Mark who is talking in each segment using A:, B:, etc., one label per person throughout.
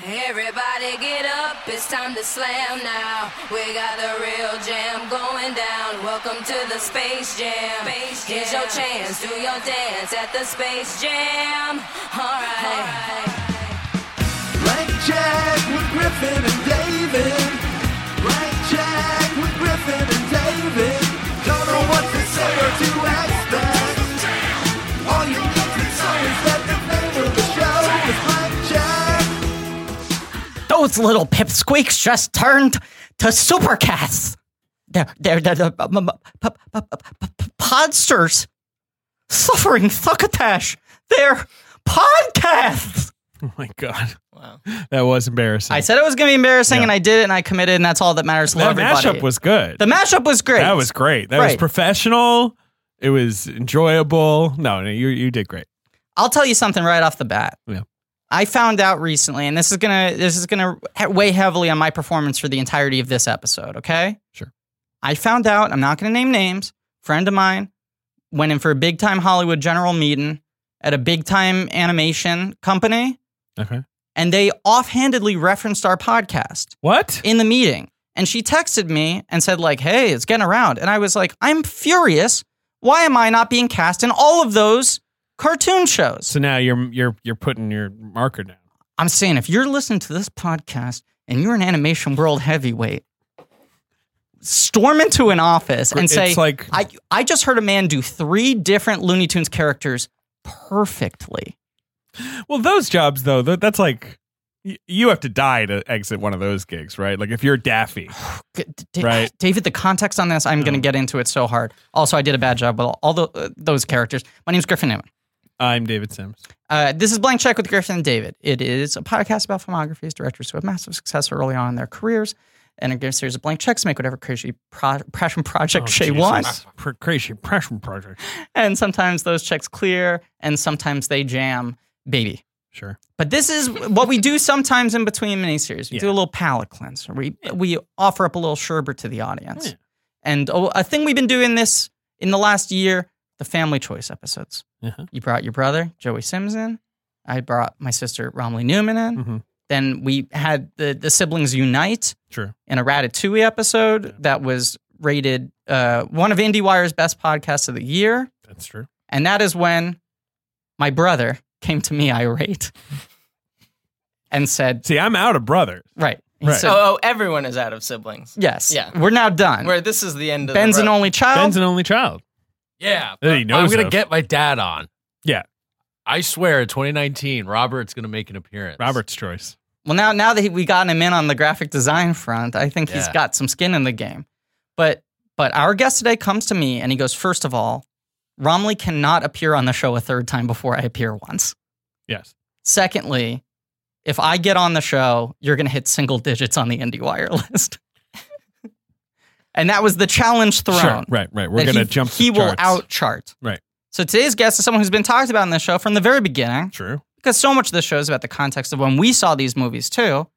A: Everybody get up, it's time to slam now. We got the real jam going down. Welcome to the Space Jam. Space jam. Here's your chance, do your dance at the Space Jam. Alright.
B: Blank check with Griffin and David. Blank check with Griffin and David. Don't know what to say or to expect. All you need to know is that the name of the show is Blank Check.
C: Those little pipsqueaks just turned to supercats. They're, they're, they're, the um, um, p- p- p- p- podsters suffering succotash. They're podcasts.
D: Oh my god. That was embarrassing.
C: I said it was going to be embarrassing,
D: Yeah.
C: and I did it, and I committed, and that's all that matters. Hello,
D: that
C: everybody.
D: mashup was good.
C: the mashup was great.
D: that was great. That was
C: Right.
D: professional. It was enjoyable. No, no, you you did great.
C: I'll tell you something right off the bat.
D: Yeah.
C: I found out recently, and this is gonna this is gonna he- weigh heavily on my performance for the entirety of this episode. Okay.
D: Sure.
C: I found out. I'm not gonna name names. Friend of mine went in for a big time Hollywood general meeting at a big time animation company,
D: Okay.
C: and they offhandedly referenced our podcast
D: What?
C: in the meeting. And she texted me and said, like, hey, it's getting around. And I was like, I'm furious. Why am I not being cast in all of those cartoon shows?
D: So now you're you're you're putting your marker down.
C: I'm saying if you're listening to this podcast and you're an animation world heavyweight, storm into an office and
D: It's
C: say,
D: like-
C: I, I just heard a man do three different Looney Tunes characters perfectly.
D: Well, those jobs though, tha- that's like y- you have to die to exit one of those gigs, right? Like if you're Daffy,
C: G- D-
D: Right.
C: David, the context on this, I'm going to get into it so hard. Also, I did a bad job with all, all tho- uh, those characters. My name's Griffin Newman.
D: I'm David Sims.
C: Uh, this is Blank Check with Griffin and David. It is a podcast about filmographies, directors who have massive success early on in their careers, and it gives a series of blank checks, make whatever crazy pro- passion project
D: Oh,
C: they want.
D: Pr- crazy passion project.
C: And sometimes those checks clear, and sometimes they jam, baby.
D: Sure.
C: But this is what we do sometimes in between miniseries. We do a
D: Yeah.
C: little palate cleanser. We we offer up a little sherbet to the audience.
D: Yeah.
C: And oh, a thing we've been doing this in the last year, the family choice episodes.
D: Uh-huh.
C: You brought your brother Joey Sims in. I brought my sister Romley Newman in.
D: Mhm.
C: Then we had the the siblings unite
D: Sure.
C: in a Ratatouille episode that was rated uh, one of IndieWire's best podcasts of the year.
D: That's true.
C: And that is when my brother came to me irate and said,
D: See, I'm out of brothers.
C: Right. He
D: Right.
C: said,
E: oh, oh, everyone is out of siblings.
C: yes.
E: yeah.
C: We're now done.
E: Where this is the end of
C: Ben's
E: the
C: an
E: road.
C: only child.
D: Ben's an only child.
F: Yeah,
D: That he
F: but
D: knows
F: I'm gonna
D: of.
F: get my dad on.
D: Yeah.
F: I swear, 2019, Robert's gonna make an appearance.
D: Robert's choice.
C: well, now, now that he, we got him in on the graphic design front, I think he's
F: Yeah.
C: got some skin in the game. But but our guest today comes to me and he goes, First of all, Romley cannot appear on the show a third time before I appear once.
D: Yes.
C: Secondly, if I get on the show, you're going to hit single digits on the IndieWire list. and that was the challenge thrown.
D: Sure. Right. Right. We're
C: that
D: gonna
C: he,
D: jump.
C: He
D: the
C: will
D: charts.
C: out chart.
D: Right.
C: So today's guest is someone who's been talked about in this show from the very beginning,
D: True.
C: because so much of the show is about the context of when we saw these movies too.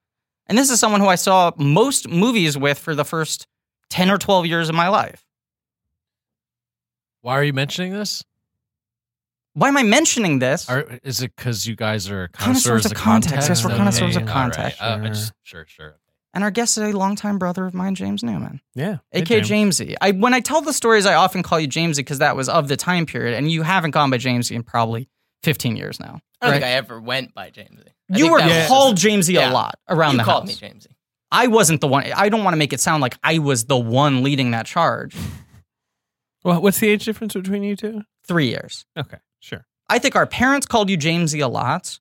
C: And this is someone who I saw most movies with for the first ten or twelve years of my life.
F: Why are you mentioning this?
C: Why am I mentioning this?
F: Are, is it because you guys are
C: Connoisseurs
F: connoisseurs,
C: of context.
D: Yes, we're connoisseurs of
F: Okay,
C: context.
F: all right. Uh, I just- sure, sure.
C: And our guest today, longtime brother of mine, James Newman.
D: Yeah.
C: AKA
D: James.
C: Jamesy. I when I tell the stories, I often call you Jamesy because that was of the time period, and you haven't gone by Jamesy in probably fifteen years now.
E: I don't
C: right?
E: think I ever went by Jamesy. I
C: you
E: think
C: were
E: that was just-
C: called Jamesy
E: Yeah.
C: a lot around
E: you
C: the
E: called
C: house.
E: me Jamesy.
C: I wasn't the one. I don't want to make it sound like I was the one leading that charge.
D: Well, what's the age difference between you two?
C: Three years.
D: Okay. Sure.
C: I think our parents called you Jamesy a lot.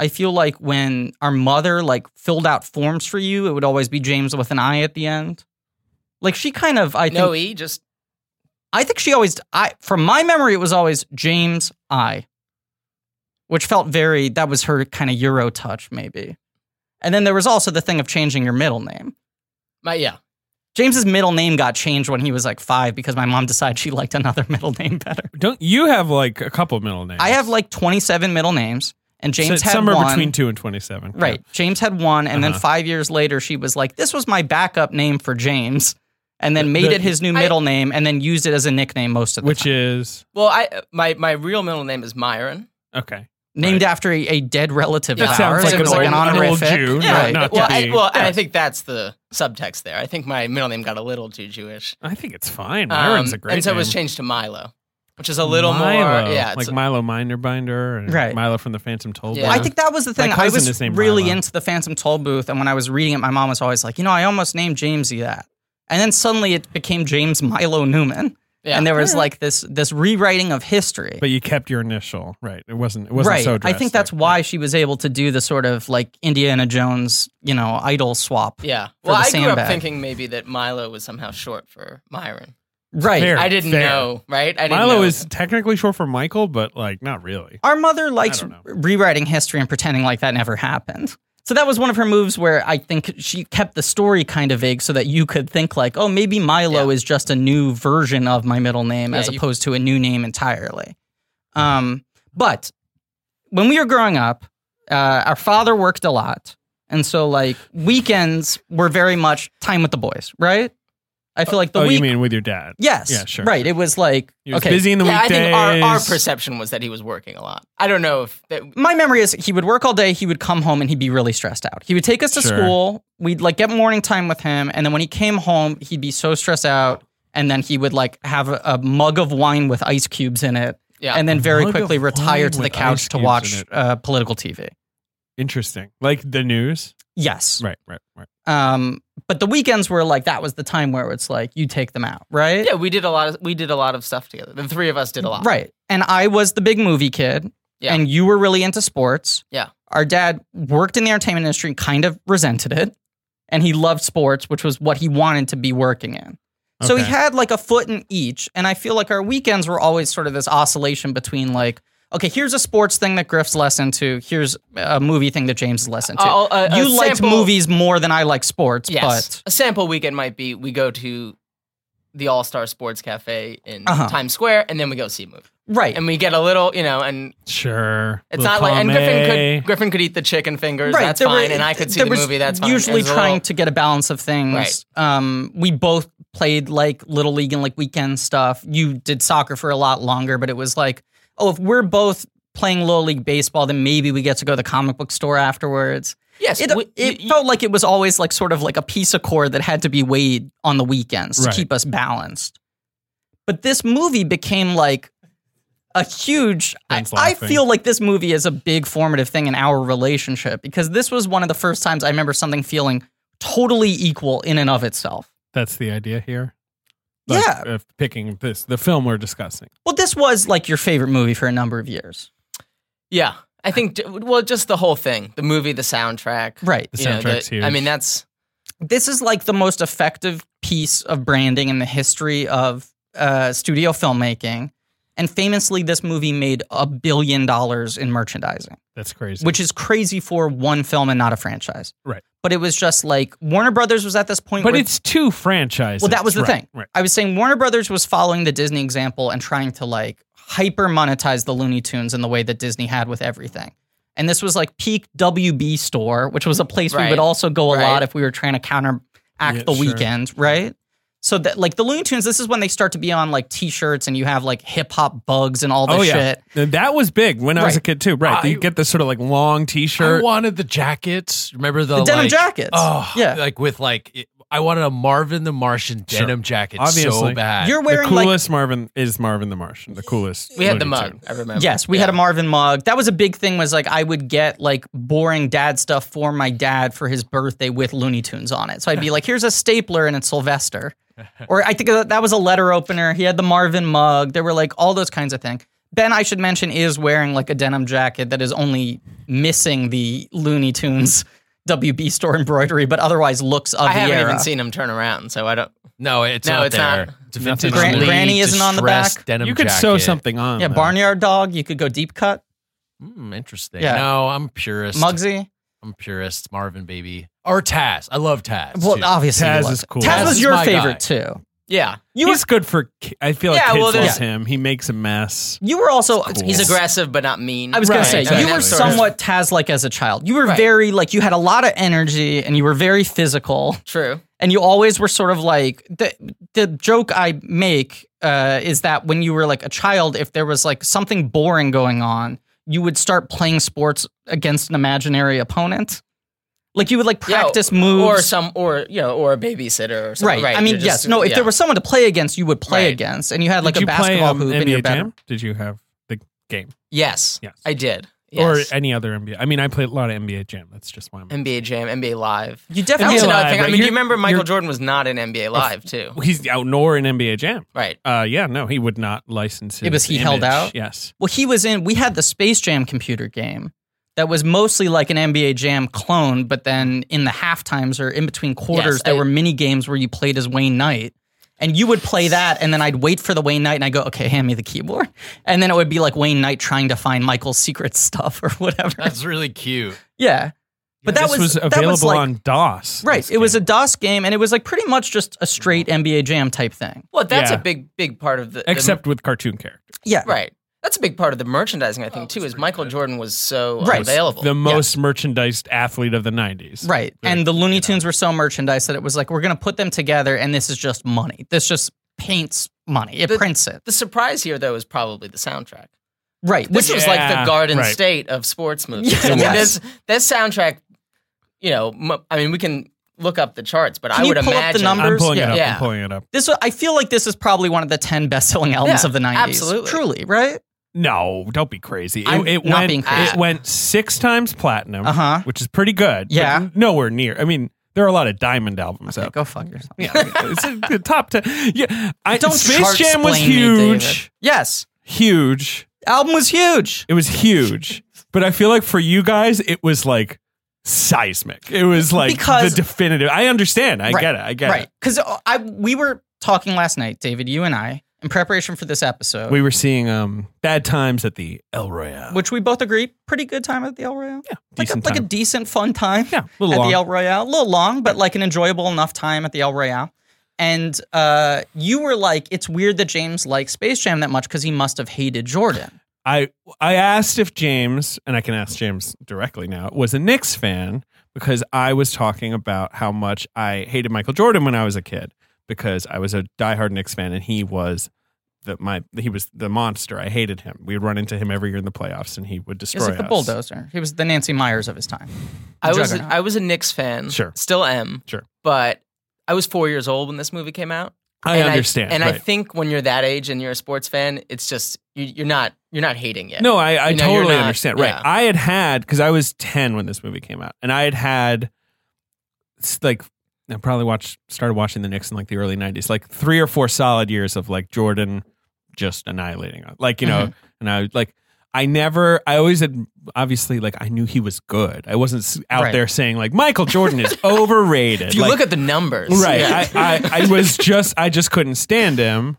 C: I feel like when our mother like filled out forms for you, it would always be James with an I at the end. Like she kind of, I think,
E: No E, just
C: I think she always I from my memory it was always James I. Which felt very that was her kind of Euro touch, maybe. And then there was also the thing of changing your middle name.
E: my yeah.
C: James's middle name got changed when he was like five because my mom decided she liked another middle name better.
D: Don't you have like a couple middle names?
C: I have like twenty seven middle names and James
D: So-
C: had
D: somewhere
C: one.
D: between two and twenty-seven.
C: Right. James had one, and then
D: Uh-huh.
C: five years later, she was like, "This was my backup name for James," and then made
D: the-
C: it his new middle name, and then used it as a nickname most of the
D: Which
C: time.
D: is
E: Well, I my my real middle name is Myron,
D: okay.
C: named after a, a dead relative
E: That
C: of ours.
D: sounds
E: like
C: it
E: an
C: was like an
D: old- an old
C: honorific.
D: Jew,
C: right.
D: not- not- to
E: well,
D: be-
E: I, well and I think that's the subtext there. I think my middle name got a little too Jewish.
D: I think it's fine.
E: Um,
D: Myron's a great
E: and so it was
D: name.
E: changed to Milo, which is a little
D: Milo,
E: more. Yeah, it's
D: like Milo Minderbinder and
C: Right.
D: Milo from the Phantom Toll
E: Yeah.
D: Booth.
C: I think that was the thing. I
D: cousin
C: was
D: is named
C: really
D: Milo.
C: into the Phantom Toll Booth, and when I was reading it, my mom was always like, "You know, I almost named Jamesy that," and then suddenly it became James Milo Newman,
E: Yeah.
C: and there was like this this rewriting of history.
D: but you kept your initial right. It wasn't. It wasn't
C: right,
D: so.
C: I
D: Drastic.
C: think that's why she was able to do the sort of like Indiana Jones, you know, idol swap.
E: yeah.
C: for
E: Well, I
C: the
E: grew
C: sandbag.
E: up thinking maybe that Milo was somehow short for Myron.
C: Right.
D: Fair.
E: I didn't
D: fair.
E: know, right? I didn't
D: Milo
E: know.
D: is technically short for Michael, but like not really.
C: Our mother likes
D: don't know.
C: rewriting history and pretending like that never happened. So that was one of her moves where I think she kept the story kind of vague so that you could think like, oh, maybe Milo
E: Yeah.
C: is just a new version of my middle name
E: Yeah,
C: as
E: you-
C: opposed to a new name entirely. Um, but when we were growing up, uh, our father worked a lot. And so like weekends were very much time with the boys, right? I feel like the
D: oh,
C: week.
D: you mean with your dad?
C: yes.
D: Yeah, sure.
C: Right. It was like,
D: He was
C: okay,
D: busy in the
E: Yeah, I
D: weekdays.
E: think our, our perception was that he was working a lot. I don't know if that,
C: my memory is he would work all day, he would come home and he'd be really stressed out. He would take us to
D: Sure.
C: school, we'd like get morning time with him, and then when he came home, he'd be so stressed out, and then he would like have a, a mug of wine with ice cubes in it,
E: Yeah.
C: and then very
D: mug of
C: quickly retire
D: wine
C: to the
D: with
C: couch
D: ice
C: to
D: cubes
C: watch
D: in it.
C: uh, political TV.
D: Interesting. Like the news.
C: Yes.
D: Right. Right. Right.
C: Um, but the weekends were like that was the time where it's like you take them out, right?
E: yeah, we did a lot of we did a lot of stuff together. The three of us did a lot.
C: Right. And I was the big movie kid,
E: Yeah.
C: and you were really into sports.
E: Yeah.
C: Our dad worked in the entertainment industry and kind of resented it, and he loved sports, which was what he wanted to be working in. So he
D: Okay.
C: had like a foot in each, and I feel like our weekends were always sort of this oscillation between like, okay, here's a sports thing that Griff's less into, here's a movie thing that James is less into.
E: I'll- Oh, Uh, a- a
C: you liked
E: sample-
C: movies more than I like sports,
E: Yes. A sample weekend might be we go to the All Star Sports Cafe in
C: Uh-huh.
E: Times Square, and then we go see a movie,
C: but right,
E: and we get a little, you know, and
D: Sure.
E: it's
D: Little
E: not like and Griffin
D: Tommy.
E: could Griffin could eat the chicken fingers,
C: right,
E: that's
C: there were-
E: fine, and I could see
C: there
E: the
C: was
E: movie, that's fine.
C: Usually
E: It was a
C: trying
E: little-
C: to get a balance of things.
E: Right.
C: Um, we both played like little league and like weekend stuff. You did soccer for a lot longer, but it was like, oh, if we're both playing little league baseball, then maybe we get to go to the comic book store afterwards.
E: yes,
C: It,
E: we-
C: it
E: you-
C: felt like it was always like sort of like a piece of core that had to be weighed on the weekends
D: Right.
C: to keep us balanced. But this movie became like a huge. I,
D: Ben's
C: I
D: laughing.
C: feel like this movie is a big formative thing in our relationship because this was one of the first times I remember something feeling totally equal in and of itself.
D: That's the idea here.
C: Yeah.
D: Of picking this, the film we're discussing.
C: Well, this was like your favorite movie for a number of years,
E: yeah, I think d- well, just the whole thing, the movie, the soundtrack,
C: right?
E: you know,
D: soundtrack's
E: the- I
D: huge.
E: mean, that's
C: This is like the most effective piece of branding in the history of uh, studio filmmaking. And famously, this movie made a billion dollars in merchandising.
D: That's crazy.
C: which is crazy for one film and not a franchise.
D: Right.
C: But it was just like Warner Brothers was at this point.
D: but
C: where-
D: it's two franchises.
C: well, that was the
D: right,
C: thing.
D: Right.
C: I was saying Warner Brothers was following the Disney example and trying to like hyper monetize the Looney Tunes in the way that Disney had with everything. And this was like peak WB store, which was a place we
E: Right.
C: would also go a
E: Right.
C: lot if we were trying to counteract
D: Yeah,
C: the
D: sure.
C: weekend, right? So that like the Looney Tunes, this is when they start to be on like T-shirts and you have like hip hop bugs and all this
D: Oh yeah,
C: shit.
D: Th- that was big when I was a
C: Right.
D: kid too. Right,
F: I-
D: you get this sort of like long
F: I
D: T-shirt.
F: wanted the jackets. Remember the,
C: The denim
F: like-
C: jackets.
F: Oh,
C: Yeah.
F: Like with like, it- I wanted a Marvin the Martian
D: Sure.
F: denim jacket so
D: Obviously.
F: bad.
C: You're
D: the
C: wearing like
D: coolest Marvin is Marvin the Martian. The coolest.
E: we had the
D: Looney
E: mug.
D: Tune.
E: I remember.
C: Yes, we had a Marvin mug. That was a big thing. Was like I would get like boring dad stuff for my dad for his birthday with Looney Tunes on it. So I'd be like, "Here's a stapler and it's Sylvester," or I think that that was a letter opener. He had the Marvin mug. There were like all those kinds of things. Ben, I should mention, is wearing like a denim jacket that is only missing the Looney Tunes WB store embroidery, but otherwise looks of
E: I
C: the
E: haven't
C: era.
E: even seen him turn around, so I don't.
F: no, it's
E: No,
F: not
E: it's
F: there.
E: not.
F: It's a vintage
C: Gran-
F: Lee
C: Granny isn't on the
F: distressed
C: back.
F: Denim
D: You could
F: jacket.
D: sew something on.
C: yeah,
D: though.
C: Barnyard Dog. You could go deep cut.
F: Hmm, interesting.
C: Yeah.
F: No, I'm purist.
C: Mugsy.
F: I'm purist. Marvin, baby. Or Taz. I love Taz.
C: Well,
F: too.
C: obviously, you
D: Taz
C: love
D: is
C: it.
D: cool.
C: Taz
F: Taz
C: was
F: is
C: your
F: my
C: favorite too.
E: Yeah,
C: You
D: he's good for. ki- I feel like
E: Yeah,
D: kids
E: well,
D: love
E: there's-
D: him. He makes a mess.
C: You were also
E: he's aggressive but not mean.
C: I was
D: Right,
C: gonna say
D: exactly.
C: you were
E: That's sort of-
C: somewhat Taz like as a child. You were
E: Right.
C: very like you had a lot of energy and you were very physical
E: true.
C: and you always were sort of like the the joke I make uh, is that when you were like a child, if there was like something boring going on, you would start playing sports against an imaginary opponent. Like you would like
E: Yeah,
C: practice moves
E: or some, or you know, or a babysitter or
C: Right.
E: something. Right.
C: I mean,
E: You're
C: yes.
E: just-
C: No, if
E: yeah.
C: there was someone to play against, you would play
E: Right.
C: against, and you had like a
D: Did you play
C: basketball
D: um,
C: hoop,
D: NBA
C: and you're better.
D: Jam? Did you have the game?
E: yes,
D: Yes.
E: I did. Yes.
D: Or any other NBA? I mean, I played a lot of NBA Jam. That's just why I'm.
E: NBA Jam, NBA Live.
C: You
E: That
C: definitely
E: was
D: NBA
E: another
D: Live,
E: thing. I
D: right?
E: mean, do you
D: You're-
E: remember
D: you're-
E: Michael Jordan was not in NBA Live too?
D: He's out nor in NBA Jam.
E: Right.
D: Uh, yeah, no, he would not license. His
C: It was he held
D: image.
C: out?
D: Yes.
C: Well, he was in. We had the Space Jam computer game that was mostly like an NBA Jam clone, but then in the half times or in between quarters,
E: Yes,
C: there
E: I-
C: were mini games where you played as Wayne Knight. And you would play that, and then I'd wait for the Wayne Knight, and I go, "Okay, hand me the keyboard." And then it would be like Wayne Knight trying to find Michael's secret stuff or whatever.
F: That's really cute.
C: yeah, but that
D: this
C: was,
D: was,
C: that
D: available
C: was, like-
D: on DOS.
C: right.
D: this
C: It was a
D: game.
C: DOS game, and it was like pretty much just a straight NBA Jam type thing.
E: Well, that's
D: Yeah.
E: a big, big part of the the-
D: except with cartoon characters.
C: Yeah,
E: right. That's a big part of the merchandising, I think,
C: Oh,
E: too. Is Michael Jordan was so
C: Right.
E: available.
D: The most merchandised athlete of the '90s.
C: Right. And the Looney Tunes were so merchandise that it was like, we're going to put them together and this is just money. This just paints money. It
E: The-
C: prints it.
E: the surprise here, though, is probably the soundtrack.
C: Right.
E: This
C: Which
E: was
C: is
D: Yeah.
E: like the Garden
D: right.
E: State of sports movies.
C: Yes.
E: I mean, this
C: Yes.
E: this soundtrack, you know, m- I mean, we can look up the charts, but
C: Can
E: I
C: you
E: would
C: pull up the
E: imagine
C: number?
D: I'm
C: Numbers?
D: pulling
C: Yeah.
D: it up.
E: Yeah.
D: I'm pulling it up.
C: this was, I feel like this is probably one of the 10 best selling albums
E: Yeah,
C: of the 90s.
E: absolutely.
C: Truly, right?
D: No, don't be crazy. It,
C: I'm
D: it
C: not
D: went,
C: being crazy.
D: It went six times platinum,
C: Uh-huh.
D: which is pretty good. but
C: Yeah.
D: nowhere near. I mean, there are a lot of diamond albums
C: Okay,
D: out.
C: go fuck yourself.
D: Yeah, it's a good top ten. Yeah, I,
C: Don't
D: Space Jam was
C: chart-splain me,
D: huge,
C: David. yes.
D: huge.
C: Album was huge.
D: It was huge, but I feel like for you guys, it was like seismic. It was like
C: Because-
D: the definitive. I understand. I
C: Right,
D: get it. I get
C: Right. Because I we were talking last night, David, you and I, in preparation for this episode,
D: it. We were seeing um bad times at the El Royale.
C: which we both agree, pretty good time at the El Royale.
D: yeah,
C: like a,
D: decent
C: like a
D: time.
C: decent fun time
D: Yeah, a little
C: at
D: long.
C: the El Royale. A little long, but like an enjoyable enough time at the El Royale. And uh, you were like, it's weird that James likes Space Jam that much because he must have hated Jordan.
D: I I asked if James, and I can ask James directly now, was a Knicks fan because I was talking about how much I hated Michael Jordan when I was a kid because I was a diehard Knicks fan and he was the my he was the monster. I hated him. We would run into him every year in the playoffs and he
C: He
D: would destroy
C: was like the
D: us.
C: bulldozer. He was the Nancy Myers of his time.
E: I was
C: Juggernaut.
E: I was a Knicks fan.
D: Sure.
E: Still am.
D: Sure.
E: But I was four years old when this movie came out.
D: I
E: and
D: understand.
E: and I
D: right.
E: think when you're that age and you're a sports fan, it's just you, you're not you're not hating yet.
D: No, I, I
E: You know, you're
D: totally
E: not-
D: understand.
E: yeah.
D: Right. I had had, because I was 10 when this movie came out, and I had had, s- like, I probably watched, started watching the Knicks in like the early 90s, like three or four solid years of like Jordan just annihilating us. Like, you know,
E: Mm-hmm.
D: and I like, I never, I always had, obviously, like, I knew he was good. I wasn't s- out
C: Right.
D: there saying, like, Michael Jordan is overrated.
E: If you
D: Like,
E: look at the numbers,
D: right
E: yeah.
D: I, I, I was just i just couldn't stand him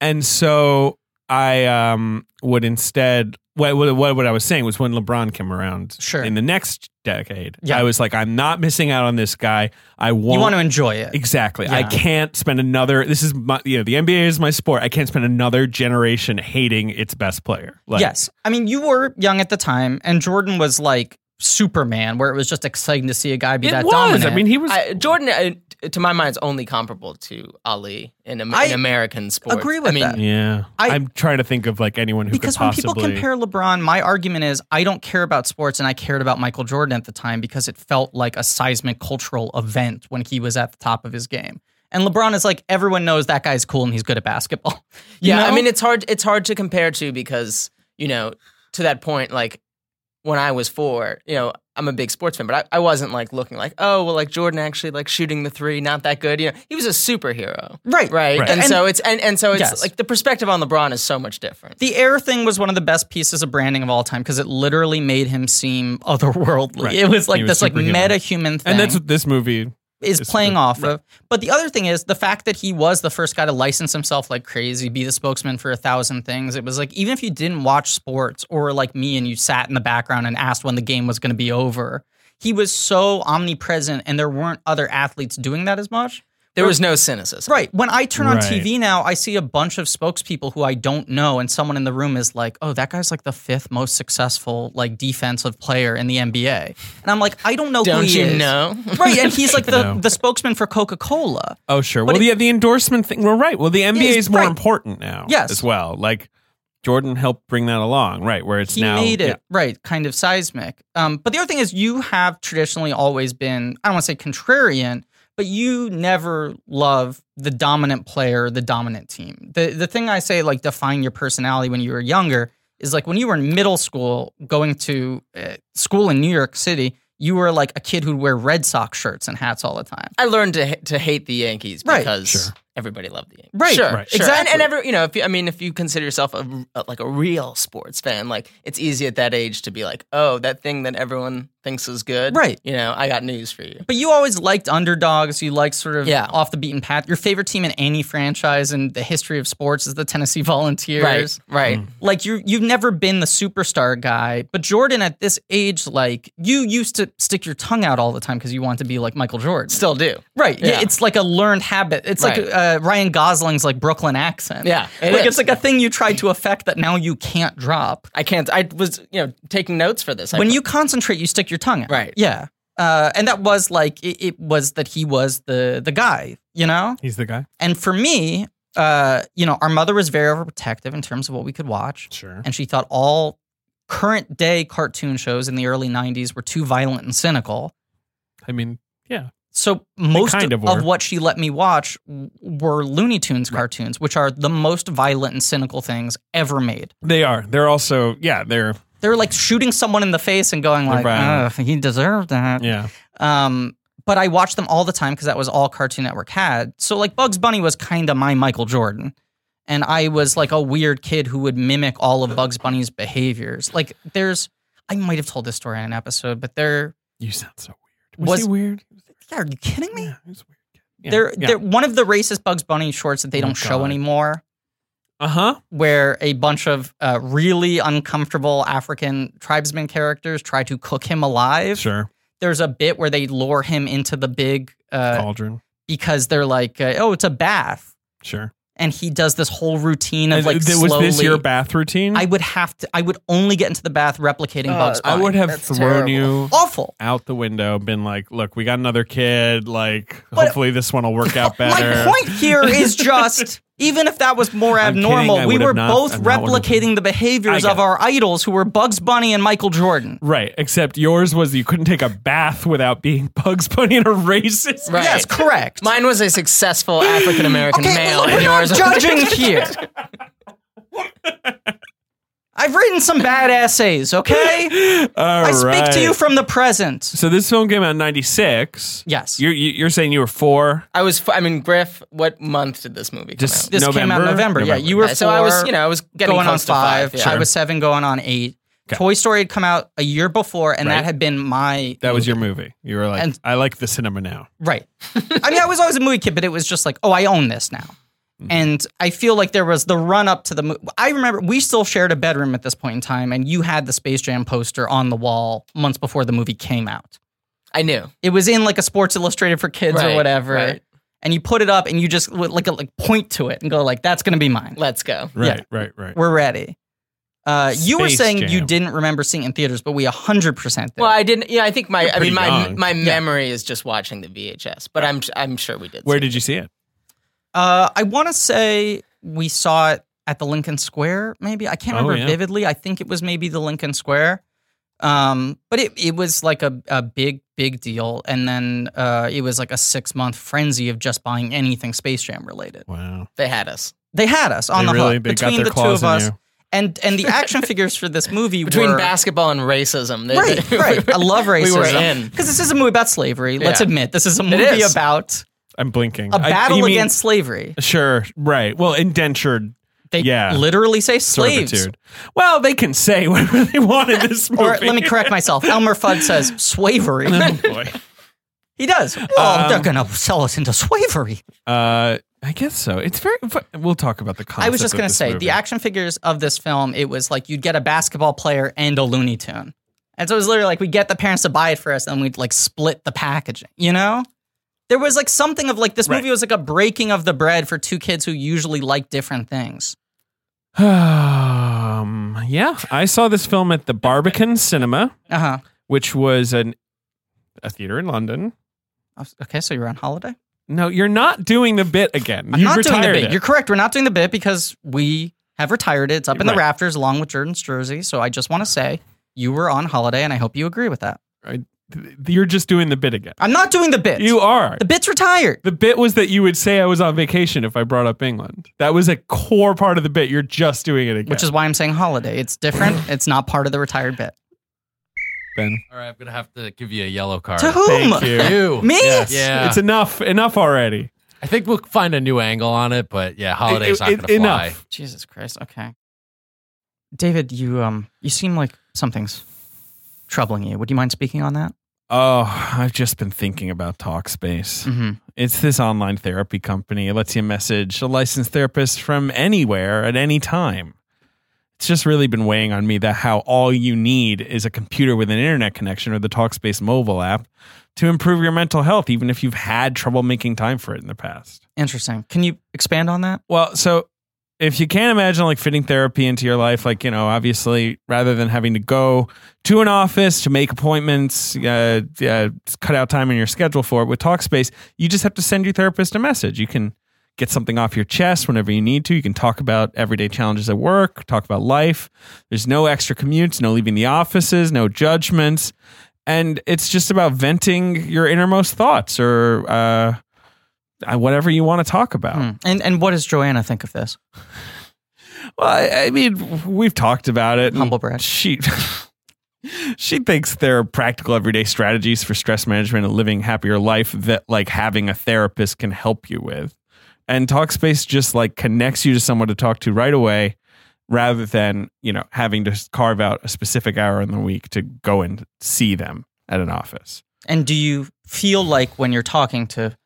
D: and so i um would instead what, what, what what i was saying was when lebron came around
C: Sure.
D: in the next decade
C: Yeah.
D: i was like i'm not missing out on this guy i won't
C: You want to enjoy it.
D: Exactly. I
C: Yeah.
D: can't spend another. This is my, you know, the NBA is my sport. I can't spend another generation hating its best player. Like,
C: yes. I mean, you were young at the time, and Jordan was like Superman, where it was just exciting to see a guy be
D: it
C: that
D: was.
C: dominant.
D: I mean, he was.
E: I- Jordan, uh, to my mind, is only comparable to Ali in, Am-
C: I
E: in American sports.
C: agree with
E: I mean,
C: that.
D: yeah,
C: I-
D: I, am trying to think of like anyone who
C: because
D: could
C: when
D: possibly
C: people compare LeBron, my argument is I don't care about sports, and I cared about Michael Jordan at the time because it felt like a seismic cultural event when he was at the top of his game. And LeBron is like everyone knows that guy's cool and he's good at basketball. You
E: Yeah, I
C: know?
E: mean, it's hard. It's hard to compare to because you know, to that point, like when I was four, you know, I'm a big sports fan, but I, I wasn't like looking like, oh, well, like Jordan actually like shooting the three, not that good. You know, he was a superhero,
C: Right.
E: Right,
D: Right.
E: And,
C: And-
E: so it's and, and so it's
C: Yes.
E: like the perspective on LeBron is so much different.
C: the air thing was one of the best pieces of branding of all time because it literally made him seem otherworldly.
D: Right.
C: It was like
D: He was
C: this like
D: superhuman.
C: meta human thing.
D: and that's what this movie
C: is
D: It's
C: playing
D: the-
C: off
D: right.
C: of. But the other thing is the fact that he was the first guy to license himself like crazy, be the spokesman for a thousand things. It was like even if you didn't watch sports or like me and you sat in the background and asked when the game was going to be over, he was so omnipresent and there weren't other athletes doing that as much.
E: There was no cynicism.
C: Right. When I turn on
D: Right.
C: TV now, I see a bunch of spokespeople who I don't know, and someone in the room is like, "Oh, that guy's like the fifth most successful like defensive player in the NBA," and I'm like, "I don't know who
E: Don't
C: he
E: you
C: is."
E: know?
C: Right, and he's like the,
D: No.
C: the spokesman for Coca Cola.
D: Oh, sure.
C: But
D: well,
C: it-
D: yeah, the endorsement thing. Well, right. Well, the NBA
C: it's
D: is more
C: right.
D: important now.
C: Yes.
D: as well. Like Jordan helped bring that along, right? Where it's
C: he
D: now
C: made it
D: yeah.
C: right kind of seismic um, but the other thing is you have traditionally always been i don't want to say contrarian but you never love the dominant player the dominant team the, the thing i say like define your personality when you were younger is like when you were in middle school going to uh, school in new york city you were like a kid who'd wear red sox shirts and hats all the time
E: I learned to ha- to hate the Yankees
C: Right.
E: because everybody loved the Yankees.
C: Right.
E: Sure.
C: Right.
E: Sure. And,
C: Exactly.
E: and every you know, if you, I mean, if you consider yourself a, a- like a real sports fan, like it's easy at that age to be like, oh, that thing that everyone thinks is good.
C: Right.
E: You know, I got news for you.
C: But you always liked underdogs. You liked sort of
E: Yeah.
C: off the beaten path. Your favorite team in any franchise in the history of sports is the Tennessee Volunteers.
E: Right.
C: Like you, you've never been the superstar guy. But Jordan, at this age, like you used to stick your tongue out all the time because you want to be like Michael Jordan.
E: Still do.
C: right? Yeah.
E: Yeah.
C: it's like a learned habit. It's
E: Right.
C: like uh, Ryan Gosling's like Brooklyn accent.
E: Yeah, it
C: like
E: is.
C: it's like a thing you tried to affect that now you can't drop.
E: I can't. I was you know taking notes for this. I
C: when you concentrate, you stick your tongue out.
E: Right.
C: Yeah. Uh, and that was like it, it was that he was the the guy, you know.
D: He's the guy.
C: And for me, uh, you know, our mother was very overprotective in terms of what we could watch,
D: Sure.
C: and she thought all current day cartoon shows in the early '90s were too violent and cynical.
D: I mean, yeah.
C: So most
D: kind
C: of,
D: of were.
C: what she let me watch w- were Looney Tunes cartoons, which are the most violent and cynical things ever made.
D: They are. They're also yeah, they're
C: They're like shooting someone in the face and going like, Ugh,
D: violent.
C: "He deserved that."
D: yeah.
C: Um, but I watched them all the time because that was all Cartoon Network had. So like Bugs Bunny was kind of my Michael Jordan. And I was like a weird kid who would mimic all of Bugs Bunny's behaviors. Like there's I might have told this story in an episode, but there
D: You sound so weird. Was,
C: Was-
D: he weird?
C: yeah, are you kidding me?
D: Yeah, he was weird. Yeah.
C: They're,
D: yeah.
C: they're one of the racist Bugs Bunny shorts that they
D: Oh,
C: don't show
D: God.
C: anymore,
D: uh-huh.
C: where a bunch of uh, really uncomfortable African tribesmen characters try to cook him alive.
D: Sure.
C: There's a bit where they lure him into the big uh,
D: Cauldron.
C: because they're like, uh, oh, it's a bath,
D: Sure.
C: and he does this whole routine of like
D: And uh, th- was
C: slowly.
D: this your bath routine?
C: I would have to. I would only get into the bath replicating
E: Uh,
C: Bugs
D: I
C: Bunny.
D: would have
E: That's
D: thrown
E: terrible.
D: you
C: awful.
D: out the window, been like, "Look, we got another kid. Like,
C: But-
D: hopefully this one will work out
C: My
D: better."
C: point here is just. Even if that was more
D: I'm kidding,
C: abnormal,
D: I
C: we
D: would
C: were
D: have not-
C: both
D: I'm not one of
C: replicating the behaviors
D: I
C: of
D: got it.
C: our idols, who were Bugs Bunny and Michael Jordan.
D: Right, except yours was you couldn't take a bath without being Bugs Bunny and a racist.
E: Right.
C: Yes, correct.
E: Mine was a successful African American
C: okay,
E: male,
C: we're
E: and
C: not
E: yours.
C: judging here. I've written some bad essays. Okay,
D: All
C: I speak
D: right.
C: to you from the present.
D: So this film came out in '96.
C: Yes.
D: you're you- you're saying you were four.
E: I was. I mean, Griff. What month did this movie come
D: Just
E: out?
C: This came out in November.
D: November?
C: Yeah,
D: November.
C: you were
E: Yeah, so I was,
C: four,
E: you know, I was getting
C: going on
E: close to
C: five.
E: five, yeah.
C: I was seven, going on eight.
D: Okay.
C: Toy Story had come out a year before, and that
D: Right.
C: had been my
D: That was your movie. You were like,
C: Mm-hmm. And-
D: I like the cinema now.
C: right. I mean, I was always a movie kid, but it was just like, oh, I own this now.
D: Mm-hmm.
C: And I feel like there was the run up to the. Mo- I remember we still shared a bedroom at this point in time, and you had the Space Jam poster on the wall months before the movie came out.
E: I knew.
C: It was in like a Sports Illustrated for kids or
E: Right,
C: whatever,
E: right.
C: and you put it up, and you just would, like like point to it and go like, that's gonna be mine.
E: Let's go.
D: Right, right, right.
C: We're ready. Uh, you were
D: Space
C: saying you
D: Jam.
C: didn't remember seeing it in theaters, but we 100% did.
E: Well, I didn't. Yeah, I think my. I
D: pretty
E: mean, my
D: young.
E: my memory is just watching the VHS, but I'm I'm sure we did.
D: Where
E: see
D: did you see it?
C: uh, I want to say we saw it at the Lincoln Square, maybe. I can't
D: Oh,
C: remember
D: yeah.
C: vividly. I think it was maybe the Lincoln Square. Um, but it, it was like a, a big, big deal. And then uh, it was like a six month frenzy of just buying anything Space Jam related.
D: Wow,
E: it. they had us
C: They had us on
D: They
C: the
D: really-
C: hook
D: they got
C: between
D: their
C: the two
D: claws
C: of
D: in
C: us.
D: you.
C: And and the action figures for this movie
E: between
C: were
E: basketball and racism. They-
C: Right,
E: they-
C: right. I love racism.
E: were in.
C: Because this is a movie about slavery. Let's
E: Yeah.
C: admit, this is a movie
E: is.
C: about
D: I'm blinking.
C: a
D: I- you
C: battle
D: mean-
C: against slavery.
D: Sure, right. Well, indentured
C: They
D: yeah.
C: literally say slaves.
D: servitude. Well, they can say whatever they want in this movie.
C: Or let me correct myself. Elmer Fudd says slavery.
D: oh boy.
C: he does. Oh, they're gonna sell us into slavery.
D: Uh, I guess so. It's very. We'll talk about the concept.
C: I was just
D: of
C: gonna
D: this
C: say
D: movie.
C: the action figures of this film. It was like you'd get a basketball player and a Looney Tune, and so it was literally like we get the parents to buy it for us, and we'd like split the packaging. You know, there was like something of like this
D: Right.
C: movie was like a breaking of the bread for two kids who usually like different things.
D: Um, yeah, I saw this film at the Barbican Cinema,
C: Uh huh.
D: which was an a theater in London.
C: Okay, so you're on holiday.
D: No, you're not doing the bit again.
C: I'm
D: You've
C: not doing the
D: retired
C: bit.
D: it.
C: You're correct. We're not doing the bit because we have retired it. It's up in the
D: Right.
C: rafters along with Jordan's jersey. So I just want to say you were on holiday, and I hope you agree with that.
D: Th- You're just doing the bit again.
C: I'm not doing the bit.
D: You are.
C: the bit's retired.
D: The bit was that you would say I was on vacation if I brought up England. That was a core part of the bit. You're just doing it again.
C: Which is why I'm saying holiday. It's different. it's not part of the retired bit.
D: Ben.
F: All right, I'm gonna have to give you a yellow card.
C: To whom?
D: Thank you.
F: You.
C: Me?
D: Yes.
F: Yeah.
D: It's enough. Enough already.
F: I think we'll find a new angle on it, but yeah, holiday's
D: It- it-
F: not gonna fly.
D: enough.
C: Jesus Christ. Okay. David, you um, you seem like something's troubling you. Would you mind speaking on that?
D: Oh, I've just been thinking about Talkspace.
C: Mm-hmm.
D: It's this online therapy company. It lets you message a licensed therapist from anywhere at any time. It's just really been weighing on me that how all you need is a computer with an internet connection or the Talkspace mobile app to improve your mental health, even if you've had trouble making time for it in the past.
C: Interesting. Can you expand on that?
D: Well, so if you can't imagine like fitting therapy into your life, like, you know, obviously rather than having to go to an office to make appointments, uh, uh, cut out time in your schedule for it with TalkSpace, you just have to send your therapist a message. You can get something off your chest whenever you need to. You can talk about everyday challenges at work, talk about life. There's no extra commutes, no leaving the offices, no judgments. And it's just about venting your innermost thoughts or uh, uh, whatever you want to talk about.
C: Hmm. And and what does Joanna think of this?
D: Well, I, I mean, we've talked about it. and
C: Humble brag.
D: She she thinks there are practical everyday strategies for stress management and living happier life that like having a therapist can help you with. And Talkspace just like connects you to someone to talk to right away rather than, you know, having to carve out a specific hour in the week to go and see them at an office.
C: And do you feel like when you're talking to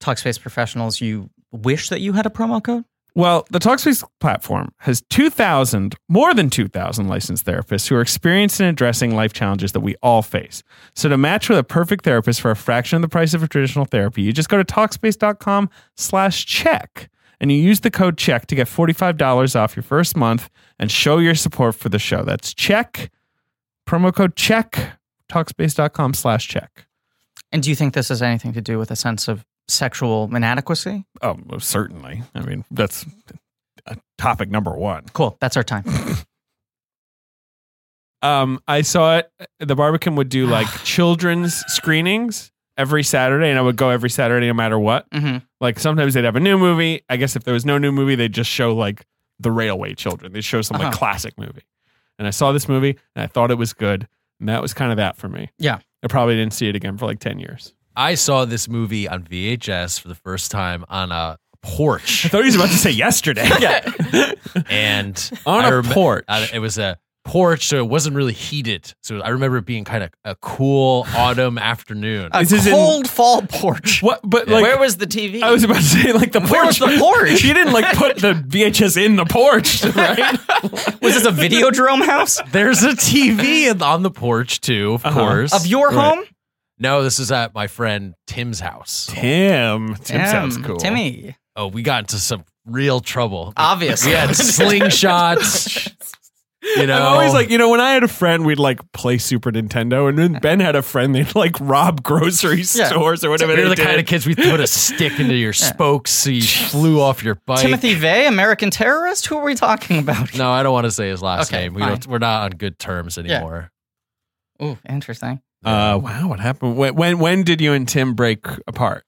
C: Talkspace professionals, you wish that you had a promo code?
D: Well, the Talkspace platform has 2,000, more than 2,000 licensed therapists who are experienced in addressing life challenges that we all face. So to match with a perfect therapist for a fraction of the price of a traditional therapy, you just go to Talkspace.com slash check and you use the code check to get $45 off your first month and show your support for the show. That's check, promo code check, Talkspace.com slash check.
C: And do you think this has anything to do with a sense of sexual inadequacy?
D: Oh, well, certainly. I mean, that's uh, topic number one.
C: Cool. That's our time.
D: um, I saw it. The Barbican would do like children's screenings every Saturday, and I would go every Saturday no matter what.
C: hmm
D: Like sometimes they'd have a new movie. I guess if there was no new movie, they'd just show like the Railway Children. They'd show some like
C: Uh-huh.
D: classic movie. And I saw this movie, and I thought it was good, and that was kind of that for me.
C: Yeah.
D: I probably didn't see it again for like ten years.
F: I saw this movie on VHS for the first time on a
D: I
F: porch,
D: thought he was about to say yesterday. yeah,
F: and
D: On
F: a
D: a porch.
F: it was a porch, so it wasn't really heated. So I remember it being kind of a cool autumn afternoon.
C: A
D: This is in-
C: cold fall porch.
D: what? But like,
E: Where was the TV?
D: I was about to say like the porch.
C: Where was the porch?
D: You didn't like put the VHS in the porch, right?
C: Was this a Videodrome house
F: There's a TV in- on the porch too,
D: Uh-huh.
F: of course.
C: of your
D: Right.
C: home?
F: no, this is at my friend Tim's house.
D: Tim. Tim sounds
C: Damn,
D: cool.
C: Timmy.
F: Oh, we got into some real trouble.
C: Obviously.
F: we had slingshots. You know,
D: I'm always like, you know, when I had a friend, we'd like play Super Nintendo, and then Ben had a friend, they'd like rob grocery
C: Yeah.
D: stores or
F: So
D: whatever.
F: We're
D: they
F: the kind
D: did.
F: of kids we put a stick into your spokes so you flew off your bike.
C: Timothy Vey, American terrorist? Who are we talking about?
F: No, I don't want to say his last
C: Okay,
F: name. We
C: fine.
F: don't, we're not on good terms
C: Yeah.
F: anymore.
C: Ooh, interesting.
D: Uh, wow, what happened? When, when when did you and Tim break apart?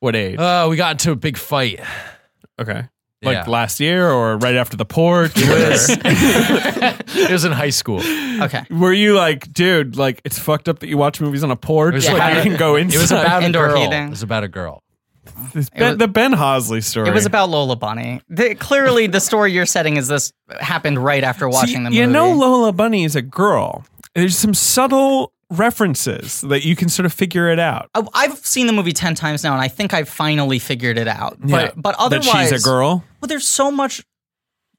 D: What age?
F: Oh, we got into a big fight.
D: okay,
F: yeah.
D: like last year or right after the porch. or-
F: it was in high school. It
C: Okay.
D: Were you like, dude, like it's fucked up that you watch movies on a porch?
F: was
D: like
F: about-
D: you can go inside.
F: was about a
C: Indoor
F: girl.
C: heating.
F: It was about a girl.
D: It's ben,
C: was-
D: the Ben Hosley story.
C: It was about Lola Bunny. The, clearly, the story you're setting is this happened right after
D: So
C: watching
D: you,
C: the movie.
D: you know Lola Bunny is a girl. There's some subtle references that you can sort of figure it out.
C: I- I've seen the movie ten times now, and I think I've finally figured it out.
D: Yeah.
C: But but otherwise,
D: that she's a girl.
C: Well, there's so much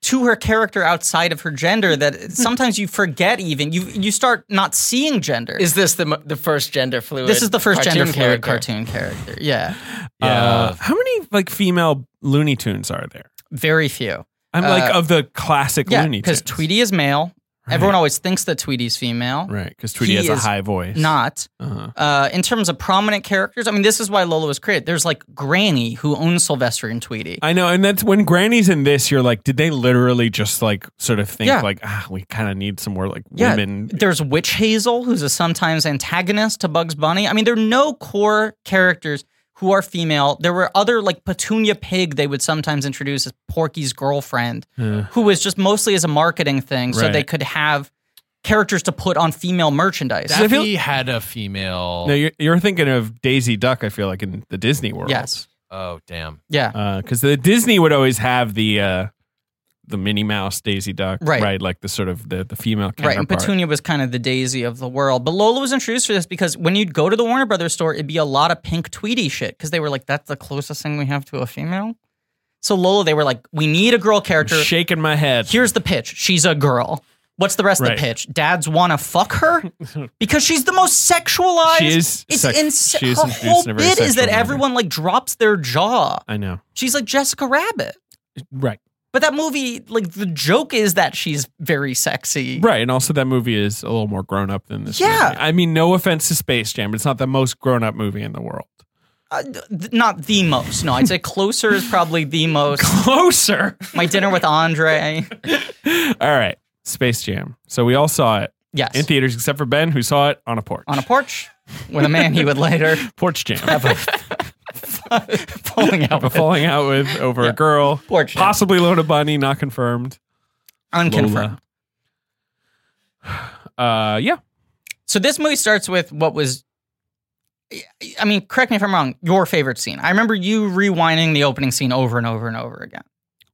C: to her character outside of her gender that sometimes you forget. Even you you start not seeing gender.
E: is this the mo- the first gender fluid?
C: this is the first
E: cartoon
C: gender fluid
E: character?
C: cartoon character? Yeah,
F: Yeah.
D: Uh, how many like female Looney Tunes are there?
C: very few.
D: I'm like of the classic
C: Uh, Yeah,
D: Looney
C: because
D: Tunes.
C: Tweety is male. Everyone always thinks that Tweety's female.
D: Right, because Tweety
C: He
D: has a
C: is
D: high voice.
C: Not.
D: Uh-huh.
C: Uh, in terms of prominent characters, I mean, this is why Lola was created. There's like Granny who owns Sylvester and Tweety.
D: I know, and that's when Granny's in this. You're like, did they literally just like sort of think
C: Yeah.
D: like, ah, we kind of need some more like
C: Yeah,
D: women?
C: There's Witch Hazel, who's a sometimes antagonist to Bugs Bunny. I mean, there are no core characters who are female. There were other like Petunia Pig they would sometimes introduce as Porky's girlfriend, who was just mostly as a marketing thing, so
D: Right.
C: they could have characters to put on female merchandise.
F: Daffy
D: feel-
F: had a female.
D: No, you're, you're thinking of Daisy Duck. I feel like in the Disney world.
C: yes.
F: oh damn.
C: Yeah.
D: because Uh, the Disney would always have the uh, the Minnie Mouse, Daisy Duck,
C: Right.
D: Like the sort of the, the female
C: Right, and
D: counterpart.
C: Petunia was kind of the daisy of the world. But Lola was introduced to this because when you'd go to the Warner Brothers store, it'd be a lot of pink Tweety shit because they were like, that's the closest thing we have to a female. So Lola, they were like, we need a girl character.
D: Shaking my head.
C: Here's the pitch she's a girl. What's the rest
D: Right.
C: of the pitch? Dads want to fuck her because she's the most sexualized.
D: She is
C: It's
D: sex-
C: insa-
D: she is
C: her
D: introduced
C: whole
D: in a very
C: bit is
D: sexual
C: that
D: manner.
C: everyone like drops their jaw.
D: I know.
C: She's like Jessica Rabbit.
D: Right.
C: But that movie, like the joke is that she's very sexy.
D: Right, and also that movie is a little more grown up than this.
C: Yeah.
D: movie. I mean, no offense to Space Jam, but it's not the most grown up movie in the world.
C: Uh, th- not the most. No, I'd say closer is probably the most.
D: Closer.
C: My dinner with Andre.
D: All right, Space Jam. So we all saw it
C: Yes.
D: in theaters, except for Ben, who saw it on a porch.
C: on a porch with a man he would later
D: porch jam.
C: falling out
D: a
C: with.
D: falling out with over a girl.
C: Porch jam.
D: Possibly Lona Bunny, not confirmed.
C: Unconfirmed.
D: Uh, yeah.
C: So this movie starts with what was, I mean, correct me if I'm wrong, your favorite scene. I remember you rewinding the opening scene over and over and over again.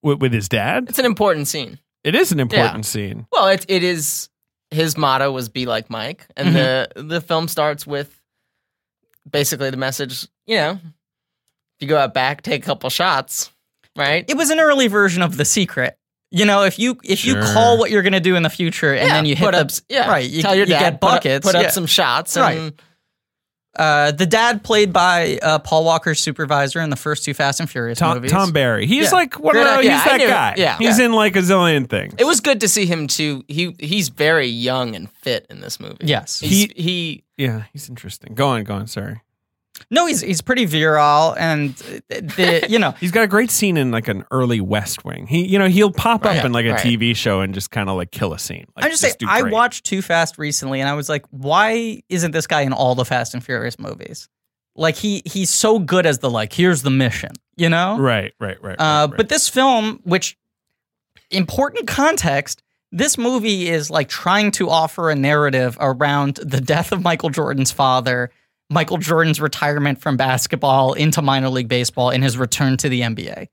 D: With, with his dad?
E: It's an important scene.
D: It is an important scene.
E: Well, it it is his motto was be like Mike, and the the film starts with basically the message. You know, if you go out back, take a couple shots, right?
C: It was an early version of The Secret. You know, if you if you
D: Sure.
C: call what you're going to do in the future and then you hit
E: put
C: the
E: up, s- yeah,
C: right, you,
E: tell your
C: you
E: dad,
C: get
E: put up-
C: buckets,
E: put up,
C: yeah.
E: some shots, and
C: Right. Uh, the dad played by uh, Paul Walker's supervisor in the first two Fast and Furious
D: Tom,
C: movies.
D: Tom Barry. He's
C: Yeah.
D: like one
E: Great
D: of
E: act-
D: those.
E: yeah,
D: he's
E: I
D: that
E: knew-
D: guy.
E: yeah.
D: He's in like a zillion things.
E: It was good to see him too. He he's very young and fit in this movie.
C: Yes.
E: He's, he
D: yeah, he's interesting. Go on, go on. Sorry.
C: no, he's he's pretty virile, and the you know
D: He's got a great scene in like an early West Wing. He, you know, he'll pop up
E: Right.
D: in like a
E: Right.
D: TV show and just kind of like kill a scene. Like,
C: I'm just saying
D: do
C: I
D: great.
C: watched Too Fast recently, and I was like, why isn't this guy in all the Fast and Furious movies? Like he he's so good as the like here's the mission, you know.
D: Right, right, right.
C: Uh,
D: right, right.
C: But this film, which important context, this movie is like trying to offer a narrative around the death of Michael Jordan's father, Michael Jordan's retirement from basketball into minor league baseball, and his return to the NBA.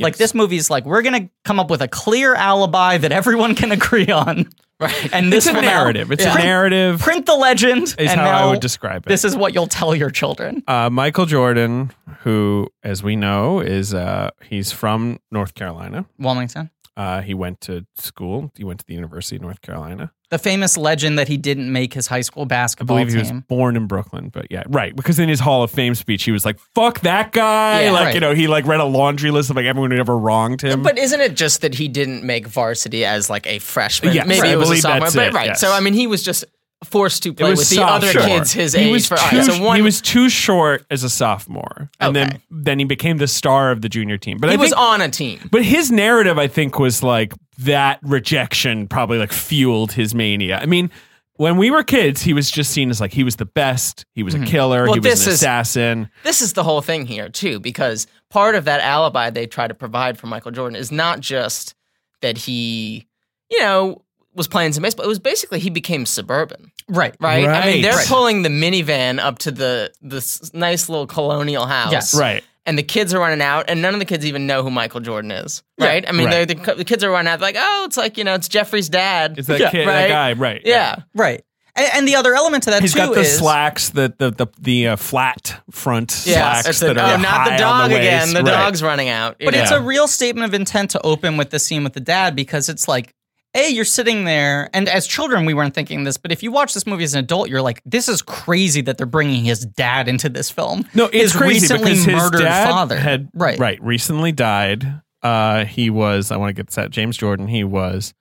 C: Like
D: Yes.
C: this movie's like we're gonna come up with a clear alibi that everyone can agree on,
E: Right.
C: And this
D: it's a
C: will now
D: narrative. It's a
C: print,
D: narrative.
C: print the legend,
D: is
C: and
D: how I
C: now
D: would describe it.
C: this is what you'll tell your children.
D: uh, Michael Jordan, who, as we know, is uh, he's from North Carolina.
C: Wilmington,
D: Uh, he went to school. He went to the University of North Carolina.
C: the famous legend that he didn't make his high school
D: I
C: basketball
D: believe he
C: team.
D: was born in Brooklyn, but yeah, right. Because in his Hall of Fame speech, he was like, "Fuck that guy!"
E: Yeah,
D: like
C: right.
D: you know, he like read a laundry list of like everyone who ever wronged him.
E: But isn't it just that he didn't make varsity as like a freshman?
D: Yes,
E: Maybe
D: I
E: it was a
D: believe
E: sophomore,
D: that's
E: but
D: it,
E: right.
D: yes.
E: So I mean, he was just forced to
D: It
E: play with
D: was
E: the
D: soft-
E: other
D: sure.
E: kids his
D: he
E: age
D: was
E: for
D: too,
E: all right, so one
D: he was too short as a sophomore, and
E: Okay.
D: then then he became the star of the junior team. But
E: he
D: I
E: was
D: think,
E: on a team.
D: But his narrative, I think, was like that rejection probably like fueled his mania. I mean, when we were kids, he was just seen as like he was the best, he was a killer,
E: Mm-hmm. Well,
D: he was
E: this
D: an
E: is-
D: assassin.
E: This is the whole thing here too, because part of that alibi they try to provide for Michael Jordan is not just that he, you know, was playing some baseball. It was basically he became suburban.
C: right,
E: Right? I mean, they're
D: Right.
E: pulling the minivan up to the this nice little colonial house.
C: Yes.
D: Right.
E: and the kids are running out, and none of the kids even know who Michael Jordan is, right? I mean,
D: Right.
E: they're- The, the kids are running out, like, oh, it's like you know, it's Jeffrey's dad.
D: It's that
C: Yeah,
D: kid, that
E: right?
D: guy, right?
E: yeah,
C: Right. And, and the other element to that
D: He's
C: too
D: got the
C: is
D: slacks, the the the, the uh, flat front
E: yeah.
D: slacks
E: It's a-
D: that are
E: oh, not
D: high
E: the
D: on
E: dog
D: the waist.
E: again. The
D: Right.
E: dog's running out. you
C: but it's
E: know?
C: a real statement of intent to open with the scene with the dad because it's like, a you're sitting there, and as children we weren't thinking this, but if you watch this movie as an adult, you're like, this is crazy that they're bringing his dad into this film.
D: No,
C: his
D: it's crazy
C: recently
D: because his
C: murdered
D: dad
C: father
D: had
C: right,
D: right recently died. Uh, he was I want to get this out. James Jordan. He was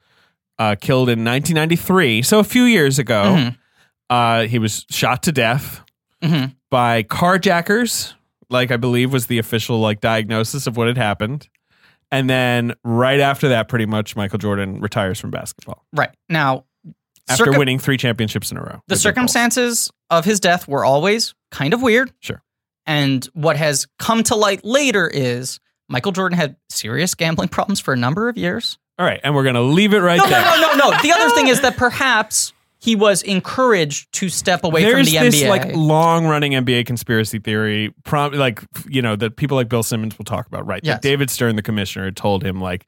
D: uh, killed in 1993, so a few years ago.
E: Mm-hmm.
D: Uh, he was shot to death
E: Mhm.
D: by carjackers, like I believe was the official like diagnosis of what had happened. And then right after that, pretty much Michael Jordan retires from basketball
E: Right.
C: Now,
D: after
C: circum-
D: winning three championships in a row.
C: the
D: with Big Bulls.
C: circumstances of his death were always kind of weird.
D: Sure.
C: And what has come to light later is Michael Jordan had serious gambling problems for a number of years.
D: All right, and we're gonna leave it right
C: No,
D: there.
C: no, no, no, no. The other thing is that perhaps he was encouraged to step away
D: There's
C: from the
D: this
C: NBA.
D: like long-running NBA conspiracy theory, prom- like you know that people like Bill Simmons will talk about, right?
C: Yes.
D: That David Stern, the commissioner, had told him like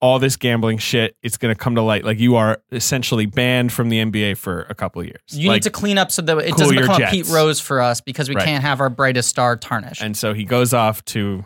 D: all this gambling shit, it's going to come to light. Like you are essentially banned from the NBA for a couple of years.
C: you
D: Like,
C: need to clean up so that it
D: cool
C: doesn't
D: your
C: become a
D: jets.
C: Pete Rose for us because we
D: Right.
C: can't have our brightest star tarnished.
D: and so he goes off to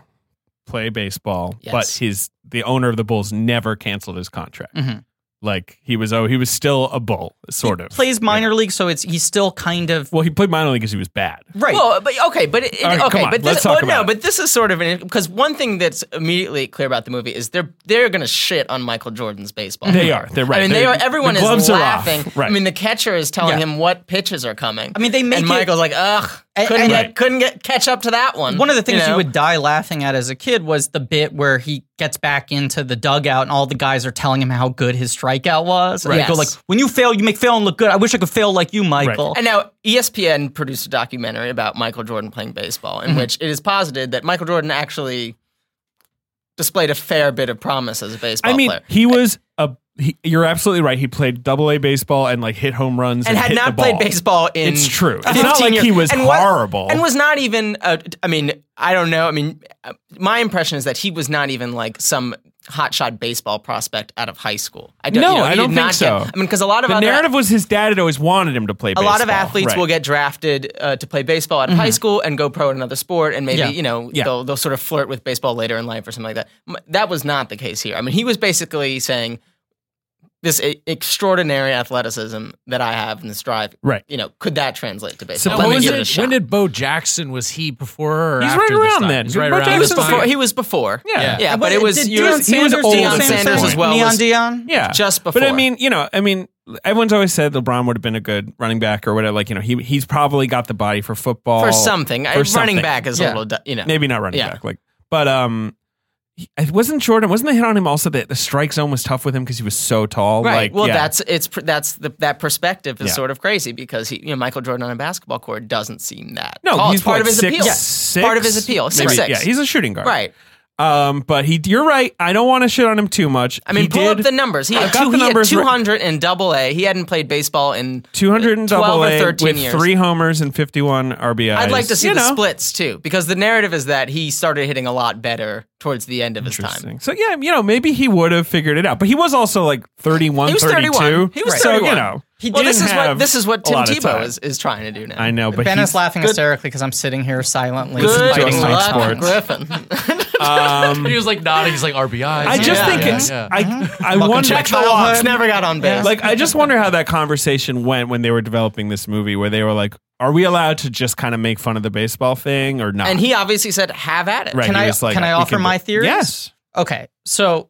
D: play baseball,
E: Yes.
D: but his the owner of the Bulls never canceled his contract.
C: Mhm.
D: Like he was oh he was still a Bull, sort of
C: plays minor league, so it's he's still kind of
D: Well, he played minor league because he was bad.
C: right.
E: Well, but okay, but it,
D: All right,
E: okay,
D: come on,
E: but this,
D: let's talk
E: well, no,
D: about it.
E: but this is sort of an because one thing that's immediately clear about the movie is they're they're gonna shit on Michael Jordan's baseball.
D: They are. They're right.
E: I mean, they
D: They're-
E: are. Everyone
D: the gloves
E: is
D: are off.
E: laughing.
D: Right.
E: I mean, the catcher is telling
C: Yeah.
E: him what pitches are coming. I
C: mean, they make
E: and
C: it-
E: Michael's like, ugh,
C: And-
E: couldn't
C: and-
E: get,
D: Right.
E: couldn't get catch up to that one.
C: One of the things you,
E: know?
C: would die laughing at as a kid was the bit where he gets back into the dugout and all the guys are telling him how good his strikeout was. And
E: Right.
C: they go like,
E: Yes.
C: "When you fail, you make failing look good. I wish I could fail like you, Michael."
E: And now E ESPN produced a documentary about Michael Jordan playing baseball,
C: Mm-hmm.
E: in which it is posited that Michael Jordan actually displayed a fair bit of promise as a baseball
D: I mean,
E: player.
D: he was a. He, you're absolutely right. He played double A baseball and like hit home runs
E: and
D: and,
E: had
D: hit the
E: not
D: ball.
E: played baseball in.
D: It's true. It's not
E: 15
D: like
E: years.
D: he was
E: And wa-
D: horrible.
E: and was not even. uh, I mean, I don't know. I mean, uh, my impression is that he was not even like some hotshot baseball prospect out of high school. I don't.
D: No,
E: you know,
D: I
E: he
D: don't
E: did
D: think
E: not
D: so.
E: Get, I mean, because a lot of
D: the
E: other,
D: narrative was his dad had always wanted him to play.
E: a
D: baseball.
E: lot of athletes
D: Right.
E: will get drafted uh, to play baseball out of high school and go pro in another sport, and maybe
C: Yeah.
E: you know
D: Yeah.
E: they'll they'll sort of flirt with baseball later in life or something like that. M- That was not the case here. I mean, he was basically saying this e- extraordinary athleticism that I have and this drive.
D: Right.
E: You know, could that translate to baseball?
F: So
E: Let
F: when,
E: me
F: was
E: give it a
F: it,
E: shot.
F: when did Bo Jackson was he before her? Or
D: He's
F: after
D: right
F: this
D: around
F: time?
D: then.
F: He's right
D: Bo
F: around
E: he was
D: Jackson
F: this time.
E: before. He was before.
D: Yeah.
E: yeah.
D: Yeah,
E: but it was
C: did
E: you were-
C: Deion
E: he was
C: Sanders
E: old.
C: do
E: Deion
C: the same
E: Sanders
C: thing?
E: as well
C: Neon
E: was-
C: Dion.
D: Yeah,
E: just
D: But I
E: before.
D: mean, you know, I mean, everyone's always said LeBron would have been a good running back or whatever. Like, you know, he he's probably got the body for football
E: for something. I-
D: Oh. for
E: running
D: something.
E: back is a
C: Yeah.
E: little, du- you know.
D: Maybe not running
E: Yeah.
D: back. Like, but um, he, it wasn't Jordan. Wasn't the hit on him also that the strike zone was tough with him because he was so tall?
E: Right.
D: Like,
E: well,
D: yeah.
E: that's it's pr- that's the, that perspective is
D: Yeah.
E: sort of crazy because he, you know, Michael Jordan on a basketball court doesn't seem that.
D: No,
E: tall.
D: he's
E: Oh, it's part
D: what,
E: of his
D: six,
E: appeal.
D: six?
E: Part of his appeal. Six
D: Maybe-
E: six.
D: Yeah, he's a shooting guard.
E: right.
D: Um, but he, you're right. I don't want to shit on him too much.
E: I mean,
D: he
E: pull
D: did
E: up the numbers. He
D: I
E: had,
D: got
E: two,
D: the
E: he had
D: numbers right.
E: 200 in double A. He hadn't played baseball in
D: 200 and
E: 12
D: double
E: or
D: A
E: 13
D: with
E: years.
D: three homers and 51 RBIs.
E: I'd like to see
D: You
E: the
D: know.
E: splits too, because the narrative is that he started hitting a lot better towards the end of his time.
D: Interesting. So yeah, you know, maybe he would have figured it out, but he was also like 31,
E: He was
D: 32.
E: 31. He was
D: so
E: 31.
D: you know, he
E: well, this
D: didn't
E: is
D: have
E: what this is what
D: a
E: Tim
D: lot of
E: Tebow
D: time.
E: is, is trying to do now.
D: I know, but
C: Ben is
D: he's,
C: laughing hysterically because I'm sitting here silently.
E: Good
C: biting my
E: luck,
C: tongue.
E: Griffin.
D: um,
F: He was like nodding. He's like RBI.
D: I just
E: Yeah,
D: think
E: yeah,
D: it's I I wonder
E: Check the walks. Never got on base.
D: like I just wonder how that conversation went when they were developing this movie, where they were like, "Are we allowed to just kind of make fun of the baseball thing or not?"
E: and he obviously said, "Have at it."
D: right,
C: Can
D: he
C: I-
D: was like,
C: can I
D: "We
C: offer
D: do-"
C: my theories?
D: Yes,
C: Okay, so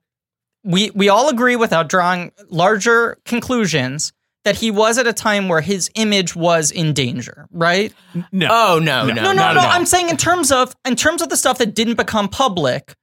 C: we we all agree without drawing larger conclusions that he was at a time where his image was in danger, right?
D: no,
C: Uh,
E: Oh no, no,
C: No,
D: Not
C: no,
D: at
C: no.
D: all.
C: I'm saying in terms of in terms of the stuff that didn't become public,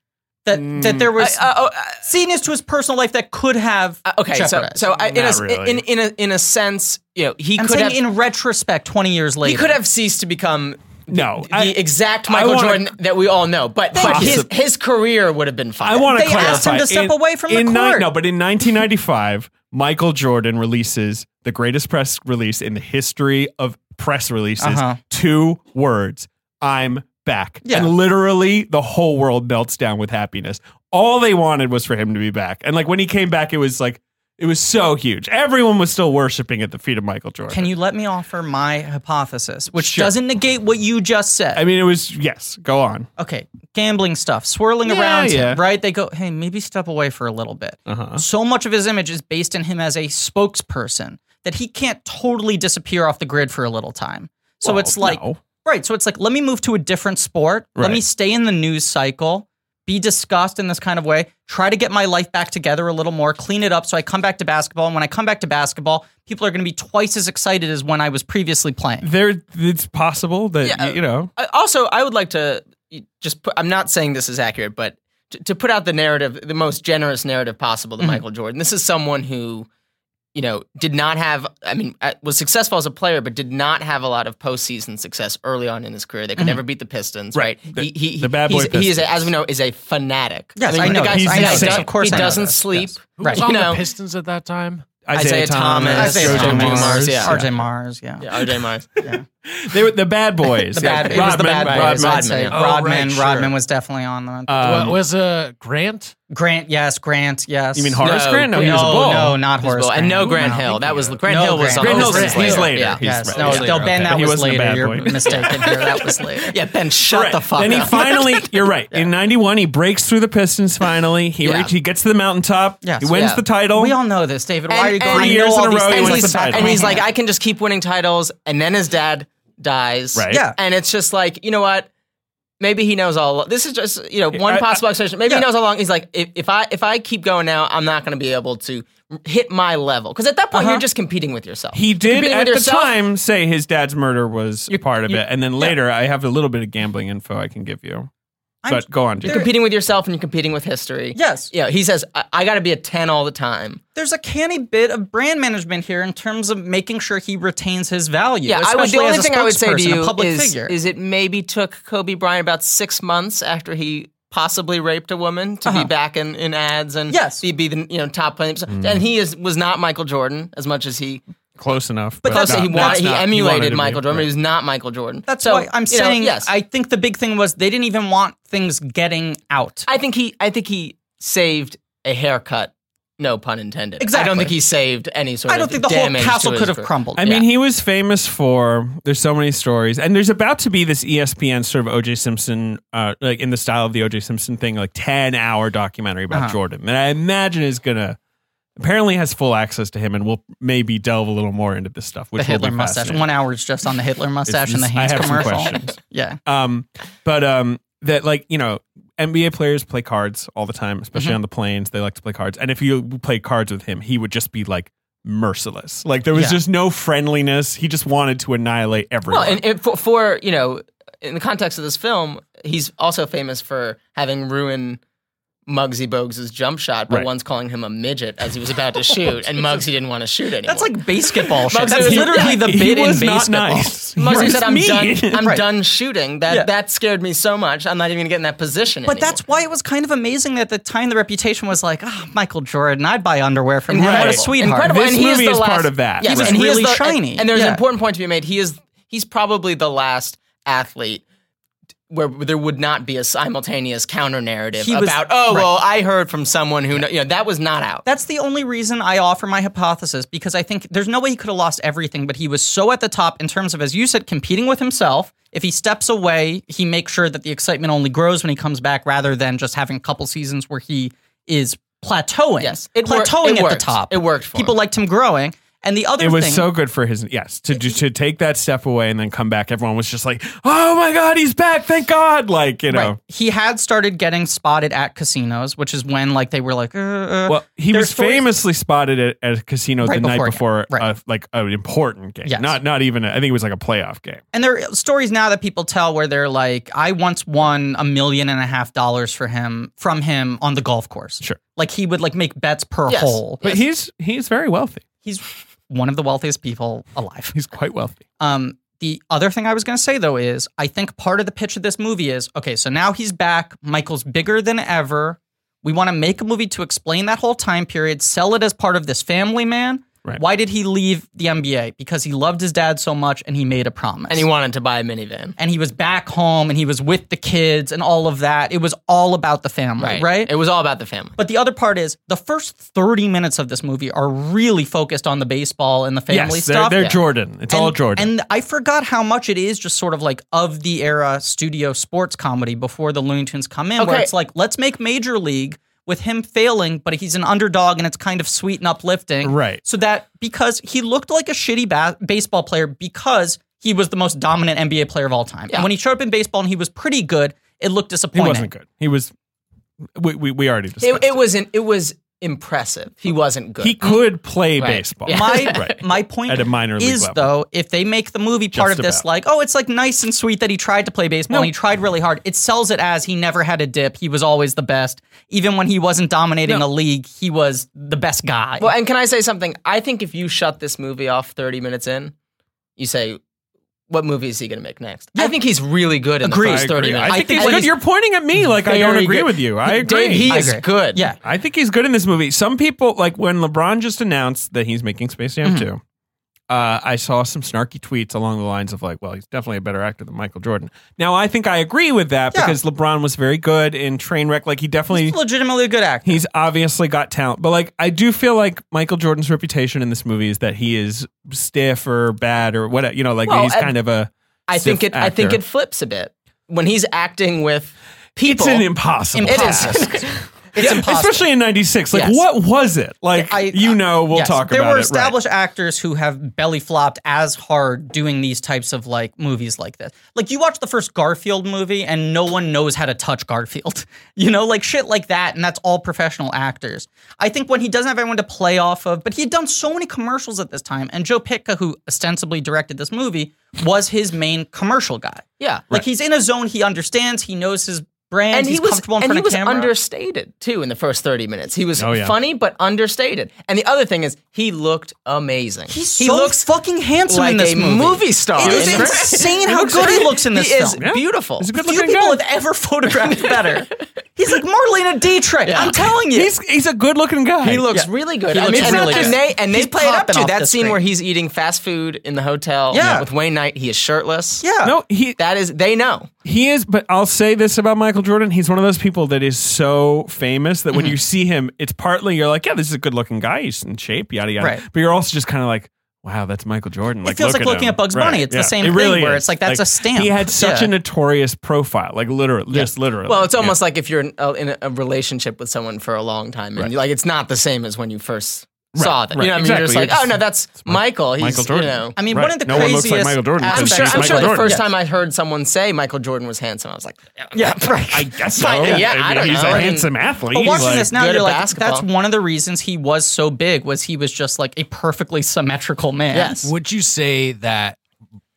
C: that that
D: Mm.
C: there was
E: Uh, oh, uh,
C: seniors to his personal life that could have.
E: uh, okay, so
C: jeopardized.
E: so I, in, a,
D: Not
E: s-
D: really.
E: in in a in a sense, you know, he
C: I'm
E: could
C: saying
E: have
C: in retrospect, 20 years later,
E: he could have ceased to become
D: no.
E: the exact Michael
D: wanna-
E: Jordan that we all know, but but his
D: Possibly.
E: his career would have been fine.
D: I want to
C: They
D: clarify.
C: asked him to step
D: in,
C: away from the
D: in ni-
C: court.
D: no, but in 1995, Michael Jordan releases the greatest press release in the history of press releases.
C: Uh-huh.
D: Two words: "I'm back."
C: Yeah.
D: And literally, the whole world melts down with happiness. All they wanted was for him to be back. And like when he came back, it was like it was so huge. Everyone was still worshiping at the feet of Michael Jordan.
C: Can you let me offer my hypothesis, which
D: Sure.
C: doesn't negate what you just said?
D: I mean, it was yes. Go on.
C: okay, gambling stuff, swirling
D: Yeah,
C: around
D: yeah. Uh-huh.
C: him, right? They go, hey, maybe step away for a little bit. So much of his image is based in him as a spokesperson that he can't totally disappear off the grid for a little time. So
D: Well,
C: it's like,
D: no.
C: right. So it's like, let me move to a different sport. Let me
D: Right.
C: stay in the news cycle, be discussed in this kind of way, try to get my life back together a little more, clean it up so I come back to basketball. And when I come back to basketball, people are going to be twice as excited as when I was previously playing.
D: There, it's possible that
E: Yeah.
D: you know.
E: I- also, I would like to just put, I'm not saying this is accurate, but to, to put out the narrative, the most generous narrative possible
D: Mm-hmm.
E: to Michael Jordan. This is someone who, you know, did not have, I mean, uh, was successful as a player, but did not have a lot of postseason success early on in his career. They could never beat the Pistons, right?
D: Mm-hmm. The-
E: he, he,
D: the bad boy
E: he's- He is, a,
D: Pistons.
E: as we know, is a fanatic.
C: Yes, I
E: the
C: know
E: guy-
C: this.
E: the
D: I
E: guy
D: know this.
E: does-
C: Of course
E: he
C: I know
E: doesn't
C: this.
E: sleep.
F: Who
C: Right.
F: was on
E: You know-
F: the Pistons at that time?
E: Isaiah Thomas,
D: Isaiah
E: Joe
D: Thomas.
E: Mars, yeah.
C: RJ Mars, yeah.
E: Yeah, RJ Mars.
D: They were the bad boys.
C: The bad,
D: Yeah.
C: it was the
E: Rodman,
C: bad boys.
E: Rodman,
C: I'd say.
E: yeah.
F: Oh, right,
C: Rodman,
F: sure.
C: Rodman was definitely on the
D: Um,
F: Wa- was uh, Grant?
C: Grant, yes, Grant, yes.
D: you mean Horace
E: No,
D: Grant? No, he was a
C: no,
D: bull.
C: no, not Horace.
E: and no
C: Grant.
E: Grant Hill. That was
F: No,
E: Grant Hill was
C: Grant
E: on
D: Grant
E: the
D: Hill's
E: list
D: later. He's later.
E: Yeah.
D: He's
C: Yes,
D: right.
C: no,
D: He's
C: Bill
F: later,
C: Ben,
F: okay.
C: that
D: He
C: was
D: wasn't a
C: later.
D: bad
C: You're
D: boy.
C: mistaken here. That was later.
E: Yeah, Ben, shut
D: Right.
E: the fuck
D: then
E: up.
D: he finally, you're right. In '91, he breaks through the Pistons. Finally, he
E: Yeah.
D: reach- he gets to the mountaintop.
C: Yes.
D: he wins
E: Yeah.
D: the title.
C: We all know this, David. Why
E: Oh. And-
C: are you
E: and-
C: going
E: Three
C: I know
D: years
C: all
D: in a
C: these
D: row, he
C: things
E: and
C: off
D: wins the
E: he's,
C: the back
D: title.
C: of
E: and
C: my
E: he's like,
C: hand.
E: I can just keep winning titles, and then his dad dies,
D: Right.
C: Yeah.
E: And it's just like, you know what? Maybe he knows all. This is just you know one
D: I- I-
E: possible explanation. Maybe
D: yeah.
E: he knows how long. He's like, if, if I if I keep going now, I'm not going to be able to hit my level because at that point
C: Uh-huh.
E: you're just competing with yourself.
D: He
E: You're
D: did
E: competing
D: at
E: with
D: the
E: yourself.
D: time say his dad's murder was a part of it, and then later I have a little bit of gambling info I can give you.
C: I'm-
D: But go on, Jake.
E: You're competing with yourself and you're competing with history.
C: Yes.
E: Yeah. He says, I, I got to be a ten all the time.
C: There's a canny bit of brand management here in terms of making sure he retains his value.
E: Yeah, I would. The
C: especially
E: only
C: as a
E: thing I would say to
C: spokesperson, a
E: you
C: public
E: is,
C: figure.
E: is it maybe took Kobe Bryant about six months after he possibly raped a woman to be back in, in ads and
C: Uh-huh. Yes.
E: be, be the you know top player. And he is was not Michael Jordan as much as he.
D: Close enough.
C: But that's-
E: so
D: not-
E: he wanted,
D: that's
E: he
D: not- wanted to
E: emulated
D: be-
E: Michael Jordan, but
D: right.
E: he was not Michael Jordan.
C: That's
E: so,
C: why I'm
E: you know,
C: saying
E: yes.
C: I think the big thing was they didn't even want things getting out.
E: I think he I think he saved a haircut. No pun intended. I
C: Exactly.
E: don't think he saved any sort
C: I
E: of
C: don't think the whole
E: damage to
C: castle
E: his
C: could have
E: career.
C: crumbled.
D: I mean, he was famous for. There's so many stories, and there's about to be this E ESPN sort of OJ Simpson, uh, like in the style of the OJ Simpson thing, like ten hour documentary about
C: Uh-huh.
D: Jordan that I imagine is gonna apparently has full access to him, and we'll maybe delve a little more into this stuff. Which
C: the Hitler
D: will be
C: mustache.
D: fascinating.
C: One hour is just on the Hitler mustache and the
D: I
C: hands
D: have some
C: commercial.
D: questions.
C: Yeah.
D: Um, but um, that like you know, NBA players play cards all the time,
C: Mm-hmm.
D: especially on the planes. They like to play cards, and if you played cards with him, he would just be like merciless. Like there was
C: Yeah.
D: just no friendliness. He just wanted to annihilate everyone.
E: Well, and, and for, for you know, in the context of this film, he's also famous for having ruined Muggsy Bogues' jump shot by
D: Right.
E: once calling him a midget as he was about to shoot, and Muggsy didn't want to shoot anymore.
C: That's like basketball shit.
E: Bugs
C: That's
E: is-
C: literally the
D: he
C: bit in
D: was
C: basketball.
D: not nice. He
E: Muggsy
D: was
E: said, "I'm
D: mean."
E: done. I'm
C: Right.
E: done shooting. That
C: Yeah.
E: that scared me so much. I'm not even gonna get in that position."
C: But that's why it was kind of amazing that at the time the reputation was like, ah, Michael Jordan, I'd buy underwear from him. What a
D: Incredible.
C: sweetheart.
E: Incredible.
D: This
E: and he is
D: movie
E: the
D: is part
E: last-
D: of that.
E: Yes,
D: He was
E: and
C: really
E: is the,
C: shiny.
E: And, and there's
C: Yeah.
E: an important point to be made. He is he's probably the last athlete where there would not be a simultaneous counter narrative
C: He was-
E: about oh well
C: right.
E: I heard from someone who kno-" you know that was not out.
C: That's the only reason I offer my hypothesis because I think there's no way he could have lost everything, but he was so at the top in terms of, as you said, competing with himself. If he steps away, he makes sure that the excitement only grows when he comes back rather than just having a couple seasons where he is plateauing.
E: Yes. It wor-
C: plateauing
E: it
C: at the
E: worked.
C: top.
E: It worked for
C: People
E: him.
C: liked him growing. And the other
D: It was
C: thing,
D: so good for his yes to do- to take that step away and then come back. Everyone was just like, "Oh my god, he's back! Thank God!" Like you know,
C: Right. He had started getting spotted at casinos, which is when like they were like, uh, uh.
D: Well, he
C: Their
D: was
C: stories-
D: famously spotted at, at casinos
C: Right
D: the night
C: before a
D: before,
C: game. Right.
D: a, like an important game.
C: Yes.
D: Not not even. A, I think it was like a playoff game.
C: and there are stories now that people tell where they're like, I once won a million and a half dollars for him from him on the golf course.
D: Sure.
C: Like he would like make bets per
E: Yes.
C: hole.
D: But he's he's very wealthy.
C: He's one of the wealthiest people alive.
D: He's quite wealthy.
C: Um, the other thing I was going to say though is I think part of the pitch of this movie is okay, so now he's back. Michael's bigger than ever. We want to make a movie to explain that whole time period, sell it as part of this family man.
D: Right.
C: Why did he leave the NBA? Because he loved his dad so much and he made a promise.
E: and he wanted to buy a minivan.
C: And he was back home and he was with the kids and all of that. It was all about the family, right?
E: It was all about the family.
C: But the other part is the first 30 minutes of this movie are really focused on the baseball and the family
D: yes,
C: stuff.
D: they're, they're Jordan. It's all Jordan.
C: And I forgot how much it is just sort of like of the era studio sports comedy before the Looney Tunes come in, where
E: Okay.
C: it's like, let's make Major League with him failing, but he's an underdog and it's kind of sweet and uplifting.
D: Right.
C: So that because he looked like a shitty ba- baseball player because he was the most dominant NBA player of all time. And when he showed up in baseball and he was pretty good, it looked
D: he
C: disappointing.
D: wasn't good. He was We we, we already
E: It,
D: discussed.
E: it was an, it was impressive. He wasn't good.
D: He could play
E: Right.
D: baseball.
E: Yeah.
C: My
D: Right.
C: my point
D: At a minor league
C: is
D: level.
C: though, if they make the movie part
D: Just
C: of this
D: about.
C: like, oh, it's like nice and sweet that he tried to play baseball and he tried really hard. It sells it as he never had a dip. He was always the best, even when he wasn't dominating a league. He was the best guy.
E: well, and can I say something? I think if you shut this movie off 30 minutes in, you say, what movie is he going to make next? I think he's really good in
C: Agreed.
E: the
D: I
E: first 30
D: agree.
E: minutes.
D: I think
C: I
D: he's
C: think
D: good.
C: he's
D: You're pointing at me like I don't
E: very
D: agree
E: good.
D: with you. I agree.
E: Dave, he
C: I
E: is
C: agree.
E: good.
C: yeah,
D: I think he's good in this movie. Some people like when LeBron just announced that he's making Space
E: Mm-hmm.
D: Jam 2. Uh, I saw some snarky tweets along the lines of like, "Well, he's definitely a better actor than Michael Jordan." Now, I think I agree with that
C: Yeah.
D: because LeBron was very good in Trainwreck. Like, he definitely
C: he's legitimately a good actor.
D: he's obviously got talent, but like I do feel like Michael Jordan's reputation in this movie is that he is stiff or bad or whatever. You know, like
E: Well,
D: he's
E: I-
D: kind of a.
E: I think
D: stiff
E: it. I think
D: actor.
E: it flips a bit when he's acting with
D: It's
E: people.
D: an impossible.
E: It is. it's
D: Yeah,
E: impossible.
D: especially in '96. Like,
E: Yes.
D: what was it? Like,
C: I-
D: you know, we'll
C: Yes,
D: talk
C: there
D: about
C: were
D: it. right.
C: established actors who have belly flopped as hard doing these types of like movies like this. Like you watch the first Garfield movie and no one knows how to touch Garfield. You know, like shit like that, and that's all professional actors. I think when he doesn't have anyone to play off of, but he had done so many commercials at this time, and Joe Pitka, who ostensibly directed this movie, was his main commercial guy.
E: yeah.
C: Like he's in a zone he understands, he knows his brand,
E: and
C: he's
E: he was
C: comfortable in
E: and
C: front
E: he
C: of
E: was
C: camera.
E: understated too in the first 30 minutes. He was
D: Oh, yeah.
E: funny but understated. And the other thing is he looked amazing.
C: He's
E: he
C: so
E: looks
C: fucking handsome
E: like
C: in this
E: a
C: movie.
E: movie star.
C: It is
E: in this-
C: insane how good he looks in this
E: he
C: film.
E: is beautiful.
D: He's a good
C: Few
D: looking
C: people
D: guy.
C: have ever photographed better. He's like Marlena Dietrich. I'm telling you.
D: He's he's a good looking guy.
E: He looks really good.
C: He
E: I
C: looks
E: mean, and-
C: really
E: and
C: good.
E: they and they
C: He's
E: play it up
C: popping
E: to
C: off
E: that
C: the
E: scene
C: screen.
E: where he's eating fast food in the hotel
C: Yeah.
E: with Wayne Knight. He is shirtless.
C: yeah.
D: no he
E: that is they know.
D: he is. But I'll say this about Michael Jordan: he's one of those people that is so famous that when
C: Mm-hmm.
D: you see him, it's partly you're like, yeah, this is a good looking guy. He's in shape, yada yada.
C: Right.
D: But you're also just kind of like. Wow, that's Michael Jordan. Like,
C: feels
D: look
C: like looking
D: him.
C: at Bugs Bunny. It's the same
D: It
C: thing
D: really
C: where
D: is.
C: it's like, that's a stamp.
D: He had such
C: Yeah.
D: a notorious profile, like literally, just literally.
E: Well, it's
D: Yeah.
E: almost like if you're in a, in a relationship with someone for a long time, and like it's not the same as when you first saw them.
D: right,
E: You know, what I mean,
D: exactly.
E: you're just
D: You're
E: like, oh
D: just-
E: no, that's Michael. He's
D: Michael Jordan.
E: you know.
C: I mean,
D: Right.
C: one of the
D: No one looks
C: craziest.
D: like Michael Jordan,
E: I'm
D: Because
E: sure.
D: he's
E: I'm sure.
D: Michael
E: The
D: Jordan.
E: first time I heard someone say Michael Jordan was handsome, I was like,
C: Yeah, right.
D: I guess
E: Fine,
D: so.
E: yeah, I don't
D: he's
E: know. I
D: a
E: mean,
D: handsome athlete.
C: But watching
D: Like,
C: this now,
E: good
C: you're
E: at
C: like,
E: basketball.
C: that's one of the reasons he was so big was he was just like a perfectly symmetrical man.
E: Yes.
F: Would you say that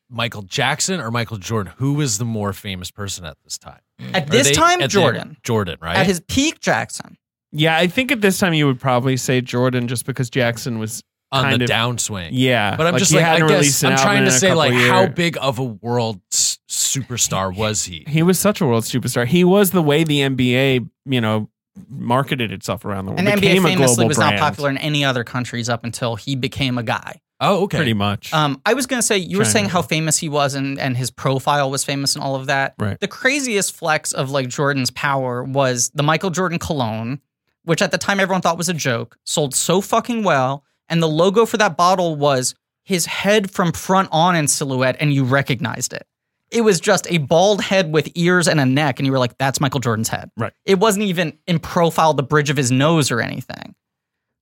F: Michael Jackson or Michael Jordan, who was the more famous person at this time?
C: At
F: Are
C: this
F: they-
C: time,
F: at the-
C: Jordan.
F: Jordan, right?
C: At his peak, Jackson.
D: Yeah, I think at this time you would probably say Jordan, just because Jackson was
F: on
D: kind
F: the
D: of-
F: downswing.
D: Yeah,
F: But I'm
D: like,
F: just
D: he
F: like, I
D: hadn't
F: guess
D: released an
F: I'm
D: album
F: trying to
D: in a
F: say,
D: couple
F: like, how
D: years.
F: big of a world s- superstar was he?
D: He was such a world superstar. He was the way the NBA, you know, marketed itself around the world.
C: And
D: became
C: NBA
D: a global
C: famously was
D: brand,
C: not popular in any other countries up until he became a guy.
F: Oh, okay.
D: pretty much.
C: Um, I was gonna say you were
D: China.
C: saying how famous he was and and his profile was famous and all of that.
D: Right.
C: The craziest flex of like Jordan's power was the Michael Jordan cologne, which at the time everyone thought was a joke, sold so fucking well, and the logo for that bottle was his head from front on in silhouette, and you recognized it. It was just a bald head with ears and a neck, and you were like, "That's Michael Jordan's head."
D: Right.
C: It wasn't even in profile, the bridge of his nose or anything.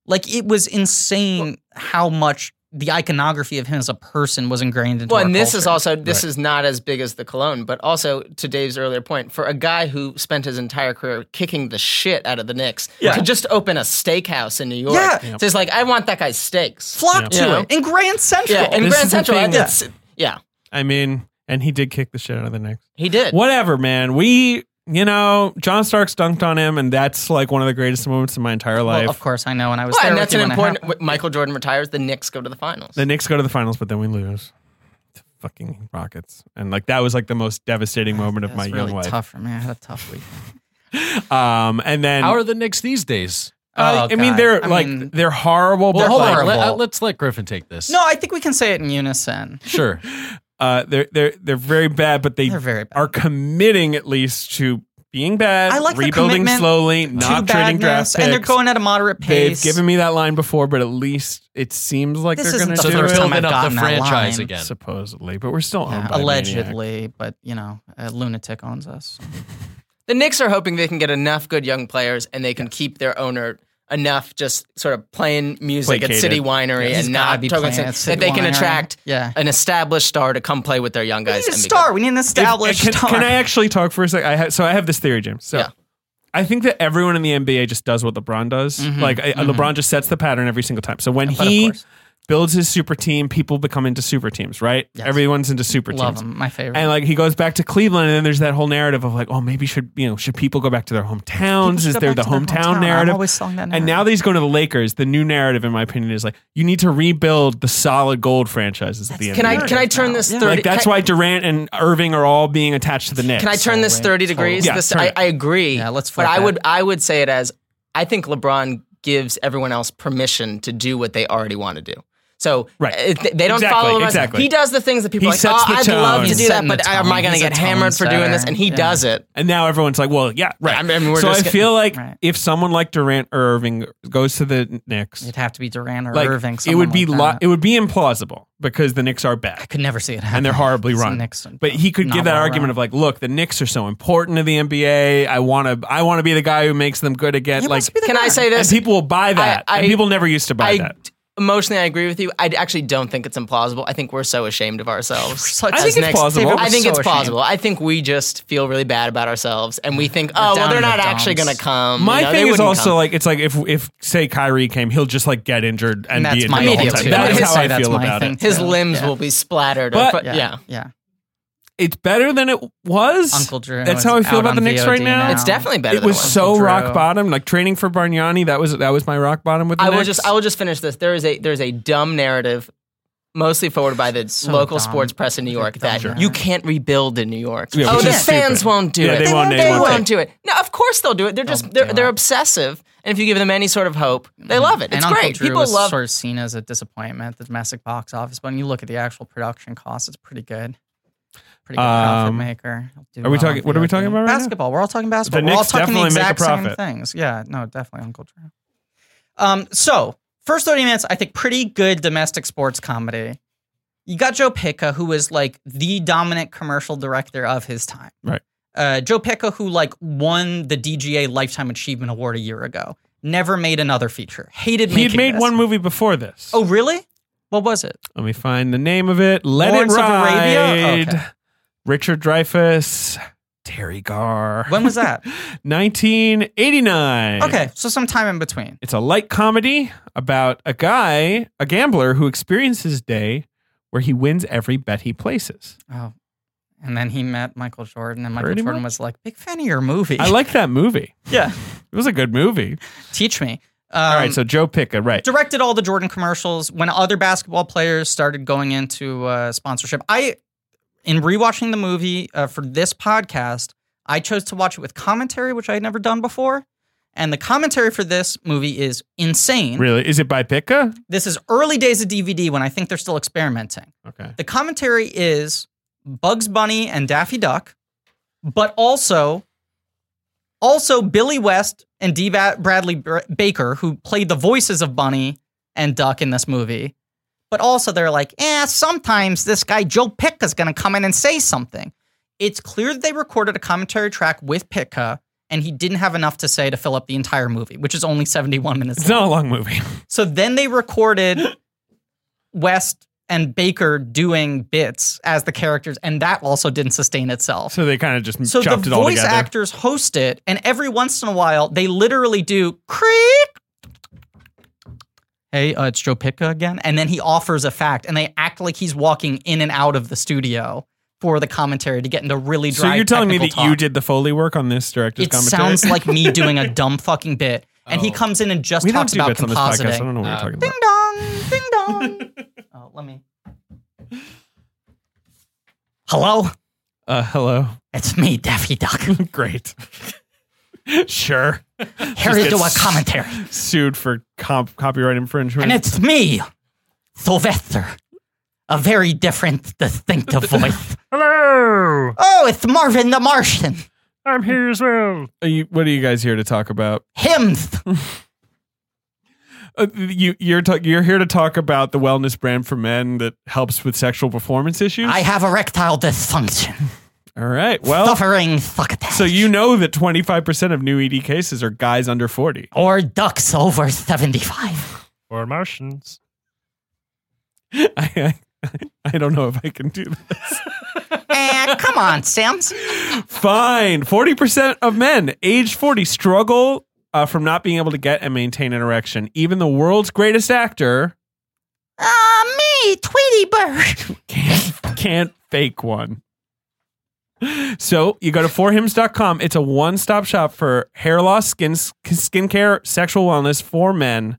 C: Like it was insane how much the iconography of him as a person was ingrained into.
E: Well,
C: our
E: and this is
C: culture.
E: also this is not as big as the cologne, but also to Dave's earlier point, for a guy who spent his entire career kicking the shit out of the Knicks
C: Yeah.
E: to just open a steakhouse in New York,
C: Yeah.
E: so it's like I want that guy's steaks.
C: flock to
E: Yeah.
C: it in Grand Central.
E: yeah, in
D: This
E: Grand
D: is the
E: Central,
D: thing
E: and
D: that-
E: that's- yeah,
D: I mean, and he did kick the shit out of the Knicks.
E: he did.
D: Whatever, man. We, you know, John Starks dunked on him, and that's like one of the greatest moments in my entire life.
C: Well, of course, I know, and I was
E: Well,
C: there.
E: and
C: with
E: that's
C: you
E: an
C: when it
E: important.
C: happened.
E: w- Michael Jordan retires. The Knicks go to the finals.
D: The Knicks go to the finals, but then we lose. to Fucking Rockets, and like that was like the most devastating moment of
C: That
D: my
C: was
D: young
C: really
D: life.
C: tough for me. I had a tough week.
D: Um, and then
F: How are the Knicks these days?
D: Uh,
C: Oh,
D: I mean,
C: God.
D: they're
C: I
D: like
C: mean-
D: they're horrible.
F: Well,
D: but
F: hold on.
D: like,
F: Let,
C: horrible.
F: uh, let's let Griffin take this.
C: No, I think we can say it in unison.
F: Sure.
D: uh, they're they're they're very bad, but they
C: They're very bad.
D: are committing at least to being bad.
C: I like the
D: rebuilding
C: commitment
D: slowly, not
C: Two
D: trading
C: badness,
D: draft picks.
C: and they're going at a moderate
D: They've
C: pace.
D: given me that line before, but at least it seems like
C: This
D: they're
C: isn't
D: going
C: the
D: to
F: So
D: do
F: they're
C: first
D: it.
C: time I've
F: building up
C: gotten
F: the
C: that
F: franchise
C: line.
F: again.
D: Supposedly, but we're still owned
C: Yeah,
D: by a maniac.
C: allegedly, but you know, a lunatic owns us.
E: The Knicks are hoping they can get enough good young players and they can keep their owner enough just sort of playing music
D: Placated.
E: at City Winery
C: He's
E: and
C: gotta
E: not
C: be
E: Token
C: playing
E: City,
C: at City
E: that they can
C: Winery.
E: attract
C: Yeah.
E: an established star to come play with their young
C: We
E: guys.
C: need a
E: and be
C: star.
E: good.
C: We need an
D: If- uh,
C: established
D: can,
C: star.
D: can I actually talk for a sec? I have, so I have this theory, Jim. So
E: Yeah.
D: I think that everyone in the NBA just does what LeBron does. Like I, LeBron just sets the pattern every single time. So when
C: Mm-hmm. But of
D: he
C: course.
D: builds his super team, people become into super teams, right? Everyone's into super
C: Love
D: teams.
C: him. My favorite.
D: And like he goes back to Cleveland, and then there's that whole narrative of like, oh, maybe should you know should people go back to their hometowns?
C: should
D: Is
C: go
D: there the
C: back to their hometown.
D: hometown
C: I'm
D: narrative?
C: always selling that
D: And
C: narrative.
D: now that he's going to the Lakers, the new narrative, in my opinion, is like you need to rebuild the solid gold franchises at the end.
E: Can I can I turn this thirty?
D: Like that's
E: can, I-
D: why Durant and Irving are all being attached to the Knicks.
E: Can I turn this thirty degrees?
D: Yeah,
E: this
D: turn
E: I,
D: it.
E: I agree.
C: Yeah, let's
E: But
C: flip
E: I
C: that.
E: would I would say it as I think LeBron gives everyone else permission to do what they already want to do. So
D: Right.
E: if they they don't
D: Exactly,
E: follow him.
D: exactly.
E: He does the things that people
D: He
E: are like.
D: sets
E: oh,
D: the
E: I'd love
D: tone.
E: to
D: He's
E: do that,
C: setting the
E: but uh, am I
C: tone.
E: going to
C: He's a
E: get hammered for doing this?
C: tone
E: And he
C: setter.
E: does it.
D: And now everyone's like, well, yeah, right.
E: I mean, we're
D: so
E: just
D: I
E: get-
D: feel like
C: Right.
D: if someone like Durant or Irving goes to the Knicks,
C: It'd have to be Durant or
D: like
C: Irving.
D: it
C: someone
D: would be
C: like
D: lo-
C: that.
D: it would be implausible because the Knicks are back.
C: Could never see it happen.
D: and they're horribly
C: It's
D: run.
C: Knicks-
D: but he could
C: not
D: give that
C: well
D: argument
C: run.
D: of like, look, the Knicks are so important to the NBA. I want to, I want to be the guy who makes them good again.
C: He
D: like,
C: wants to be the
E: Can I
C: guy.
E: say
D: and
E: this?
D: people will buy that.
E: I-
D: and people never used to buy
E: I
D: that.
E: emotionally I agree with you. I actually don't think it's implausible. I think we're so ashamed of ourselves.
C: Such-
D: I
E: as
D: think it's plausible.
C: David,
E: I
C: we're
E: think
C: so
E: it's
C: ashamed.
E: plausible. I think we just feel really bad about ourselves, and we think, oh, well,
C: down
E: they're
C: in the
E: not actually
C: dumps.
E: going to come.
D: My
E: You know, they
D: thing is
E: wouldn't
D: also
E: come.
D: like it's like if if say Kyrie came, he'll just like get injured and,
C: And that's
D: be injured
C: my
D: the whole
E: thing,
D: time.
E: too.
D: That
E: I
D: is
E: would
D: how
C: say
D: I
C: that's
D: feel
C: my
D: about
C: thing.
D: it.
E: his
C: Yeah.
E: limbs
C: Yeah.
E: will be splattered.
D: But-
E: But, yeah.
C: yeah.
D: It's better than it was.
C: Uncle Drew
D: That's
C: is
D: how I feel
C: out
D: about
C: on
D: the Knicks right
C: VOD
D: now.
C: now.
E: it's definitely better.
D: It
E: than
D: was so
C: Uncle Drew.
D: rock bottom. Like training for Bargnani, that was that was my rock bottom with. The
E: I will
D: Knicks.
E: just I will just finish this. There is a there's a dumb narrative, mostly forwarded by the local
C: dumb.
E: sports press in New York
C: dumb
E: that
C: narrative.
E: you can't rebuild in New York.
D: Yeah,
E: oh,
D: which
E: the
D: is
E: fans
D: stupid.
E: won't do
D: Yeah,
E: it.
D: they won't- they won't
E: won't do it. No, of course they'll do
C: Oh,
E: it. They're just they're,
C: do it.
E: they're obsessive, and if you give them any sort of hope, they love it. It's
C: Mm-hmm. and Uncle
E: great.
C: Drew
E: People
C: was
E: love.
C: sort of seen as a disappointment at the domestic box office, but when you look at the actual production cost, it's pretty good. Pretty good profit
D: Um,
C: maker. He'll do
D: are we
C: well on
D: talking- what are we
C: VOD.
D: talking about right now?
C: basketball. We're all talking basketball.
D: The
C: We're all
D: Knicks
C: talking the
D: definitely make a
C: exact same
D: profit.
C: things. Yeah, no, definitely Uncle Drew. Um, so first thirty minutes, I think pretty good domestic sports comedy. You got Joe Pica, who was like the dominant commercial director of his time.
D: Right.
C: Uh, Joe Pica, who like won the DGA Lifetime Achievement Award a year ago, never made another feature. Hated
D: He had
C: making
D: made
C: this.
D: one movie before this.
C: Oh, really? What was it?
D: Let me find the name of it. Let
C: Lawrence
D: it
C: of
D: ride.
C: Arabia? Okay.
D: Richard Dreyfuss, Terry Garr.
C: When was that?
D: 1989.
C: okay, so sometime in between.
D: It's a light comedy about a guy, a gambler, who experiences a day where he wins every bet he places.
C: Oh, and then he met Michael Jordan, and Michael
D: Pretty
C: Jordan
D: much.
C: was like, "Big fan of your movie."
D: I like that movie.
C: yeah,
D: It was a good movie.
C: teach me. Um,
D: All right, so Joe Pica, right.
C: directed all the Jordan commercials when other basketball players started going into uh, sponsorship. I, in rewatching the movie uh, for this podcast, I chose to watch it with commentary, which I had never done before. And the commentary for this movie is insane.
D: Really? Is it by Pica?
C: This is early days of DVD when I think they're still experimenting.
D: Okay.
C: The commentary is Bugs Bunny and Daffy Duck, but also also Billy West and D. Ba- Bradley Br- Baker, who played the voices of Bunny and Duck in this movie. But also they're like, eh, sometimes this guy Joe Pitka's gonna come in and say something. It's clear that they recorded a commentary track with Pitka, and he didn't have enough to say to fill up the entire movie, which is only 71 minutes
D: It's not a long movie.
C: so then they recorded West and Baker doing bits as the characters, and that also didn't sustain itself.
D: So they kind of just
C: So the
D: chopped it all
C: voice
D: together.
C: actors host it, and every once in a while they literally do creak. Hey, uh, it's Joe Pitka again, and then he offers a fact, and they act like he's walking in and out of the studio for the commentary to get into really dry.
D: so you're telling me that
C: technical
D: you
C: talk
D: did the Foley work on this director's
C: it
D: commentary?
C: sounds like me doing a dumb fucking bit. And he
F: Oh.
C: comes in and just
D: we don't
C: talks
D: do
C: about
D: bits on this podcast. I
C: compositing.
D: don't know what
F: Uh,
D: you're talking
C: Ding
D: about.
C: dong, ding dong. oh, let me. Hello,
D: Uh, hello.
C: it's me, Daffy Duck.
D: Great. sure.
C: Here to
D: get
C: do a
D: s-
C: commentary,
D: Sued for comp- copyright
C: and
D: infringement.
C: it's me, Sylvester. A very different, distinctive voice.
D: hello.
C: Oh, it's Marvin the Martian.
D: I'm here as well. Are you, what are you guys here to talk about?
C: Hymns.
D: Uh, you you're ta- you're here to talk about the wellness brand for men that helps with sexual performance issues.
C: I have erectile dysfunction,
D: All right. Well,
C: suffering succotash,
D: so you know that 25% of new ED cases are guys under 40.
C: or ducks over seventy-five.
G: or Martians.
D: I, I I don't know if I can do this.
C: Eh, come on, Sims.
D: Fine. 40% of men age 40 struggle uh, from not being able to get and maintain an erection. Even the world's greatest actor
C: Ah, me, Tweety Bird.
D: can't fake one. So you go to forhims.com. It's a one stop shop for hair loss, skin skincare, sexual wellness for men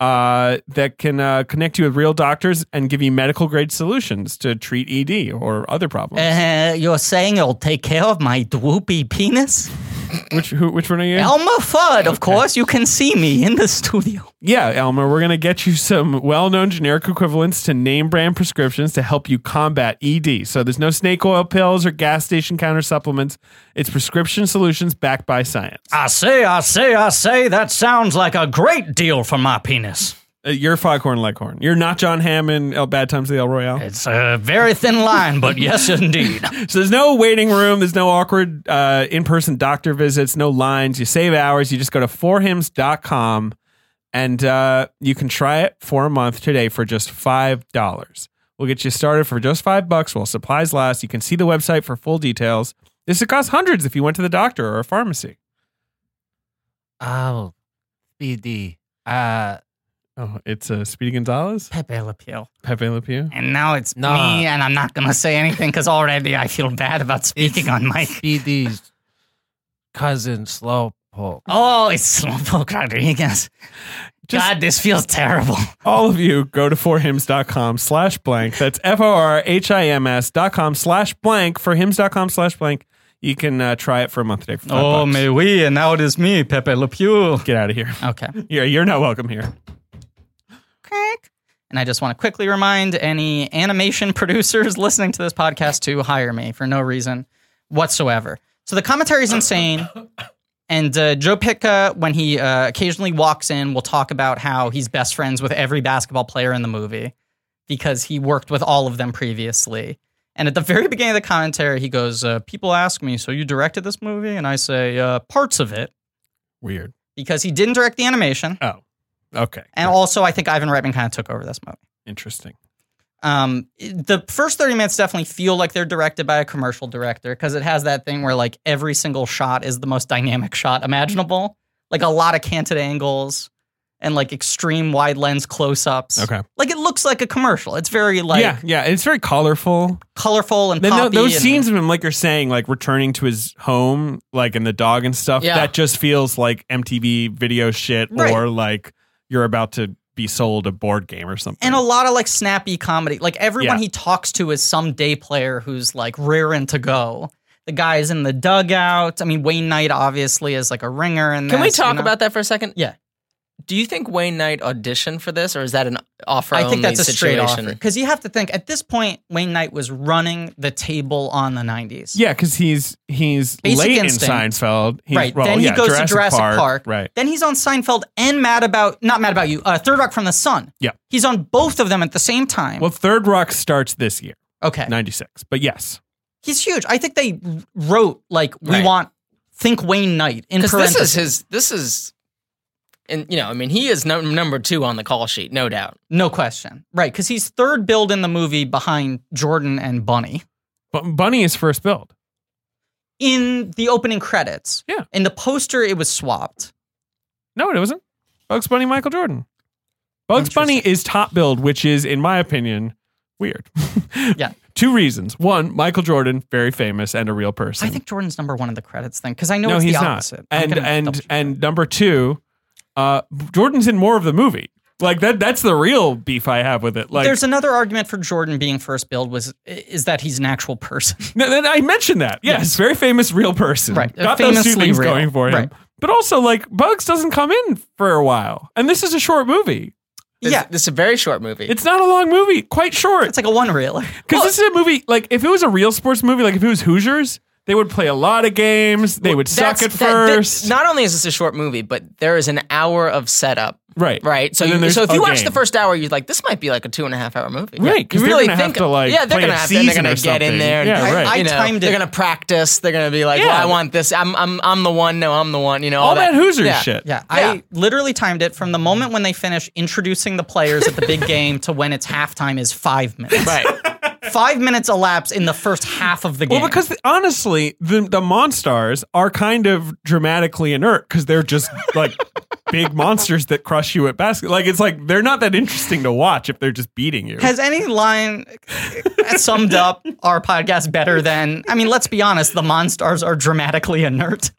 D: uh, that can uh, connect you with real doctors and give you medical grade solutions to treat ED or other problems.
C: Uh, you're saying you'll take care of my droopy penis?
D: Which who, which one are you?
C: Elmer Fudd, of course. You can see me in the studio.
D: Yeah, Elmer, we're going to get you some well known generic equivalents to name brand prescriptions to help you combat ED. So there's no snake oil pills or gas station counter supplements. It's prescription solutions backed by science.
C: I say, I say, I say, that sounds like a great deal for my penis.
D: Uh, you're Foghorn Leghorn. You're not John Hammond, El Bad Times of the El Royale.
C: It's a very thin line, but yes, indeed.
D: So there's no waiting room. There's no awkward uh, in-person doctor visits. No lines. You save hours. You just go to forhims.com and uh, you can try it for a month today for just five dollars. We'll get you started for just five bucks while supplies last. You can see the website for full details. This would cost hundreds if you went to the doctor or a pharmacy.
G: Oh, BD. Uh,
D: Oh, it's uh, Speedy Gonzalez,
C: Pepe Le Pew.
D: Pepe Le Pew.
C: And now it's
G: Nah.
C: me, and I'm not going to say anything because already I feel bad about speaking on mic.
G: BD's cousin Slowpoke.
C: Oh, it's Slumpo Rodriguez.
D: Just-
C: God, this feels terrible.
D: all of you go to forhims.com slash blank. That's F-O-R-H-I-M-S dot com slash blank for hims.com slash blank. You can uh, try it for a month today. For five
C: Oh,
D: bucks.
C: we, and now it is me, Pepe Le Pew.
D: Get out of here.
C: Okay.
D: Yeah, you're not welcome here.
C: Click. And I just want to quickly remind any animation producers listening to this podcast to hire me for no reason whatsoever. So the commentary is insane. And uh, Joe Pitka, when he uh, occasionally walks in, will talk about how he's best friends with every basketball player in the movie because he worked with all of them previously. And at the very beginning of the commentary, he goes, uh, People ask me, so you directed this movie? And I say, uh, Parts of it,
D: Weird.
C: because he didn't direct the animation.
D: Oh, okay.
C: And also, I think Ivan Reitman kind of took over this movie.
D: Interesting.
C: um the first 30 minutes definitely feel like they're directed by a commercial director because it has that thing where like every single shot is the most dynamic shot imaginable like a lot of canted angles and like extreme wide lens close-ups
D: Okay.
C: like it looks like a commercial it's very like
D: yeah, yeah. It's very colorful.
C: colorful and
D: Then tho-
C: poppy
D: those
C: and-
D: scenes of him, like you're saying, like returning to his home, like and the dog and stuff,
E: Yeah.
D: that just feels like MTV video shit
C: Right.
D: or like you're about to be sold a board game or something.
C: and a lot of like snappy comedy like everyone
D: Yeah.
C: he talks to is some day player who's like raring to go the guys in the dugout i mean wayne knight obviously is like a ringer and
E: Can we talk about that for a second?
C: Yeah.
E: Do you think Wayne Knight auditioned for this, or is that an offer?
C: I think
E: only
C: that's a straight
E: situation?
C: offer because you have to think at this point Wayne Knight was running the table on the '90s.
D: Yeah, because he's he's
C: Basic
D: late
C: instinct.
D: in Seinfeld. He's,
C: right.
D: well,
C: then he
D: yeah,
C: goes to Jurassic Park,
D: Right.
C: Then he's on Seinfeld and Mad About not Mad About You, uh, Third Rock from the Sun.
D: Yeah.
C: He's on both of them at the same time.
D: Well, Third Rock starts this year,
C: okay.
D: ninety six. But yes,
C: He's huge. I think they wrote like we
E: Right.
C: want think Wayne Knight in
E: Because this is
C: parentheses.
E: his. This is, and you know, I mean, he is num- number two on the call sheet, no doubt.
C: no question. Right, because he's third build in the movie behind Jordan and Bunny.
D: Bu- Bunny is first build.
C: In the opening credits.
D: Yeah.
C: In the poster, it was swapped.
D: No, it wasn't. Bugs Bunny, Michael Jordan. Bugs Bunny is top build, which is, in my opinion, weird.
C: Yeah.
D: Two reasons. One, Michael Jordan, very famous and a real person.
C: I think Jordan's number one in the credits thing because I know
D: no,
C: it's
D: he's
C: the
D: not.
C: opposite. I'm
D: And
C: gonna double
D: and
C: check.
D: and number two, uh, Jordan's in more of the movie. Like that. That's the real beef I have with it. Like
C: there's another argument for Jordan being first build was is that he's an actual person.
D: No, then I mentioned that. Yes, very famous real person.
C: Right,
D: Got those
C: famously
D: two things
C: real.
D: going for him.
C: Right.
D: But also, like, Bugs doesn't come in for a while. And this is a short movie.
E: This,
C: yeah,
E: this is a very short movie.
D: It's not a long movie, quite short.
C: it's like a one reeler.
D: Because this is a movie, like, if it was a real sports movie, like if it was Hoosiers, they would play a lot of games. They would suck
E: That's-
D: at
E: that- that-
D: first.
E: not only is this a short movie, but there is an hour of setup.
D: Right.
E: Right. So,
D: And then
E: you,
D: there's
E: so if
D: a
E: you watch the
D: game.
E: first hour, you're like, this might be like a two and a half hour movie.
D: Right, 'cause
E: You
D: they're
E: really
D: gonna
E: think
D: have to, like,
E: yeah, they're
D: play
E: gonna
D: a
E: have to. They're
D: season
E: gonna
D: or
E: get in
D: something.
E: there. And,
D: Yeah,
E: you
D: right.
C: I
E: know,
C: timed it.
E: They're gonna practice. They're gonna be like,
D: Yeah.
E: well, I want this. I'm I'm I'm the one. No, I'm the one. You know, all,
D: All that Hoosiers
E: Yeah.
D: shit.
C: Yeah,
E: Yeah.
C: I literally timed it from the moment when they finish introducing the players at the big game to when it's halftime is five minutes.
E: Right.
C: five minutes elapsed in the first half of the game.
D: Well, because the, honestly, the the monsters are kind of dramatically inert because they're just like big monsters that crush you at basket. Like it's like they're not that interesting to watch if they're just beating you.
C: has any line uh, summed up our podcast better than? I mean, let's be honest. The monstars are dramatically inert.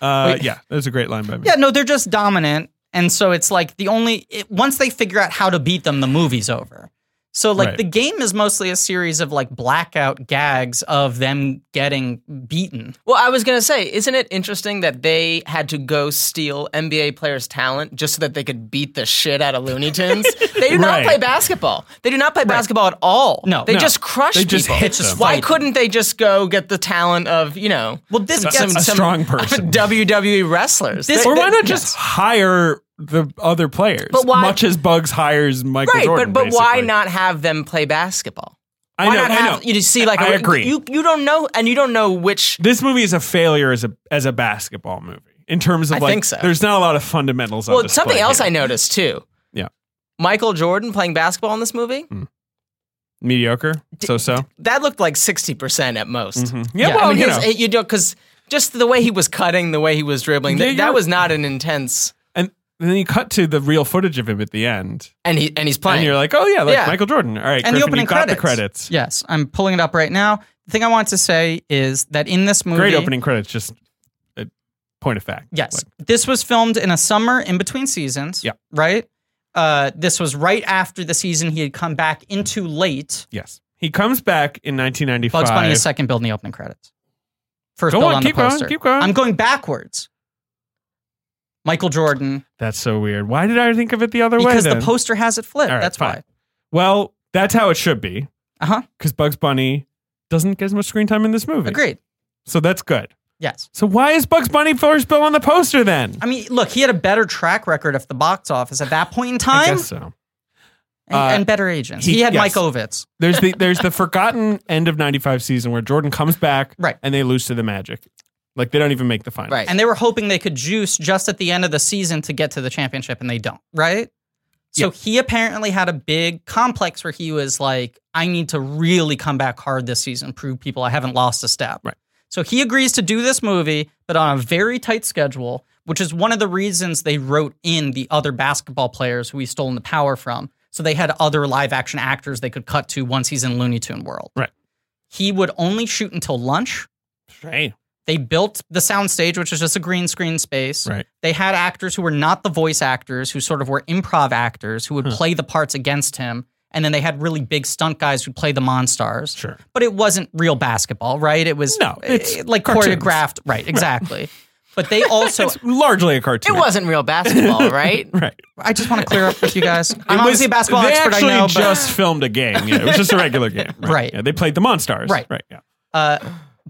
D: Uh, yeah, that's a great line by me.
C: Yeah, no, they're just dominant, and so it's like the only it, once they figure out how to beat them, the movie's over. So like
D: Right.
C: the game is mostly a series of like blackout gags of them getting beaten.
E: Well, I was gonna say, isn't it interesting that they had to go steal NBA players' talent just so that they could beat the shit out of Looney Tunes? they do not
D: Right.
E: play basketball. They do not play basketball at all.
C: No.
E: they
C: No.
E: just crush
D: They just
E: people.
D: hit It's just them.
E: Why
C: fight.
E: couldn't they just go get the talent of you know?
C: Well, this
E: some,
C: gets-
E: some-
D: a
E: some
D: strong person.
E: WWE wrestlers.
C: This-
E: They-
D: or why
C: that-
D: not just hire the other players?
E: But why-
D: Much as Bugs hires Michael
E: right,
D: Jordan.
E: but but why
D: basically.
E: not have them play basketball?
D: I
E: Why
D: know,
E: not
D: I
E: have
D: know.
E: you just see like
D: I
E: a-
D: agree.
E: You you don't know and you don't know which
D: this movie is a failure as a as a basketball movie in terms of
E: I
D: like
E: think so.
D: there's not a lot of fundamentals. on
E: Well,
D: display
E: something else
D: here.
E: I noticed too.
D: Yeah.
E: Michael Jordan playing basketball in this movie?
D: mediocre, so so.
E: That looked like 60% at most.
D: Yeah, Mm-hmm. well,
E: I mean,
D: you
E: his,
D: know.
E: you know, because just the way he was cutting, the way he was dribbling,
D: Yeah,
E: th- that
D: you're-
E: was not an intense.
D: and then you cut to the real footage of him at the end,
E: And he and he's playing.
D: and you're like, oh yeah, like
E: Yeah.
D: Michael Jordan. All right,
C: and the
D: Griffin,
C: opening
D: you got
C: credits.
D: the credits.
C: Yes, I'm pulling it up right now. The thing I want to say is that in this movie,
D: Great opening credits. Just a point of fact.
C: Yes,
D: Like,
C: this was filmed in a summer in between seasons.
D: Yep.
C: right. Uh, this was right after the season he had come back into late.
D: yes. He comes back in 1995.
C: Bugs Bunny is second build in the opening credits. First
D: Go
C: build
D: on,
C: on,
D: keep
C: the
D: going,
C: poster.
D: keep going.
C: I'm going backwards. Michael Jordan,
D: That's so weird. Why did I think of it the other way?
C: because the
D: then?
C: poster has it flipped.
D: All right,
C: That's
D: fine. Well, that's how it should be,
C: why. Uh huh.
D: because Bugs Bunny doesn't get as much screen time in this movie.
C: Agreed.
D: So that's good.
C: Yes.
D: So why is Bugs Bunny first bill on the poster then?
C: I mean, look, he had a better track record at the box office at that point in
D: I
C: time,
D: guess so.
C: and,
D: Uh,
C: and better agents. He,
D: he-
C: had
D: yes.
C: Mike Ovitz.
D: There's the there's the forgotten end of '95 season where Jordan comes back,
C: Right.
D: and they lose to the Magic. Like they don't even make the final.
E: right.
C: and they were hoping they could juice just at the end of the season to get to the championship and they don't right so he apparently had a big complex where he was like i need to really come back hard this season prove people i haven't lost a step
D: Right.
C: so he agrees to do this movie but on a very tight schedule which is one of the reasons they wrote in the other basketball players who he's stolen the power from so they had other live action actors they could cut to once he's in looney tune world
D: Right.
C: he would only shoot until lunch
D: Right.
C: they built the soundstage, which is just a green screen space.
D: Right.
C: They had actors who were not the voice actors, who sort of were improv actors who would play the parts against him. And then they had really big stunt guys who play the Monstars.
D: Sure.
C: But it wasn't real basketball, right? It was
D: No, it's
C: eh, like
D: cartoons.
C: choreographed. Right, exactly. But they also,
D: It's largely a
E: it
D: cartoon.
E: wasn't real basketball, right?
D: Right.
C: I just want to clear up with you guys. I'm
D: It was-
C: obviously a basketball
D: they
C: expert, I
D: actually
C: know. But,
D: just filmed a game. Yeah, it was just a regular game. Right.
C: Right.
D: Yeah, they played the Monstars.
C: Right.
D: Right. Yeah.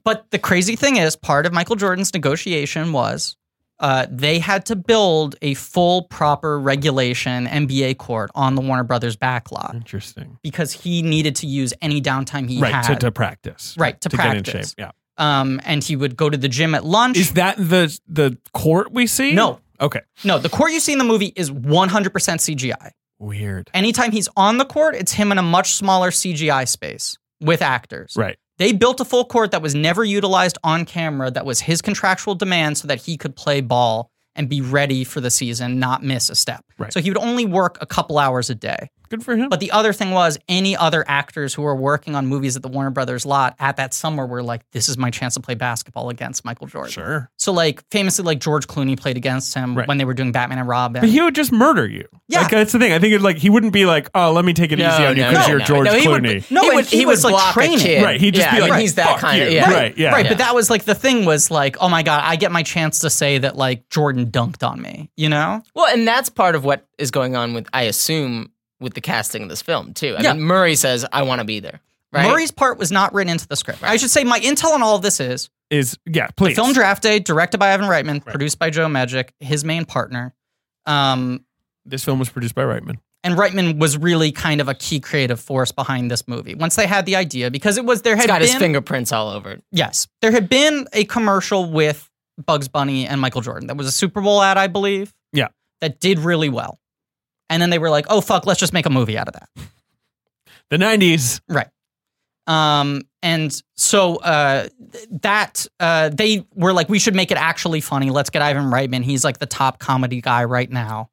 C: But the crazy thing is, part of Michael Jordan's negotiation was uh, they had to build a full, proper regulation NBA court on the Warner Brothers backlot
D: Interesting.
C: because he needed to use any downtime he
D: Mm. Right. To,
C: had.
D: to practice.
C: Right, to
D: get in
C: practice.
D: shape. Yeah.
C: um, and he would go to the gym at lunch.
D: Is that the the court we see?
C: No.
D: Okay.
C: no, the court you see in the movie is 100% CGI.
D: Weird.
C: Anytime he's on the court, it's him in a much smaller CGI space with actors.
D: Right.
C: They built a full court that was never utilized on camera. That was his contractual demand so that he could play ball and be ready for the season, not miss a step.
D: Right.
C: So he would only work a couple hours a day.
D: Good for him.
C: But the other thing was, any other actors who were working on movies at the Warner Brothers lot at that summer were like, this is my chance to play basketball against Michael Jordan.
D: sure.
C: So, like, famously, like George Clooney played against him
D: Right.
C: when they were doing Batman and Robin.
D: But he would just murder you.
C: Yeah.
D: Like, that's the thing. I think it, like he wouldn't be like, oh, let me take it
E: No,
D: easy on you
E: no,
D: because
E: no,
D: you're
E: no.
D: George
E: No, he would-
D: Clooney.
C: no,
E: he
C: and
E: would
C: he
E: he
C: was
E: would
C: like
E: block a
C: training.
E: kid.
D: Right. He'd just
E: Yeah,
D: be
E: I
D: like,
E: mean, he's that
D: "Fuck
E: kind of-
D: you."
E: yeah.
D: Right. Yeah.
C: Right,
D: yeah.
C: but that was like the thing was like, oh my god, I get my chance to say that like Jordan dunked on me, you know?
E: Well, and that's part of what is going on with, I assume, with the casting of this film too. I
C: Yeah.
E: mean, Murray says, "I want to be there." Right?
C: Murray's part was not written into the script. I should say my intel on all of this is
D: is yeah. Please.
C: film draft day, directed by Evan Reitman, produced by Joe Magic, his main partner. Um,
D: This film was produced by Reitman.
C: and Reitman was really kind of a key creative force behind this movie. Once they had the idea, because it was there
E: He's
C: had
E: got
C: been
E: his fingerprints all over it.
C: yes, there had been a commercial with Bugs Bunny and Michael Jordan that was a Super Bowl ad, I believe.
D: Yeah.
C: that did really well. And then they were like, "Oh fuck, let's just make a movie out of that."
D: The '90s.
C: Right. Um, and so uh, th- that uh, they were like, we should make it actually funny. Let's get Ivan Reitman. He's like the top comedy guy right now.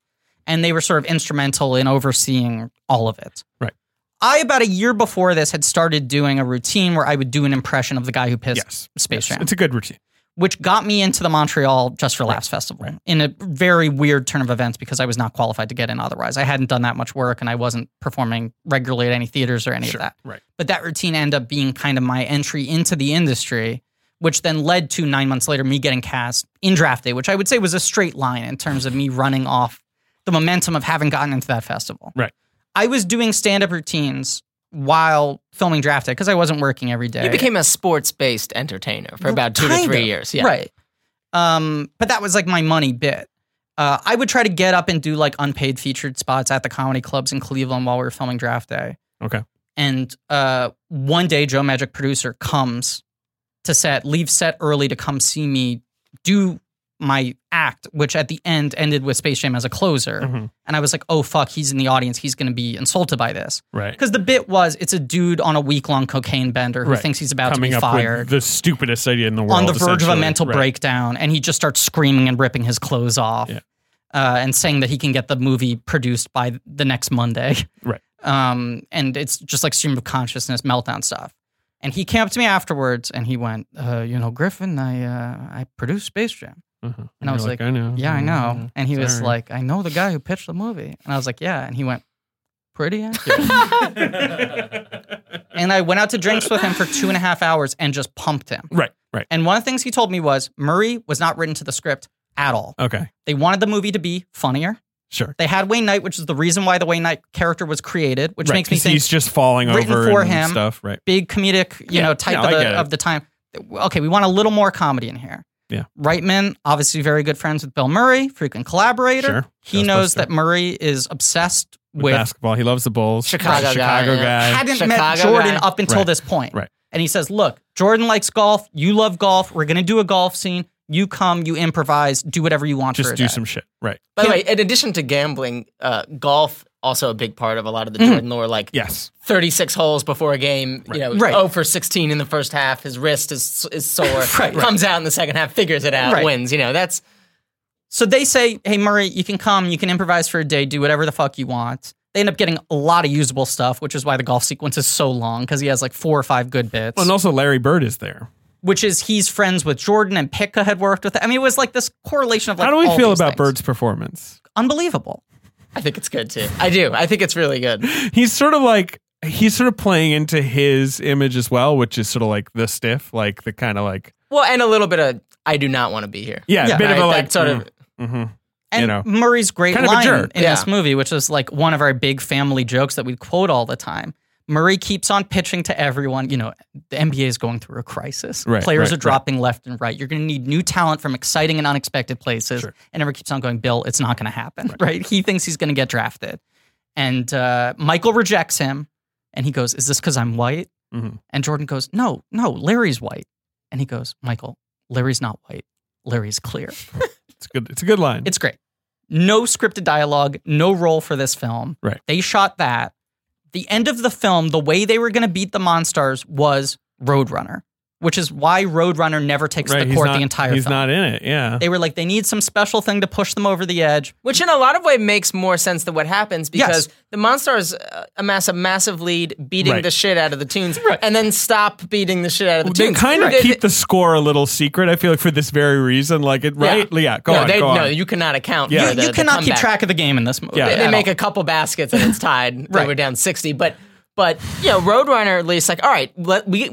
C: And they were sort of instrumental in overseeing all of it.
D: Right.
C: I, about a year before this, had started doing a routine where I would do an impression of the guy who pissed
D: Yes.
C: Space Jam
D: It's a good routine.
C: which got me into the Montreal Just for Laughs Festival in a very weird turn of events because I was not qualified to get in otherwise. I hadn't done that much work and I wasn't performing regularly at any theaters or any of that.
D: right.
C: But that routine ended up being kind of my entry into the industry, which then led to nine months later me getting cast in Draft Day, which I would say was a straight line in terms of me running off the momentum of having gotten into that festival.
D: Right.
C: I was doing stand up routines while filming Draft Day because I wasn't working every day.
E: You became a sports based entertainer for about two to
C: Kind
E: three
C: of.
E: years. Yeah.
C: Right. Um, but that was like my money bit. Uh, I would try to get up and do like unpaid featured spots at the comedy clubs in Cleveland while we were filming Draft Day.
D: Okay.
C: And uh, one day, Joe Magic producer comes to set, leaves set early to come see me do my act, which at the end ended with Space Jam as a closer.
D: Mhm.
C: And I was like, oh fuck, he's in the audience. He's going to be insulted by this.
D: Right.
C: Because the bit was it's a dude on a week long cocaine bender who
D: Right.
C: thinks he's about
D: Coming
C: to be
D: up
C: fired
D: with the stupidest idea in the world.
C: on the verge of a
D: essentially.
C: mental
D: Right.
C: breakdown, and he just starts screaming and ripping his clothes off,
D: Yeah.
C: uh, and saying that he can get the movie produced by the next Monday.
D: Right.
C: Um, and it's just like stream of consciousness meltdown stuff. And he came up to me afterwards, and he went, uh, "You know, Griffin, I uh, I produced Space Jam."
D: Uh-huh.
C: And I
D: you're
C: was like,
D: I know.
C: Yeah, I know. And he was
D: Sorry.
C: like, "I know the guy who pitched the movie," and I was like, "Yeah," and he went, "Pretty accurate." and I went out to drinks with him for two and a half hours and just pumped him.
D: Right. Right.
C: And one of the things he told me was Murray was not written to the script at all.
D: Okay.
C: They wanted the movie to be funnier.
D: Sure.
C: They had Wayne Knight, which is the reason why the Wayne Knight character was created, which
D: right.
C: makes me
D: 'cause
C: think
D: he's just falling
C: written
D: over
C: for
D: and
C: him.
D: stuff. Right.
C: big comedic, you
D: Yeah,
C: know, type
D: no,
C: of,
D: I
C: the,
D: get it.
C: of the time. Okay, we want a little more comedy in here.
D: Yeah.
C: Reitman, obviously very good friends with Bill Murray, frequent collaborator.
D: Sure.
C: He knows
D: Ghostbuster.
C: that Murray is obsessed
D: With,
C: with
D: basketball, he loves the Bulls.
E: Chicago
D: Right.
E: guy,
D: Chicago
E: yeah.
D: guy.
C: hadn't met
E: Chicago
C: Jordan
E: guy.
C: up until
D: Right.
C: this point.
D: Right.
C: And he says, Look, Jordan likes golf. You love golf. We're going to do a golf scene. You come, you improvise, do whatever you want for
D: Just
C: a
D: do
C: day."
D: some shit. Right.
E: By the
C: Yeah.
E: way, in addition to gambling, uh, golf also a big part of a lot of
D: Mm-hmm.
E: the Jordan lore. Like
D: Yes.
E: 36 holes before a game, you know,
C: Right.
E: 0 for 16 in the first half. His wrist is is sore. Comes out in the second half, figures it out,
C: Right.
E: wins. You know, that's
C: So they say, Hey, Murray, you can come, you can improvise for a day, do whatever the fuck you want. They end up getting a lot of usable stuff, which is why the golf sequence is so long because he has like four or five good bits,
D: And also, Larry Bird is there.
C: which is he's friends with Jordan and Pitka had worked with. I mean, it was like this correlation of like
D: How do we
C: all
D: feel
C: these
D: about
C: things.
D: Bird's performance?
C: Unbelievable.
E: I think it's good too. I do. I think it's really good.
D: He's sort of like he's sort of playing into his image as well, which is sort of like the stiff, like the kind of like
E: Well, and a little bit of I do not want to be here.
D: yeah,
C: Yeah.
D: a bit
E: Right,
D: of a
E: that
D: like
E: sort of-
D: hmm
C: And
D: you know.
C: Murray's great
D: Kind of a
C: line
D: jerk.
C: in
E: Yeah.
C: this movie, which is like one of our big family jokes that we quote all the time. Murray keeps on pitching to everyone. You know, the NBA is going through a crisis.
D: Right,
C: Players
D: right,
C: are dropping left and right. You're going to need new talent from exciting and unexpected places. And everyone keeps on going, Bill, it's not going to happen. Right. He thinks he's going to get drafted. And uh, Michael rejects him. And he goes, Is this because I'm white?
D: Mhm.
C: And Jordan goes, No, no, Larry's white. And he goes, Michael, Larry's not white. Larry's clear.
D: It's good. It's a good line.
C: It's great. No scripted dialogue, no role for this film.
D: Right.
C: They shot that. The end of the film, the way they were going to beat the Monstars was Roadrunner, which is why Roadrunner never takes
D: right.
C: the
D: he's
C: court
D: not,
C: the entire
D: He's
C: film.
D: not in it. Yeah.
C: they were like, they need some special thing to push them over the edge.
E: Which, in a lot of way, makes more sense than what happens because
C: Yes.
E: the Monstars uh, amass a massive lead, beating
D: Right.
E: the shit out of the Toons, and then stop beating the shit out of the
D: They
E: Toons.
D: kind of
E: They-
D: keep the score a little secret. I feel like for this very reason, like it,
E: Yeah.
D: right? Yeah, go
E: no,
D: on,
E: they-
D: go on.
E: No, you cannot account.
D: Yeah.
E: for
D: You-
E: the,
C: you
E: the
C: cannot keep
E: comeback.
C: track of the game in this movie.
D: Yeah.
E: They,
D: They-
E: they
C: at
E: make
C: all.
E: a couple baskets and it's tied. They
C: Right.
E: were down sixty, but but you know, Roadrunner at least like all right, let, we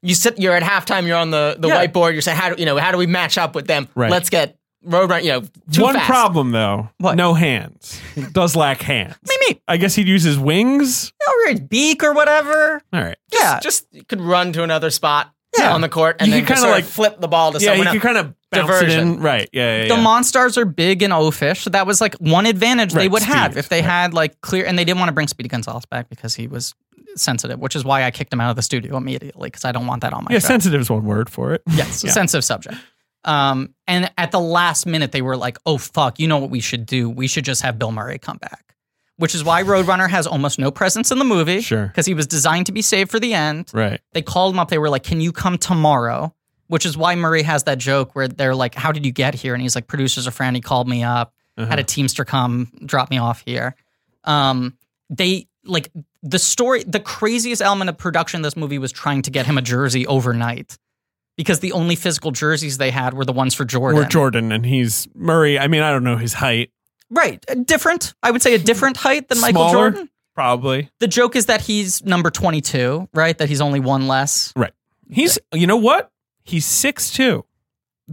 E: you sit, you're at halftime, you're on the, the
C: Yeah.
E: whiteboard, you're saying how do you know how do we match up with them?
D: Right.
E: Let's get Roadrunner. You know, too
D: One
E: fast.
D: problem though,
C: What?
D: no hands. He does lack hands.
C: Maybe
D: I guess he'd use his wings.
C: or his beak or whatever.
D: All right.
C: yeah.
E: just you could run to another spot
D: Yeah.
E: on the court and
D: You
E: then
D: could
E: kind
D: kinda,
E: of
D: like-
E: like flip the ball to
D: Yeah, he
E: someone
D: can
E: else.
D: kind of bounce it
E: Diversion.
D: in. Right. Yeah. yeah,
C: the
D: yeah.
C: monstars are big and oafish, so that was like one advantage they
D: Right,
C: would have
D: speed,
C: if they
D: right.
C: had like clear. And they didn't want to bring Speedy Gonzalez back because he was sensitive, which is why I kicked him out of the studio immediately because I don't want that on my
D: yeah.
C: show.
D: Sensitive is one word for it.
C: yes, sensitive subject. Um, and at the last minute, they were like, "Oh fuck, you know what we should do? We should just have Bill Murray come back." which is why Roadrunner has almost no presence in the movie.
D: Sure.
C: Because he was designed to be saved for the end.
D: Right.
C: They called him up. They were like, Can you come tomorrow? Which is why Murray has that joke where they're like, How did you get here? And he's like, Producers are friend. He called me up,
D: Uh-huh.
C: had a Teamster come drop me off here. Um, they like the story, the craziest element of production of this movie was trying to get him a jersey overnight because the only physical jerseys they had were the ones for Jordan.
D: We're Jordan and he's Murray. I mean, I don't know his height.
C: Right. Uh, Different. I would say a different height than Michael
D: Smaller?
C: Jordan.
D: Probably.
C: The joke is that he's number 22, right? That he's only one less.
D: Right. He's you know what? He's six two.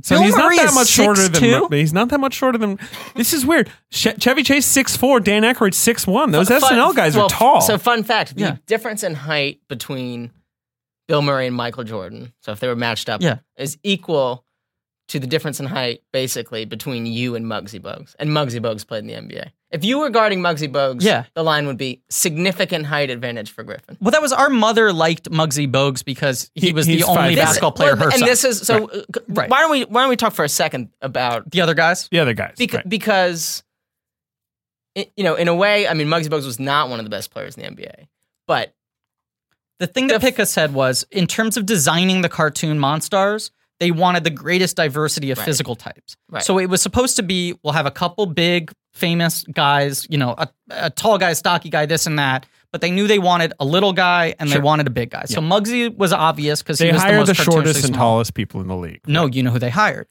D: So
C: Bill
D: he's
C: Murray
D: not
C: is
D: that much shorter
C: 6'2"?
D: than he's not that much shorter than this is weird. Che- Chevy Chase six four, Dan Aykroyd six one. Those
E: Fun-
D: SNL guys
E: well,
D: are tall.
E: So fun fact: the
C: Yeah.
E: difference in height between Bill Murray and Michael Jordan, so if they were matched up,
C: Yeah.
E: is equal to the difference in height basically between you and Muggsy Bogues. And Muggsy Bogues played in the NBA. If you were guarding Muggsy Bogues,
C: Yeah.
E: the line would be significant height advantage for Griffin.
C: Well, that was our mother liked Muggsy Bogues because he,
D: He-
C: was the
D: he's
C: only
D: five- This-
C: basketball player
E: Well,
C: her
E: and
C: size.
E: this is so. uh, c-
C: Right.
E: Why don't we why don't we talk for a second about
C: the other guys?
D: the other guys.
E: Bec-
D: right.
E: Because, i you know, in a way, I mean, Muggsy Bogues was not one of the best players in the NBA, but
C: The thing that
E: The f-
C: Picca said was in terms of designing the cartoon Monstars, they wanted the greatest diversity of
E: Right.
C: physical types.
E: Right.
C: So it was supposed to be we'll have a couple big, famous guys, you know, a, a tall guy, stocky guy, this and that. But they knew they wanted a little guy and they wanted a big guy. So Muggsy was obvious because he
D: They
C: was the,
D: hire
C: most
D: the,
C: cartoonishly
D: shortest and
C: small.
D: tallest people in the league.
C: No, you know who they hired?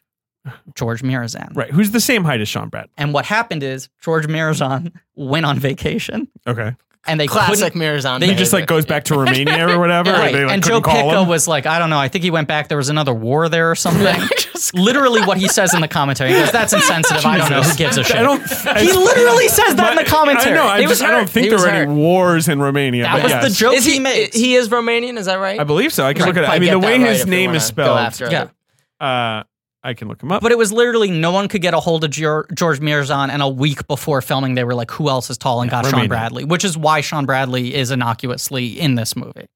C: George Mirazan.
D: Right. Who's the same height as Sean Brad?
C: And what happened is George Mirazan went on vacation
D: Okay.
C: and they
E: classic
C: couldn't.
E: mirrors on.
D: He just like goes back to Romania or whatever.
C: Right.
D: and they, like,
C: and Joe
D: couldn't call
C: Picco
D: him.
C: was like, I don't know. I think he went back. There was another war there or something. literally what he says in the commentary. He goes, That's insensitive. I don't know. Who gives a shit?
D: I don't.
C: he literally says that in the commentary.
D: I know. I,
C: It was
D: just, I don't
C: hurt.
D: think
E: He
D: there
E: was
D: were any
E: hurt.
D: wars in Romania.
C: That
D: but
C: was
D: yes.
C: the joke
E: Is
C: he,
E: he,
C: made.
E: he is Romanian, is that right?
D: I believe so. I can look at it. I
E: Probably
D: mean, the
E: get
D: way
E: that right
D: his
E: if we
D: name
E: wanna
D: is
E: go
D: spelled.
E: after it.
C: Yeah.
D: Uh, I can look him up.
C: but it was literally no one could get a hold of Gior- George Mirazan, and a week before filming, they were like, "Who else is tall?" and got Sean
D: Romania.
C: Bradley, which is why Sean Bradley is innocuously in this movie.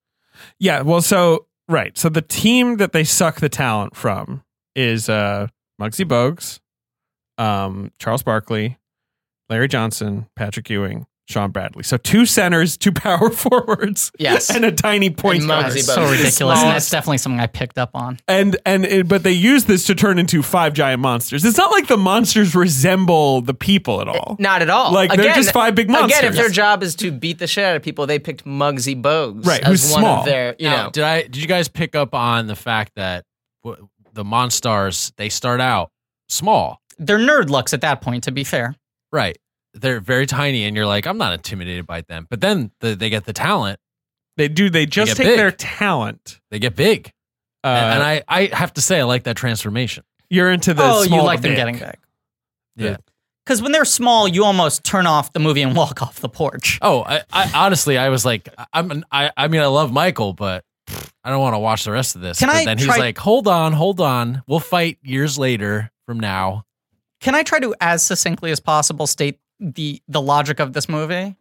D: yeah. Well, so right. So the team that they suck the talent from is uh, Muggsy Bogues, um, Charles Barkley, Larry Johnson, Patrick Ewing, Sean Bradley. So two centers, two power forwards,
E: Yes.
D: and a tiny point
E: And
D: guard.
E: Muggsy
C: So
E: Bogues.
C: ridiculous, and
E: Smallest-
C: that's definitely something I picked up on.
D: and and it, but they use this to turn into five giant monsters. It's not like the monsters resemble the people at all.
E: Not at all.
D: Like, they're just five big
E: Again, if
D: monsters.
E: their job is to beat the shit out of people, they picked Muggsy Bogues
D: Right,
E: as
D: who's
E: one
D: small.
E: of their, you
F: Now,
E: know.
F: did I? Did you guys pick up on the fact that w- the Monstars they start out small,
C: They're nerd looks at that point. To be fair,
F: right? They're very tiny, and you're like, I'm not intimidated by them. But then the, they get the talent,
D: They do. They just
F: get
D: take
F: big.
D: their talent.
F: they get big,
D: Uh,
F: and, and I, I have to say, I like that transformation.
D: you're into the
C: oh,
D: small
C: you like
D: to
C: them
D: big.
C: getting big
F: Yeah.
C: because when they're small, you almost turn off the movie and walk off the porch.
F: Oh, I, I honestly, I was like, I- I'm, an- I, I mean, I love Michael, but pfft, I don't want to watch the rest of this.
C: Can
F: but
C: I
F: then he's
C: try-
F: like, hold on, hold on, we'll fight years later from now.
C: Can I try to, as succinctly as possible, state the the logic of this movie?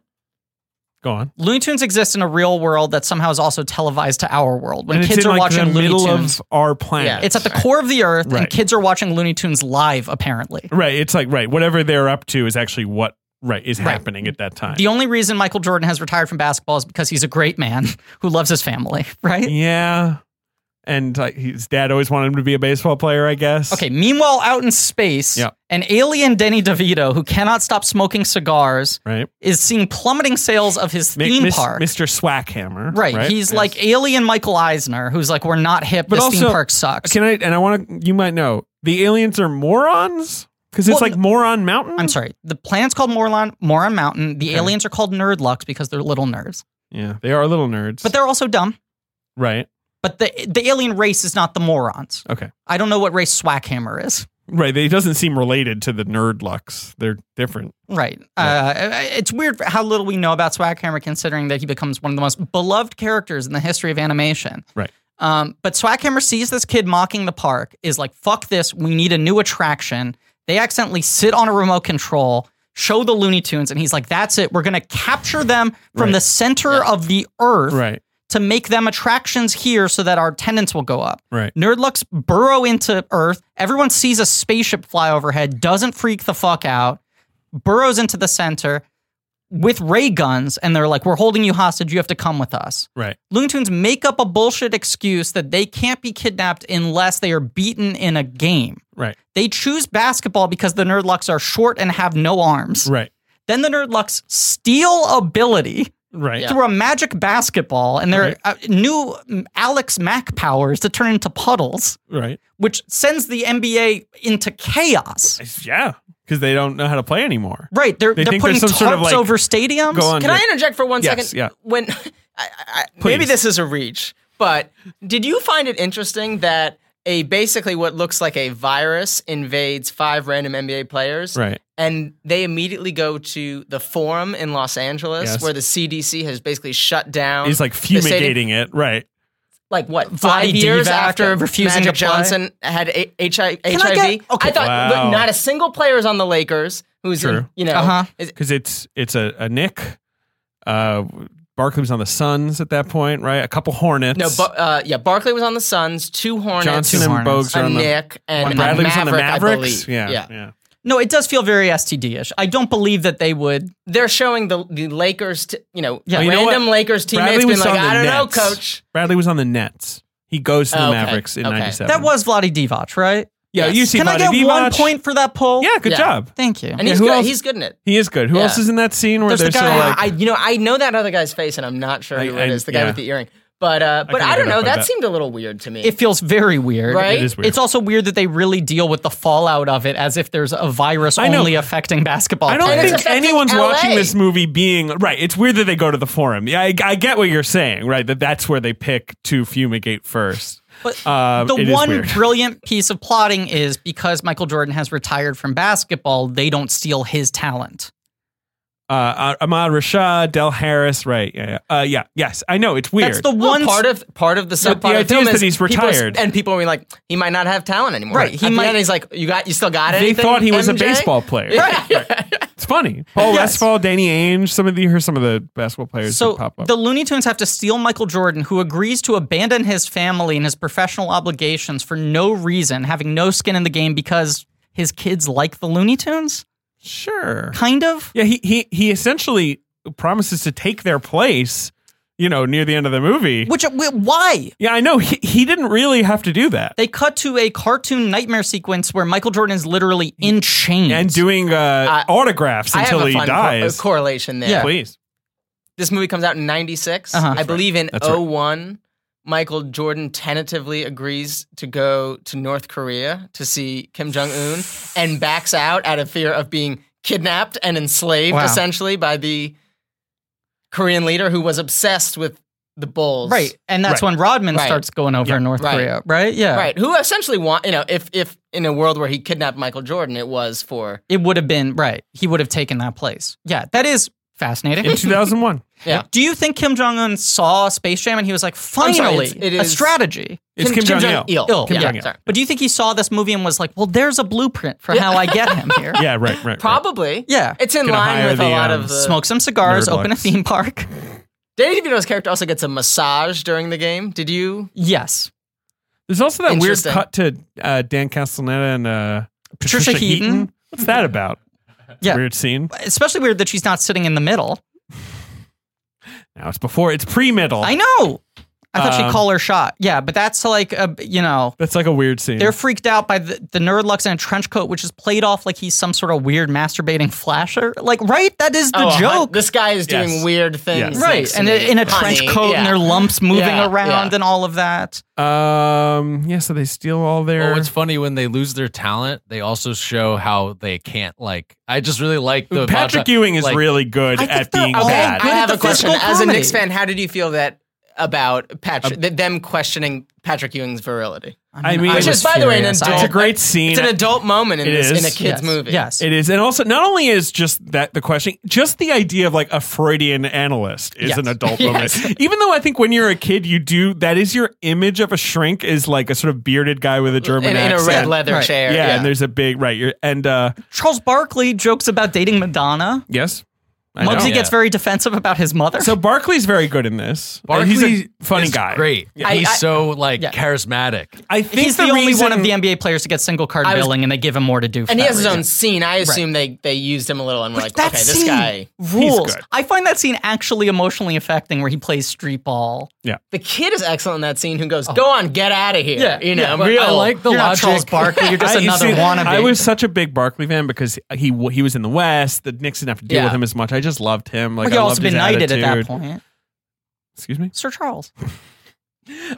D: Go on.
C: Looney Tunes exists in a real world that somehow is also televised to our world. When
D: and
C: kids
D: it's in
C: are
D: like
C: watching
D: the
C: Looney
D: middle
C: Tunes,
D: of our planet.
E: Yeah,
C: it's at the core of the earth, and
D: Right.
C: kids are watching Looney Tunes live. Apparently,
D: right. It's like right. Whatever they're up to is actually what right is happening at that time.
C: the only reason Michael Jordan has retired from basketball is because he's a great man who loves his family. Right?
D: yeah. And like, his dad always wanted him to be a baseball player, I guess.
C: Okay. Meanwhile, out in space,
D: Yeah.
C: an alien Denny DeVito who cannot stop smoking cigars
D: Right.
C: is seeing plummeting sales of his
D: Mi-
C: theme
D: Miss-
C: park.
D: Mr. Swackhammer.
C: Right. He's like alien Michael Eisner, who's like, we're not hip.
D: But
C: this theme
D: also-
C: park sucks.
D: Can I? And I want to. You might know the aliens are morons because it's
C: Well,
D: like Moron Mountain.
C: I'm sorry. The planet's called Moron, Moron Mountain. The aliens are called Nerdlux because they're little nerds.
D: Yeah, they are little nerds.
C: But they're also dumb.
D: right.
C: But the the alien race is not the morons.
D: Okay.
C: I don't know what race Swackhammer is.
D: Right. They doesn't seem related to the nerd lux. They're different.
C: Right. Uh, it's weird how little we know about Swackhammer, considering that he becomes one of the most beloved characters in the history of animation.
D: Right.
C: Um, but Swackhammer sees this kid mocking the park, is like, fuck this, we need a new attraction. They accidentally sit on a remote control, show the Looney Tunes, and he's like, that's it, we're going to capture them from
D: Right.
C: the center of the earth
D: Right.
C: to make them attractions here so that our attendance will go up.
D: Right.
C: Nerdlux burrow into Earth. Everyone sees a spaceship fly overhead, doesn't freak the fuck out, burrows into the center. with ray guns and they're like, we're holding you hostage. You have to come with us.
D: Right.
C: Looney Tunes make up a bullshit excuse that they can't be kidnapped unless they are beaten in a game.
D: Right.
C: They choose basketball because the Nerdlucks are short and have no arms.
D: Right.
C: Then the Nerdlucks steal ability
D: Right.
C: through a magic basketball and their
D: Right.
C: uh, new mm, Alex Mack powers to turn into puddles,
D: Right.
C: which sends the NBA into chaos.
D: Yeah. Because they don't know how to play anymore.
C: Right, they're,
D: They
C: they are
D: think there's
C: putting tarps
D: some sort of, like,
C: over stadiums.
D: Go on.
E: Can I interject for one
D: Yes,
E: second?
D: yeah.
E: When I, I, I- maybe
D: Please.
E: this is a reach, but did you find it interesting that a basically what looks like a virus invades five random NBA players?
D: Right.
E: And they immediately go to the forum in Los Angeles,
D: Yes.
E: where the CDC has basically shut down.
D: He's like
E: the stadium.
D: fumigating it. Right.
E: Like what?
C: Vlade
E: Five years
C: Divac
E: after
C: refusing
E: Magic
C: to play?
E: Johnson had a- HIV.
C: I get- okay.
E: I thought
D: Wow.
E: look, not a single player is on the Lakers who's in-
D: True.
E: you know
C: Uh-huh.
E: is-
D: Because it's it's a, a Nick. Uh, Barkley was on the Suns at that point, right? A couple Hornets.
E: No, but uh, yeah, Barkley was on the Suns, two Hornets,
D: Johnson
C: Two
D: and
C: Hornets.
D: Bogues are
E: a
D: on the.
E: Nick, and a
D: Bradley was on the
E: Maverick, I
D: Mavericks.
E: believe.
D: Yeah.
E: yeah.
D: Yeah.
C: No, it does feel very STD-ish. I don't believe that they would.
E: They're showing the the Lakers, t- you know,
C: Yeah. Well,
D: you know
E: random
D: what?
E: Lakers teammates
D: Bradley
E: being
D: was
E: like,
D: on the
E: I don't
D: Nets.
E: know, coach.
D: Bradley was on the Nets. He goes to the
E: Oh, okay.
D: Mavericks in
E: Okay.
D: '97.
C: That was Vladi Divac, right?
D: yeah.
E: Yes.
D: You see,
C: Can I get
D: Vlade
C: one
D: Divac.
C: point for that poll?
D: Yeah, good
E: Yeah.
D: job.
C: Thank you.
E: And
D: Yeah,
E: he's
D: who
E: good.
D: else?
E: He's good in it.
D: He is good. Who
E: Yeah.
D: else is in that scene where
C: There's the
D: they're sort
C: guy-
D: of like
E: I, you know, I know that other guy's face, and I'm not sure who
D: I-
E: it
D: I-
E: is. The guy
D: yeah.
E: with the earring, but uh, but
D: can
E: I
D: look
E: don't
D: it
E: know.
D: up, I
E: That
D: bet.
E: seemed a little weird to me.
C: It feels very weird.
E: Right?
D: It is weird.
C: It's also weird that they really deal with the fallout of it as if there's a virus
D: I know.
C: only affecting basketball.
D: I don't
E: And
C: players.
E: it's
D: think
E: affecting
D: anyone's
E: LA.
D: watching this movie being right. It's weird that they go to the forum. Yeah, I, I get what you're saying. Right, that that's where they pick to fumigate first.
C: But
D: Um, it
C: the
D: is
C: one
D: weird.
C: brilliant piece of plotting is because Michael Jordan has retired from basketball, they don't steal his talent.
D: uh, Ahmad Rashad, Del Harris. Right. Yeah. Yeah. Uh, yeah. Yes. I know. It's weird.
C: That's the
E: Well,
C: one
E: part of part of the
D: the
E: subpart of
D: idea
E: film
D: is that
E: is
D: he's
E: people-
D: retired.
E: and people were like, he might not have talent anymore.
C: Right, he
E: At the
C: might-
E: end, he's like, you got, you still got it.
D: they thought he was a baseball player.
E: Right.
D: It's funny.
E: Oh,
D: Paul Westfall, Danny Ainge. Some of the here's some of the basketball players who
C: So
D: pop up.
C: the Looney Tunes have to steal Michael Jordan, who agrees to abandon his family and his professional obligations for no reason, having no skin in the game because his kids like the Looney Tunes,
D: sure.
C: kind of.
D: Yeah. He he he essentially promises to take their place. You know, near the end of the movie.
C: Which wh- why?
D: yeah, I know. He, he didn't really have to do that.
C: They cut to a cartoon nightmare sequence where Michael Jordan is literally in chains.
D: and doing uh, autographs
E: I have
D: until
E: a
D: he
E: fun
D: dies.
E: cor- correlation there.
C: Yeah.
D: Please.
E: This movie comes out in 96.
C: Uh-huh.
E: I believe in
D: That's right.
E: 01, Michael Jordan tentatively agrees to go to North Korea to see Kim Jong Un and backs out out of fear of being kidnapped and enslaved
C: Wow.
E: essentially by the Korean leader who was obsessed with the Bulls.
C: Right, and that's
D: Right.
C: when Rodman
E: Right.
C: starts going over in North
E: Right.
C: Korea, right? Yeah,
E: Right. Who essentially want, you know, if if in a world where he kidnapped Michael Jordan, it was for
C: It would have been right. He would have taken that place. Yeah, that is fascinating.
D: In 2001.
E: yeah.
C: Do you think Kim Jong Un saw Space Jam and he was like,
E: sorry,
C: finally,
E: it's- it
C: a
E: is-
C: strategy?
D: It's Kim, Jong Il.
E: Il.
C: Kim
E: yeah,
D: Jong-il.
E: sorry.
C: But do you think he saw this movie and was like, well, there's a blueprint for how I get him here?
D: Yeah, right, right, right.
E: Probably.
C: Yeah.
E: It's in
D: Gonna
E: line
D: hire
E: with a
D: the,
E: lot
D: um,
E: of the
C: Smoke some cigars,
D: Nerd
C: open a
D: Lux.
C: theme park.
E: Danny DeVito's character also gets a massage during the game. Did you?
C: Yes.
D: There's also that weird
E: Interesting.
D: cut to uh, Dan Castellaneta and uh, Patricia,
C: Patricia
D: Heaton.
C: Heaton.
D: What's that about?
C: Yeah.
D: Weird scene.
C: Especially weird that she's not sitting in the middle.
D: Now it's before, it's pre middle.
C: I know. I thought she'd
D: Um,
C: call her shot. Yeah, but that's like, a, you know,
D: That's like a weird scene.
C: they're freaked out by the, the Nerdlux in a trench coat, which is played off like he's some sort of weird masturbating flasher. Like, right? That is the
E: Oh, hun-
C: joke.
E: This guy is doing
D: Yes.
E: weird things.
D: Yes.
C: right.
E: next to
C: And
E: me.
C: in a
E: Honey,
C: trench coat
E: yeah.
C: and their lumps moving
E: Yeah,
C: around
E: yeah.
C: and all of that.
D: um, yeah, so they steal all their.
F: Well, what's Oh, funny when they lose their talent, they also show how they can't like. I just really like the
D: Patrick
F: about the-
D: Ewing is
F: like,
D: really good
C: I think
D: at
C: they're
D: being
C: all
D: bad.
C: good.
E: I have
C: the
E: a question.
C: physical
E: As a
C: comedy.
E: Knicks fan, how did you feel that about Patrick? th- them questioning Patrick Ewing's virility.
D: I mean,
E: Which
D: I
E: is, by the way, an
C: furious.
E: adult.
D: It's a great scene.
E: It's an adult moment in,
D: It
E: this,
D: is.
E: in a kid's
C: Yes.
E: movie.
C: Yes.
D: It is. And also, not only is just that the question, just the idea of like a Freudian analyst is
C: Yes.
D: an adult moment. Even though I think when you're a kid, you do that is your image of a shrink is like a sort of bearded guy with a German
E: In, in a
D: accent.
E: red leather
C: Right.
E: chair.
D: yeah, and there's a big, right. You're, and uh,
C: Charles Barkley jokes about dating Madonna.
D: yes, I know.
C: Muggsy
F: Yeah.
C: gets very defensive about his mother.
D: So Barkley's very good in this. Uh, he's a
F: Barkley
D: funny
F: is
D: guy.
F: Great.
E: I-
F: He's
E: I-
F: so like
E: yeah.
F: charismatic.
D: I think
C: he's the, only one of
D: reason-
C: the NBA players to get single card
E: I was-
C: billing, and they give him more to do. For
E: and he
C: that
E: has his
C: reason.
E: own scene. I assume they they used him a little and were
C: But
E: like,
C: that
E: okay, this
C: scene
E: guy.
C: rules.
D: good.
C: I find that scene actually emotionally affecting, where he plays street ball.
E: The kid is excellent in that scene. Who goes, go on, get out of here.
C: Oh. Yeah,
E: you know,
F: but
E: real.
F: I like the
C: You're not
F: logic.
C: Charles Barkley. You're just
D: I- you
C: another
D: see,
C: wannabe.
D: I was such a big Barkley fan because he he, was in the West. The Knicks didn't have to deal
E: Yeah.
D: with him as much. I just loved him. Like
C: he
D: I
C: also
D: loved
C: been
D: his
C: knighted
D: attitude.
C: at that point.
D: Excuse me.
C: Sir Charles,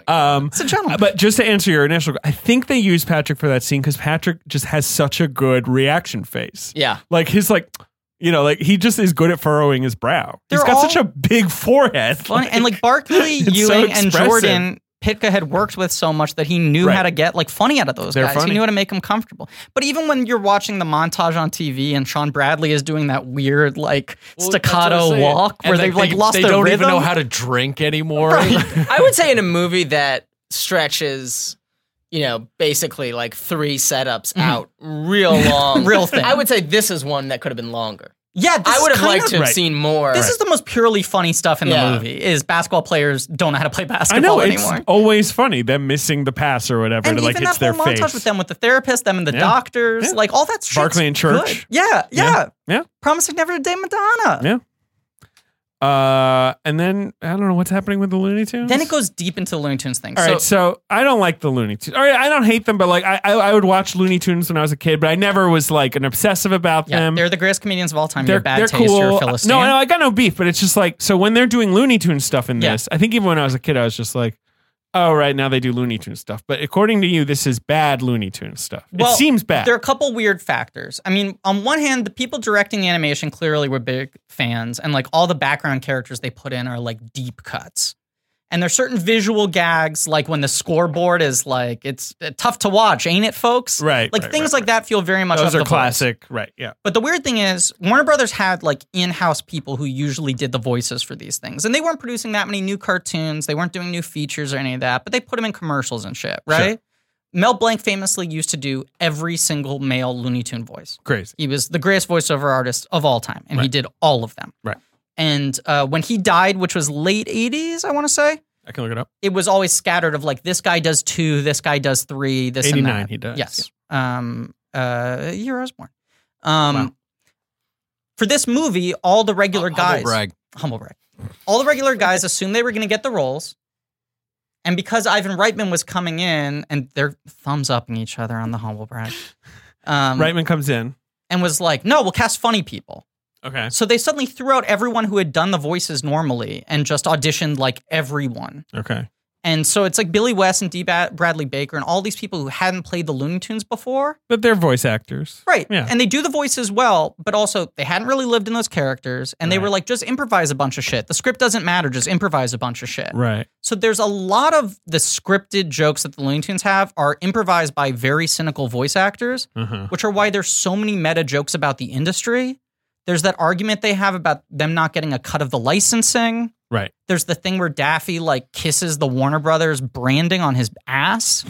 D: Um,
C: it's a gentleman.
D: but just to answer your initial, I think they used Patrick for that scene because Patrick just has such a good reaction face.
E: yeah.
D: Like he's like, you know, like he just is good at furrowing his brow. he's
C: They're
D: got
C: all
D: such a big forehead.
C: Funny- and like Barkley,
D: It's so
C: Ewing, and
D: expressive.
C: Jordan, Pitka had worked with so much that he knew
D: Right.
C: how to get like funny out of those
D: They're
C: guys.
D: funny.
C: He knew how to make them comfortable. But even when you're watching the montage on TV and Sean Bradley is doing that weird like
F: Well, that's what I'm
C: staccato
F: saying.
C: walk where
F: And,
C: they've like lost
F: they
C: their
F: don't even know
C: rhythm.
F: how to drink anymore.
E: I would say in a movie that stretches, you know, basically like three setups out real long.
C: Mm-hmm. Real thing.
E: I would say this is one that could have been longer.
C: yeah, this
E: I would
C: is
E: have
C: kind
E: liked
C: of-
E: to have
D: Right.
E: seen more.
C: This is the most purely funny stuff in
E: Yeah.
C: the movie. Is basketball players don't know how to play
D: I
C: basketball
D: know it's
C: anymore.
D: always funny them missing the pass or whatever.
C: and even
D: to, like
C: that
D: hits their
C: whole montage
D: face.
C: with them, with the therapist, them and the doctors,
D: Yeah.
C: like all that shit.
D: Barkley and Church.
C: Yeah, yeah,
D: Yeah. Yeah.
C: Promising never to date Madonna.
D: Yeah. Uh, and then I don't know what's happening with the Looney Tunes.
C: Then it goes deep into the Looney Tunes thing.
D: All
C: so,
D: right, so, I don't like the Looney Tunes. All right, I don't hate them, but like I, I, I would watch Looney Tunes when I was a kid, but I never was like an obsessive about
C: yeah,
D: them.
C: they're the greatest comedians of all time.
D: um, They're-
C: Your bad
D: they're
C: taste, you're a Philistine.
D: No, no, I got no beef, but it's just like so when they're doing Looney Tunes stuff in
C: Yeah.
D: this, I think even when I was a kid, I was just like, oh right, now they do Looney Tunes stuff. But according to you, this is bad Looney Tunes stuff.
C: Well,
D: it seems bad.
C: There are a couple weird factors. I mean, on one hand, the people directing the animation clearly were big fans, and like all the background characters they put in are like deep cuts. And there's certain visual gags, like when the scoreboard is like it's uh, tough to watch, ain't it, folks?
D: Right,
C: Like
D: right,
C: things
D: right,
C: like that feel very much. of
D: Those
C: the
D: are
C: voice.
D: classic, right? Yeah,
C: But the weird thing is, Warner Brothers had like in-house people who usually did the voices for these things, and they weren't producing that many new cartoons. They weren't doing new features or any of that, but they put them in commercials and shit, right? Mel Blanc famously used to do every single male Looney Tune voice.
D: crazy.
C: He was the greatest voiceover artist of all time, and he did all of them.
D: Right.
C: And uh, when he died, which was late '80s, I want to say,
D: I can look it up.
C: it was always scattered of like this guy does two, this guy does three, this and
D: 89
C: that.
D: he does,
C: Yes. Um uh a year I was born. Um for this movie, all the regular guys
F: Humble brag.
C: humble brag. All the regular guys assumed they were gonna get the roles. And because Ivan Reitman was coming in and they're thumbs upping each other on the humble brag. Um,
D: Reitman comes in.
C: and was like, no, we'll cast funny people.
D: Okay.
C: So they suddenly threw out everyone who had done the voices normally and just auditioned like everyone.
D: Okay.
C: And so it's like Billy West and D. Ba- Bradley Baker and all these people who hadn't played the Looney Tunes before.
D: But they're voice actors.
C: Right.
D: Yeah.
C: And they do the voices well, but also they hadn't really lived in those characters. And they were
D: Right.
C: like, just improvise a bunch of shit. The script doesn't matter, just improvise a bunch of shit.
D: Right.
C: So there's a lot of the scripted jokes that the Looney Tunes have are improvised by very cynical voice actors,
D: Uh-huh.
C: which are why there's so many meta jokes about the industry. There's that argument they have about them not getting a cut of the licensing.
D: Right.
C: There's the thing where Daffy like kisses the Warner Brothers branding on his ass.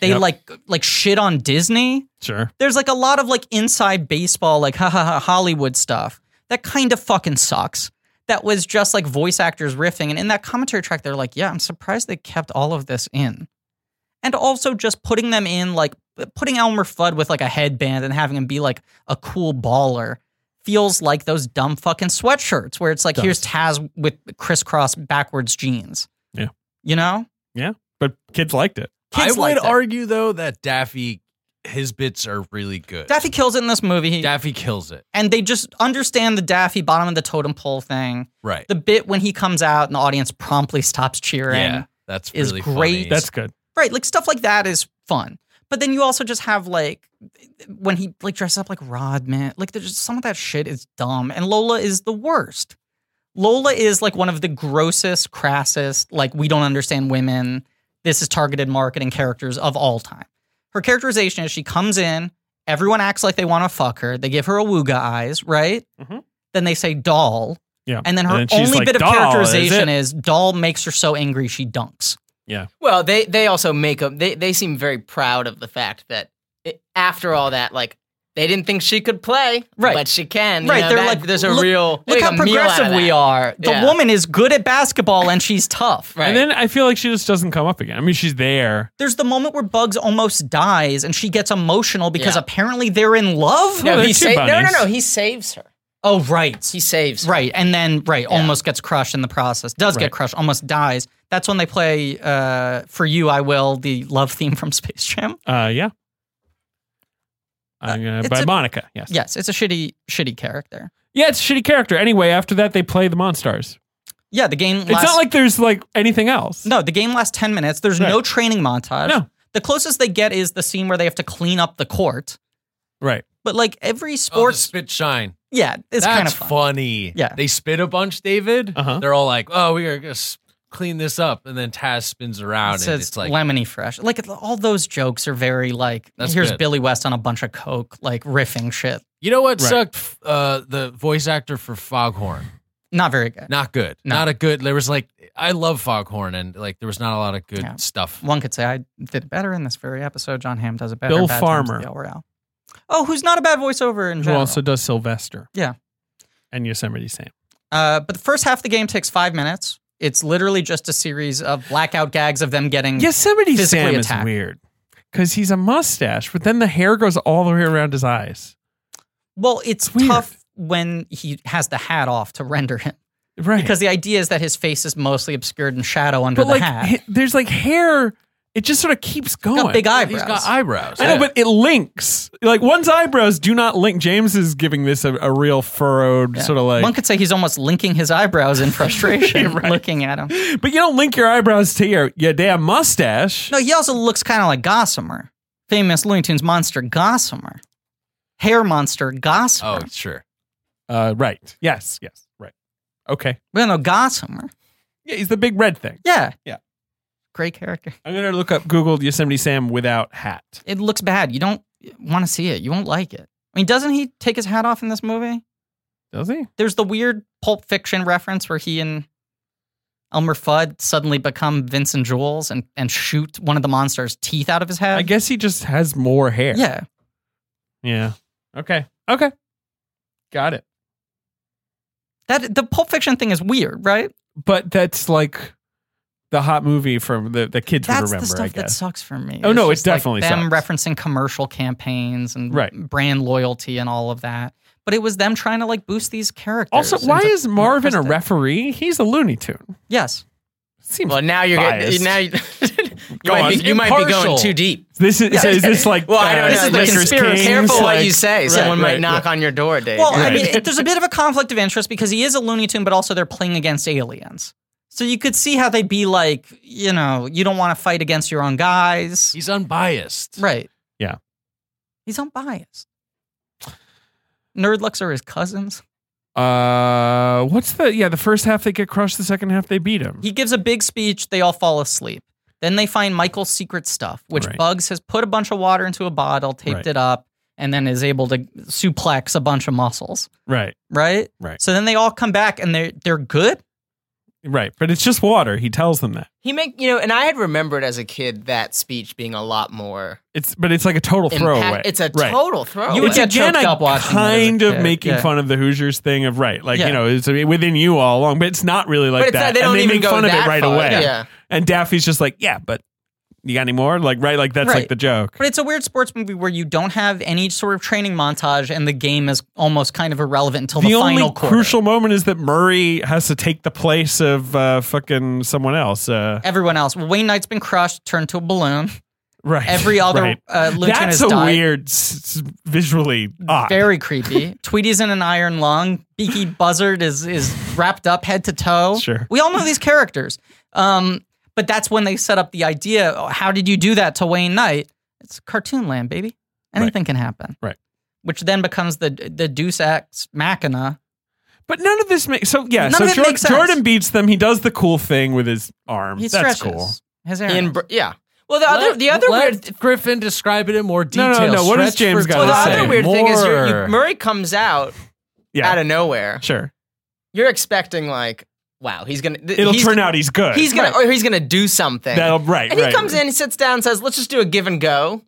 C: They
D: Yep.
C: like like shit on Disney.
D: Sure.
C: There's like a lot of like inside baseball, like ha ha ha Hollywood stuff. That kind of fucking sucks. That was just like voice actors riffing. And in that commentary track, they're like, yeah, I'm surprised they kept all of this in. And also just putting them in like putting Elmer Fudd with like a headband and having him be like a cool baller feels like those dumb fucking sweatshirts where it's like
D: Does.
C: here's Taz with crisscross backwards jeans.
D: Yeah.
C: You know?
D: Yeah. But kids liked it.
C: Kids
F: I
C: like
F: would
C: that.
F: argue though that Daffy, his bits are really good.
C: Daffy kills it in this movie.
F: Daffy kills it.
C: and they just understand the Daffy bottom of the totem pole thing.
F: Right.
C: The bit when he comes out and the audience promptly stops cheering.
F: yeah. That's
C: is
F: really
C: great.
F: Funny.
D: That's good.
C: Right, like stuff like that is fun. But then you also just have like when he like dresses up like Rodman, like there's just some of that shit is dumb. And Lola is the worst. Lola is like one of the grossest, crassest, like we don't understand women. This is targeted marketing characters of all time. Her characterization is she comes in, everyone acts like they want to fuck her. They give her a wooga eyes, right?
D: Mhm.
C: Then they say doll.
D: Yeah.
C: And then her
D: And she's
C: only
D: like,
C: bit of
D: "Doll, is
C: characterization
D: it?"
C: is doll makes her so angry she dunks.
E: Well, they they also make them. They they seem very proud of the fact that it, after all that, like They didn't think she could play,
C: Right.
E: But she can. you
C: Right,
E: know,
C: they're
E: that-
C: like,
E: there's a
C: look-
E: real
C: Look
E: like
C: how
E: a meal out of
C: progressive we
E: that.
C: are. The
E: Yeah.
C: woman is good at basketball and she's tough.
E: Right.
D: And then I feel like she just doesn't come up again. I mean, she's there.
C: There's the moment where Bugs almost dies and she gets emotional because
E: Yeah.
C: apparently they're in love.
D: Yeah.
E: no,
D: they're
E: he
D: two
E: sa- no, no,
D: bunnies.
E: no. He saves her.
C: Oh, right.
E: He saves. Her.
C: Right. And then, right, almost gets crushed in the process, does get
D: Right.
C: crushed, almost dies. That's when they play uh, For You, I Will, the love theme from Space Jam.
D: Uh, yeah. I'm gonna
C: it's
D: by
C: a-
D: Monica. Yes.
C: Yes, it's a shitty, shitty character.
D: Yeah, it's a shitty character. Anyway, after that, they play the Monstars.
C: Yeah, the game lasts.
D: It's not like there's like anything else.
C: No, the game lasts 10 minutes. There's no training montage.
D: No.
C: The closest they get is the scene where they have to clean up the court.
D: Right.
C: But like every
F: Oh, the
C: sports,
F: spit shine.
C: yeah, it's
F: That's
C: kind of fun.
F: funny.
C: Yeah.
F: They spit a bunch, David.
D: Uh-huh.
F: They're all like, oh, we are going to clean this up. And then Taz spins
C: It
F: around and
C: says
F: it's like,
C: lemony fresh. Like it's- all those jokes are very like
F: That's
C: here's
F: good.
C: Billy West on a bunch of coke, like riffing shit.
F: you know what
D: Right.
F: sucked? F- Uh, the voice actor for Foghorn.
C: Not very good.
F: Not good.
C: No.
F: Not a good. There was like, I love Foghorn and like there was not a lot of good
C: Yeah.
F: stuff.
C: One could say I did better in this very episode. John Hamm does it better.
D: Bill
C: Bad Times
D: Farmer.
C: at the El Royale. Oh, who's not a bad voiceover in
D: Who
C: general.
D: also does Sylvester.
C: Yeah.
D: And Yosemite Sam.
C: uh, but the first half of the game takes five minutes. It's literally just a series of blackout gags of them getting
D: Yosemite
C: physically
D: Sam
C: attacked.
D: is weird because he's a mustache, but then the hair goes all the way around his eyes.
C: Well, it's,
D: It's weird.
C: tough when he has the hat off to render him
D: Right.
C: because the idea is that his face is mostly obscured in shadow under
D: but
C: the
D: like,
C: hat.
D: h- there's like hair. It just sort of keeps
C: He's
D: going.
C: got big eyebrows.
F: He's got eyebrows.
D: I know, but it links. Like one's eyebrows do not link. James is giving this a, a real furrowed
C: Yeah.
D: sort of like.
C: one could say he's almost linking his eyebrows in frustration, looking at him.
D: but you don't link your eyebrows to your your damn mustache.
C: No, he also looks kind of like Gossamer, famous Looney Tunes monster Gossamer, hair monster Gossamer.
F: Oh, sure.
D: Uh, right. Yes. Yes. Right. Okay.
C: Well, no, Gossamer.
D: Yeah, he's the big red thing.
C: Yeah,
D: Yeah.
C: great character.
D: I'm gonna look up Google Yosemite Sam without hat.
C: It looks bad. You don't want to see it. You won't like it. I mean, doesn't he take his hat off in this movie?
D: Does he?
C: there's the weird Pulp Fiction reference where he and Elmer Fudd suddenly become Vincent Jules and, and shoot one of the monster's teeth out of his head.
D: I guess he just has more hair.
C: Yeah.
D: Yeah. Okay. Okay. Got it.
C: That the Pulp Fiction thing is weird, right?
D: But that's like the hot movie from the the kids
C: That's
D: would remember.
C: the
D: I
C: stuff that
D: guess.
C: sucks for me.
D: Oh, no, it
C: just, like,
D: definitely
C: them
D: sucks.
C: referencing commercial campaigns and
D: Right.
C: brand loyalty and all of that. But it was them trying to like boost these characters.
D: also,
C: and
D: why
C: to
D: is Marvin a
C: manifest it.
D: referee? He's a Looney Tune.
C: Yes,
D: Seems
E: Well, now you're
D: Biased.
E: getting, now you, you,
D: Go on.
E: might be, you might be
F: Impartial.
E: going too deep.
D: this is so is this like
E: Well, I
D: uh,
E: don't know.
C: This is the
D: Lister's
C: conspiracy.
D: Kings?
E: Careful what
D: Like-
E: you say. Someone
D: right,
E: might knock on your door, Dave.
C: Well, I
D: Right.
C: mean, it, there's a bit of a conflict of interest because he is a Looney Tune, but also they're playing against aliens. So you could see how they'd be like, you know, you don't want to fight against your own guys.
F: He's unbiased.
C: Right.
D: Yeah.
C: He's unbiased. Nerdlux are his cousins.
D: Uh, what's the yeah? The first half they get crushed. The second half they beat him.
C: He gives a big speech. They all fall asleep. Then they find Michael's secret stuff, which
D: Right.
C: Bugs has put a bunch of water into a bottle, taped
D: Right.
C: it up, and then is able to suplex a bunch of muscles.
D: right.
C: Right.
D: Right.
C: So then they all come back and they're they're good.
D: Right. But it's just water. He tells them that.
E: He make you know, and I had remembered as a kid that speech being a lot more
D: It's but it's like a total throwaway.
E: impact. It's a
D: Right.
E: total throw.
C: You would
D: Which
C: get
D: again,
C: choked
D: I
C: up watching that as a
D: kind of
C: kid.
D: making
C: Yeah.
D: fun of the Hoosiers thing of right, like
C: Yeah.
D: you know, it's I mean, within you all along, but it's not really like
E: But it's
D: that.
E: not- they don't
D: and they
E: even
D: make
E: go
D: fun of it
E: that
D: right
E: far.
D: away.
E: Yeah.
D: And Daffy's just like, yeah, but you got any more? Like right, like that's
C: Right.
D: like the joke.
C: But it's a weird sports movie where you don't have any sort of training montage, and the game is almost kind of irrelevant until the,
D: The
C: final
D: only
C: quarter.
D: crucial moment is that Murray has to take the place of uh, fucking someone else. Uh,
C: Everyone else, Wayne Knight's been crushed, turned to a balloon.
D: right.
C: Every other
D: Right.
C: uh, Looney Tune
D: That's
C: has
D: a
C: died.
D: weird, s- s- visually odd.
C: Very creepy. Tweety's in an iron lung. Beaky Buzzard is is wrapped up head to toe.
D: Sure.
C: we all know these characters. Um, but that's when they set up the idea. oh, How did you do that to Wayne Knight? It's cartoon land, baby. Anything can happen.
D: Right.
C: Which then becomes the the Deus Ex Machina.
D: But none of this makes so yeah.
C: None
D: so
C: of it
D: Jordan,
C: makes sense.
D: Jordan beats them. He does the cool thing with his arm.
C: He
D: That's
C: stretches
D: cool.
C: his hair.
E: in br- yeah. Well, the other the other
F: let
E: weird
F: Griffin describe it in more
D: No,
F: detail.
D: no, no, what does
F: Stretch
D: James
F: for
D: gotta
E: well, the
D: I
F: time.
D: say?
E: other weird thing is you're, you,
F: More.
E: Murray comes out
D: Yeah.
E: out of nowhere.
D: Sure.
E: You're expecting like wow, he's gonna. th-
D: It'll
E: he's-
D: turn out he's good.
E: He's gonna, or he's gonna do something.
D: That'll- right,
E: And he
D: right.
E: comes in, he sits down, says, "Let's just do a give and go."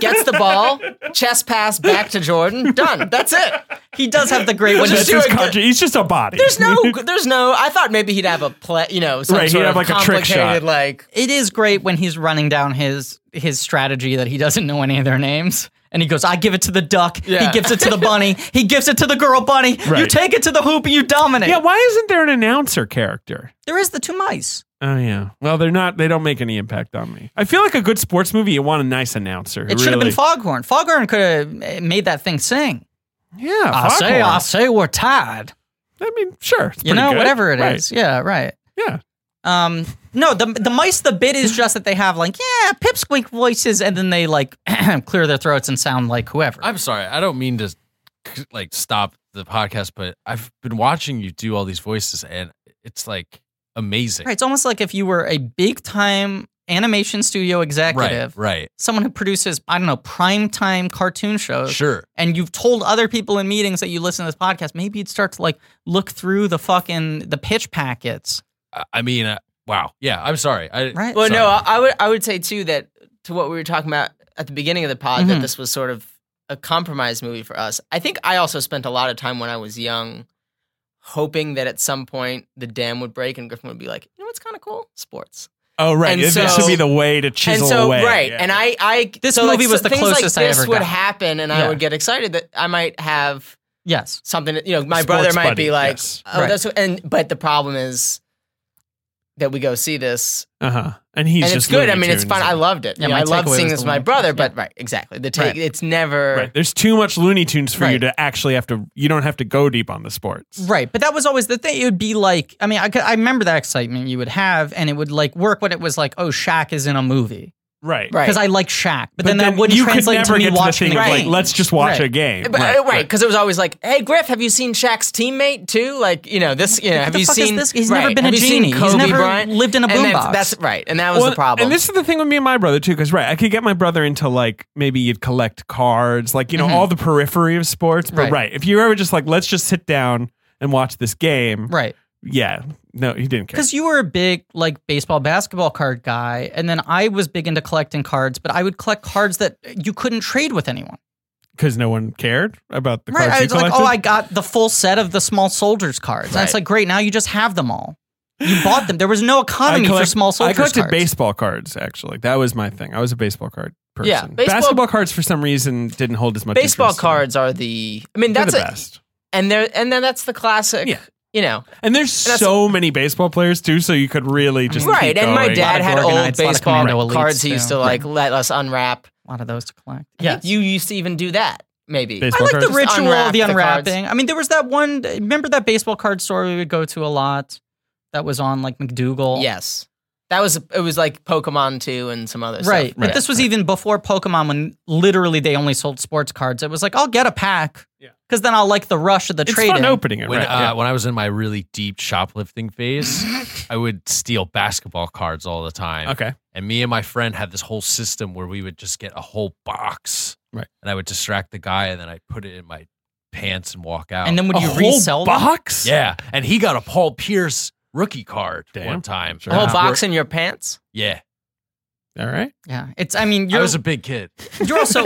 E: Gets the ball, chest pass back to Jordan. Done. That's it.
C: He does have the great one.
E: Just
D: That's
E: do
D: his
E: it.
D: country. He's just a body.
E: There's no, there's no. I thought maybe he'd have a play, you know, some
D: Right, he'd
E: sort of
D: have like a trick shot.
E: complicated, like
C: It is great when he's running down his his strategy that he doesn't know any of their names. And he goes, I give it to the duck.
E: Yeah.
C: He gives it to the bunny. he gives it to the girl bunny. You
D: Right.
C: take it to the hoop. You dominate.
D: yeah, why isn't there an announcer character?
C: There is the two mice.
D: Oh yeah. Well, they're not. They don't make any impact on me. I feel like a good sports movie. You want a nice announcer. who
C: It should have
D: really-
C: been Foghorn. Foghorn could have made that thing sing.
D: Yeah.
C: I Ah, say,
D: Foghorn.
C: I say, we're tied.
D: I mean, sure. it's
C: You
D: pretty
C: know,
D: good.
C: whatever it is.
D: Right.
C: Yeah, right.
D: Yeah.
C: Um, no, the the mice. The bit is just that they have like yeah, pipsqueak voices, and then they like clear their throats and sound like whoever.
F: I'm sorry. I don't mean to like stop the podcast, but I've been watching you do all these voices and it's like amazing.
C: Right, it's almost like if you were a big time animation studio
F: right.
C: executive,
F: right.
C: someone who produces I don't know primetime cartoon shows.
F: Sure.
C: And you've told other people in meetings that you listen to this podcast, maybe you'd start to like look through the fucking the pitch packets.
F: I- I mean, uh, wow. Yeah, I'm sorry. I,
C: Right.
E: Well, no, I,
F: Sorry.
E: I would I would say too that to what we were talking about at the beginning of the pod that
C: Mhm.
E: this was sort of a compromise movie for us. I think I also spent a lot of time when I was young hoping that at some point the dam would break and Griffin would be like, you know what's kind of cool, sports.
D: Oh right.
E: And
D: This
E: so-
D: would be the way to chisel
E: and so
D: away.
E: right,
D: Yeah.
E: and I I
C: This
E: so, like,
C: movie was
E: so
C: the
E: things
C: closest I
E: like this
C: ever
E: would
C: got.
E: happen, and I
C: Yeah.
E: would get excited that I might have
C: Yes.
E: something. that- You know, my
D: Sports
E: brother might
D: buddy,
E: be like,
D: yes.
E: oh,
C: Right.
E: that's what, and but the problem is. That we go see this
D: Uh huh. And he's
E: and it's
D: just
E: good. I
D: Looney
E: mean, it's
D: Tunes.
E: fun. I loved it.
C: Yeah,
E: You know,
C: my
E: I loved
C: takeaway
E: seeing
C: was
E: this
C: the
E: with my
C: Looney
E: brother,
C: Tunes,
E: but right, exactly. The take,
C: Right.
E: it's never.
D: Right. There's too much Looney Tunes for you
C: Right.
D: to actually have to. You don't have to go deep on the sports.
C: Right, but that was always the thing. It would be like, I mean, I, could- I remember that excitement you would have, and it would like work when it was like, oh, Shaq is in a movie
D: Right.
E: Right.
C: because I like Shaq, but, then, that wouldn't
D: you could
C: translate
D: never
C: to me
D: get
C: watching
D: to the thing of like,
C: game.
D: let's just watch
C: Right.
D: a game.
E: But, right, because it was always like, "Hey, Griff, have you seen Shaq's teammate too? Like, you know, this. You know,
C: What
E: have
C: the
E: you
C: fuck is
E: seen?
C: this? He's never
E: right,
C: been a
E: have you seen
C: genie. He's
E: Kobe
C: never
E: Bryant?
C: lived in a
E: And that's-
C: boombox.
E: That's right, and that was
D: Well,
E: the problem.
D: And this is the thing with me and my brother too, because right, I could get my brother into like maybe you'd collect cards, like you know all the periphery of sports. But right.
C: Mm-hmm. Right.
D: if you ever just like let's just sit down and watch this game,
C: right.
D: Yeah, no, he didn't care.
C: Because you were a big like baseball basketball card guy, and then I was big into collecting cards, but I would collect cards that you couldn't trade with anyone.
D: Because no one cared about the
C: Right?
D: cards
C: I
D: you
C: was like,
D: collected.
C: oh, I got the full set of the small soldiers cards. And it's
E: Right.
C: like great, now you just have them all. You bought them. There was no economy for small soldiers
D: I collected
C: cards.
D: baseball cards actually. That was my thing. I was a baseball card person.
E: Yeah, baseball-
D: basketball cards for some reason didn't hold as much.
E: Baseball
D: interest to me.
E: cards are the. I mean,
D: They're
E: that's
D: the
E: a-
D: best.
E: and there and then that's the classic.
D: Yeah.
E: You know,
D: And there's
E: that's-
D: so many baseball players too, so you could really just keep
E: right? And my
D: going.
E: dad
C: of
E: had old
C: organized, a lot of
E: baseball
C: commando elites,
E: cards. He used
C: too.
E: to like let us unwrap.
C: a lot of those to collect.
E: I think you used to even do that. Maybe
D: Baseball
C: I like
D: cards.
C: the
E: Just
C: ritual
E: unwrap
C: of the
E: the cards.
C: unwrapping. I mean, there was that one. Remember that baseball card store we would go to a lot? That was on like McDougal.
E: Yes. That was it was like Pokemon 2 and some other stuff.
C: Right. But this was even before Pokemon when literally they only sold sports cards. It was like, I'll get a pack.
D: Yeah.
C: Because then I'll like the rush of the
D: It's
C: trade.
D: fun opening it.
F: When,
D: right?
F: uh,
D: yeah.
F: when I was in my really deep shoplifting phase, I would steal basketball cards all the time.
D: Okay.
F: And me and my friend had this whole system where we would just get a whole box.
D: Right.
F: And I would distract the guy and then I'd put it in my pants and walk out.
C: And then would
D: a
C: you
D: whole
C: resell them?
D: box?
F: yeah. And he got a Paul Pierce rookie card
D: Damn.
F: one time.
D: Sure.
E: A whole
D: Yeah.
E: box in your pants?
F: Yeah.
D: All right.
C: Yeah. It's, I mean, you're,
F: I was a big kid.
C: you're also,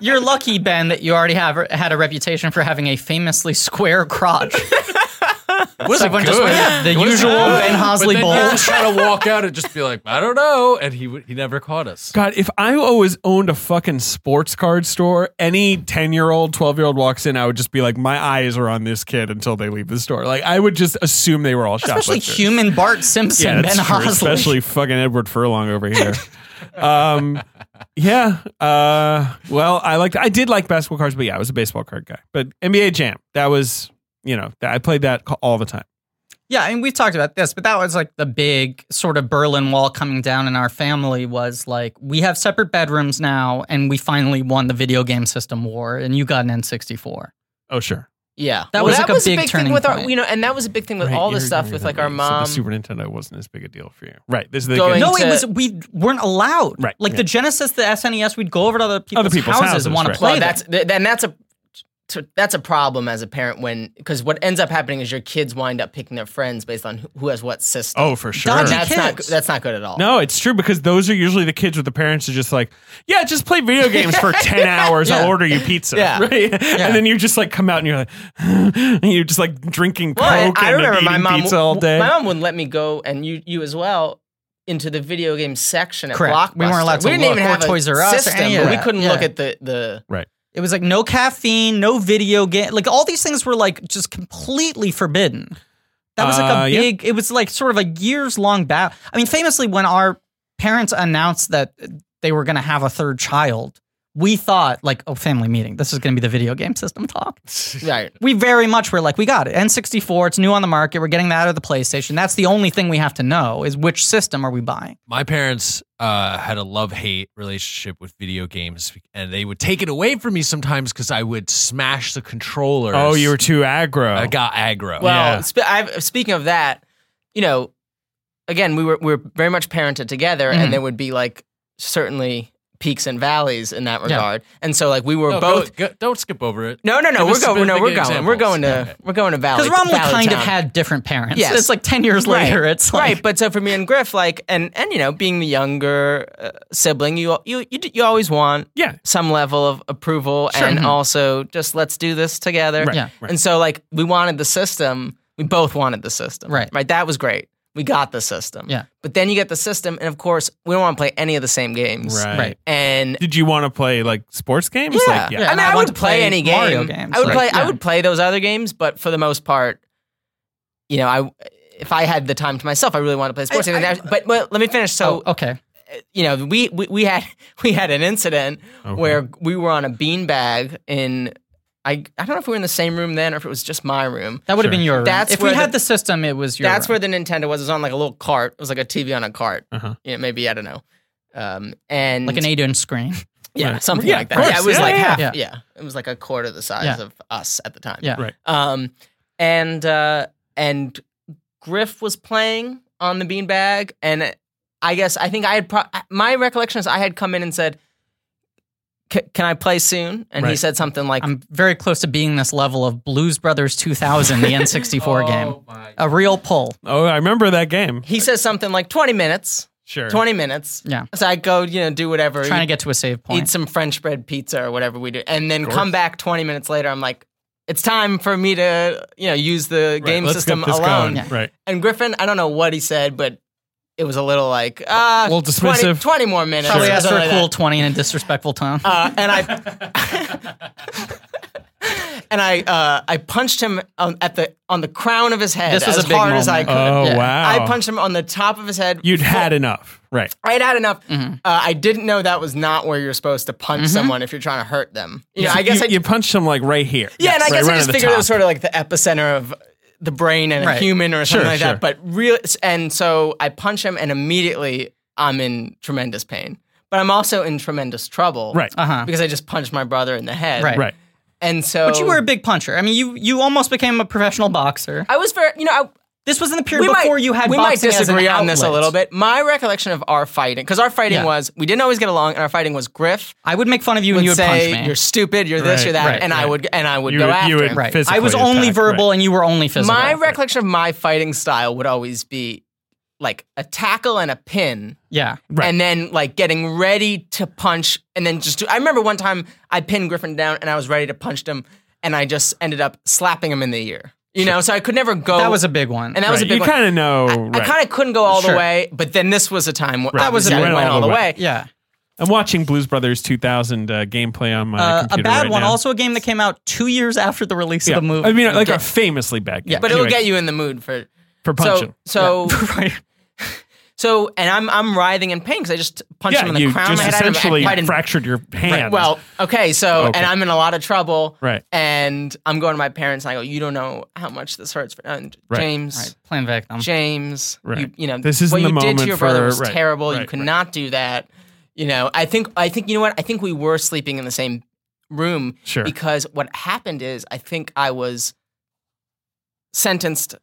C: you're lucky, Ben, that you already have had a reputation for having a famously square crotch.
F: Was it
C: Everyone
F: good?
C: just went, yeah, the
F: It wasn't
C: usual
F: good.
C: Ben Hosley
F: but then
C: bowl.
F: You would try to walk out and just be like, I don't know, and he would, he never caught us.
D: God, if I always owned a fucking sports card store, any 10 year old, 12 year old walks in, I would just be like, my eyes are on this kid until they leave the store. Like, I would just assume they were all
C: Especially
D: shoplifters.
C: human Bart Simpson,
D: yeah,
C: Ben
D: that's true.
C: Hosley.
D: Especially fucking Edward Furlong over here. um, yeah. Uh, well, I liked, I did like basketball cards, but yeah, I was a baseball card guy. But NBA Jam, that was, you know, that, I played that ca- all the time.
C: Yeah, and we've talked about this, but that was like the big sort of Berlin Wall coming down in our family was like we have separate bedrooms now, and we finally won the video game system war, and you got an N64.
D: Oh, sure.
E: Yeah.
C: That was, like, a big turning
E: thing with our
C: point.
E: you know, and that was a big thing with
D: Right,
E: all the
D: you're-
E: stuff
D: you're
E: with
D: that
E: like our
D: way.
E: mom.
D: So the Super Nintendo wasn't as big a deal for you. Right. This is the
E: Going-
D: No,
C: No, it
E: To-
C: was we weren't allowed.
D: Right,
C: like
D: yeah.
C: the Genesis, the SNES, E we'd go over to other people's,
D: people's
C: houses,
D: houses,
C: and want
D: right.
C: to play.
E: well, that's
C: That's
E: th- and that's a to, that's a problem as a parent when because what ends up happening is your kids wind up picking their friends based on who- who has what system.
D: Oh, for sure.
C: Dodgy-
E: that's not
C: kids.
E: that's not good at all.
D: No, it's true because those are usually the kids with the parents are just like, yeah, just play video games for 10 hours. I'll order you pizza.
E: Yeah.
D: Right? And then you just like come out and you're like, and you're just like drinking
E: Well, I-
D: Coke
E: I
D: and
E: remember
D: eating
E: my mom.
D: pizza all day.
E: My mom wouldn't let me go, and you you as well, into the video game section at
C: Correct.
E: Blockbuster.
C: We weren't allowed to
E: We didn't
C: look,
E: even
C: or
E: have a
C: Toys R Us or
E: system,
C: any of
E: but we
C: that.
E: couldn't
C: Yeah.
E: look at the the.
D: right.
C: It was like no caffeine, no video game. Like all these things were like just completely forbidden. That was like a
D: Uh, yeah.
C: big, it was like sort of a years long battle. I mean, famously, when our parents announced that they were going to have a third child, we thought, like, oh, family meeting. This is going to be the video game system talk.
E: Right.
C: We very much were like, we got it. N64, it's new on the market. We're getting that out of the PlayStation. That's the only thing we have to know is which system are we buying.
F: my parents uh, had a love hate relationship with video games, and they would take it away from me sometimes because I would smash the controller.
D: Oh, you were too aggro.
F: I got aggro.
E: Well,
D: Yeah.
E: sp- I've, speaking of that, you know, again, we were we were very much parented together,
C: Mhm.
E: and there would be like certainly peaks and valleys in that regard. And so, like, we were
F: No, go-
E: both.
F: go- don't skip over it.
E: no, no, no.
F: give
E: We're
F: us
E: going. No,
F: specific
E: we're going. We're
F: examples.
E: going to.
F: Okay.
E: We're going to Valley.
C: Because Romley
E: Valley
C: kind of
E: Town.
C: had different parents.
E: Yes.
C: It's like 10 years later. It's like,
E: right. But so for me and Griff, like, and and you know, being the younger uh, sibling, you you you d- you always want
D: yeah.
E: some level of approval, and also just let's do this together.
C: Yeah.
E: And so like we wanted the system. We both wanted the system.
C: Right.
E: Right. That was great. We got the system.
C: Yeah.
E: But then you get the system, and of course, we don't want to play any of the same games.
D: Right.
C: Right.
E: And
D: Did you want to play like sports games?
E: yeah.
D: Like,
E: I mean,
C: And
E: I,
C: I want
E: would
C: to
E: play,
C: play
E: any game.
C: Mario games,
E: I would
C: like,
E: play. I
C: yeah.
E: would play those other games, but for the most part, you know, I if I had the time to myself, I really want to play sports. games. And I- but, but let me finish. So
C: Oh, okay.
E: you know, we, we we had we had an incident
D: Okay.
E: where we were on a beanbag in. I, I don't know if we were in the same room then or if it was just my room.
C: That would have
D: Sure.
C: been your room.
E: That's
C: if we
E: where
C: had
E: the-
C: the system, it was your
E: That's
C: room.
E: where the Nintendo was. It was on like a little cart. It was like a TV on a cart.
D: Uh-huh.
E: Yeah, maybe I don't know. Um, and
C: like an eight inch screen.
E: yeah,
D: Right.
E: something
D: Yeah,
E: like
D: of
E: that. Yeah,
D: course.
E: it was
D: Yeah,
E: like
D: yeah,
E: half.
C: yeah.
E: Yeah. it was like a quarter the size
C: Yeah.
E: of us at the time.
C: Yeah.
D: Right.
E: Um, and uh, and Griff was playing on the beanbag, and I guess I think I had pro- my recollection is I had come in and said, "C- "Can I play soon?" And he
D: Right.
E: said something like,
C: I'm very close to being this level of Blues Brothers 2000, the N64
E: Oh
C: game. A real pull.
D: Oh, I remember that game.
E: "He says something like twenty minutes,
D: Sure.
E: twenty minutes."
C: Yeah.
E: So I go, you know, do whatever,
C: Trying to get to a save
E: eat
C: point.
E: some French bread pizza or whatever we do, and then come back twenty minutes later. I'm like. It's time for me to, you know, use the game
D: Let's
E: system
D: get this
E: alone.
D: going. Right.
E: And Griffin, I don't know what he said, but it was a little like, ah,
D: A little
E: 20
D: dismissive.
E: 20, more minutes.
C: Probably
E: or
C: asked for
E: something
C: a
E: like
C: cool 20 in a disrespectful tone.
E: that. Uh, and I. And I, uh, I punched him on, at the on the crown of his head
C: This was
E: as
C: a big
E: hard as I
C: moment.
E: could.
D: Oh,
C: Yeah.
D: wow.
E: I punched him on the top of his head.
D: You'd had enough. Right.
E: I'd had enough.
D: Mm-hmm.
E: Uh, I didn't know that was not where you're supposed to punch someone if you're trying to hurt them. You know, I guess
D: you,
E: I,
D: you punched him like right here.
E: Yeah, and I
D: Right
E: guess I
D: around
E: just
D: the
E: figured it was
D: top.
E: sort of like the epicenter of the brain and
C: Right.
E: a human or something
D: Sure,
E: like
D: sure.
E: that. But real, and so I punch him, and immediately I'm in tremendous pain. But I'm also in tremendous trouble,
D: Right.
C: Uh-huh.
E: Because I just punched my brother in the head,
C: Right.
D: Right.
E: And so,
C: But you were a big puncher. I mean, you you almost became a professional boxer.
E: I was very, you know, I,
C: This was in the
E: we
C: period before
E: might,
C: you had
E: we might
C: boxing as an
E: disagree on this a
C: outlet.
E: little bit. My recollection of our fighting, because our fighting
C: Yeah.
E: was we didn't always get along, and our fighting was Griff
C: I would make fun of you
E: would
C: and you would punch
E: say
C: me.
E: you're stupid, you're this,
D: Right,
E: you're that,
C: right,
E: and I
D: right.
E: would and I would
D: You
E: go
D: would- you
E: after
D: would
E: him.
C: right.
D: physically
C: I was only
D: attack,
C: verbal
D: right.
C: and you were only physical.
E: my recollection of my fighting style would always be like a tackle and a pin
C: Yeah.
D: Right.
E: and then like getting ready to punch and then just do, i remember one time i pinned griffin down and i was ready to punch him and i just ended up slapping him in the ear you know so i could never go
C: That was a big one.
E: and that was a
D: Right.
E: big
D: You
E: one.
D: kind of know.
E: i kind of couldn't go all the
C: Sure.
E: way but then this was a time where i
D: Right.
E: was
D: You
E: I went, all the way,
C: yeah.
D: I'm watching Blues Brothers 2000 uh, gameplay on my
C: Uh, a
D: computer
C: bad
D: right
C: one.
D: now.
C: Also, a game that came out two years after the release
D: Yeah.
C: of the movie.
D: I mean, like
E: Okay.
D: a famously bad game.
C: Yeah.
E: but
D: Anyway,
E: it'll get you in the mood for
D: for punching.
E: so so
C: right.
E: so and i'm i'm writhing in pain because i just punched him in
D: yeah,
E: the
D: you
E: crown of
D: just
E: my head. I had a- I
D: essentially
E: had a-
D: fractured your
E: Right,
D: hand.
E: Well, okay, so
D: Okay.
E: and I'm in a lot of trouble.
D: Right.
E: And I'm going to my parents and I go, you don't know how much this hurts for and
D: Right.
E: James.
C: Right. Plan victim.
E: James,
D: Right.
E: you, you know,
D: This isn't
E: what you
D: the
E: did to
D: moment
E: your brother
D: for-
E: was
D: right,
E: terrible. you
D: right,
E: could
D: right.
E: not do that. You know, I think I think you know what? I think we were sleeping in the same room
D: Sure.
E: because what happened is I think I was sentenced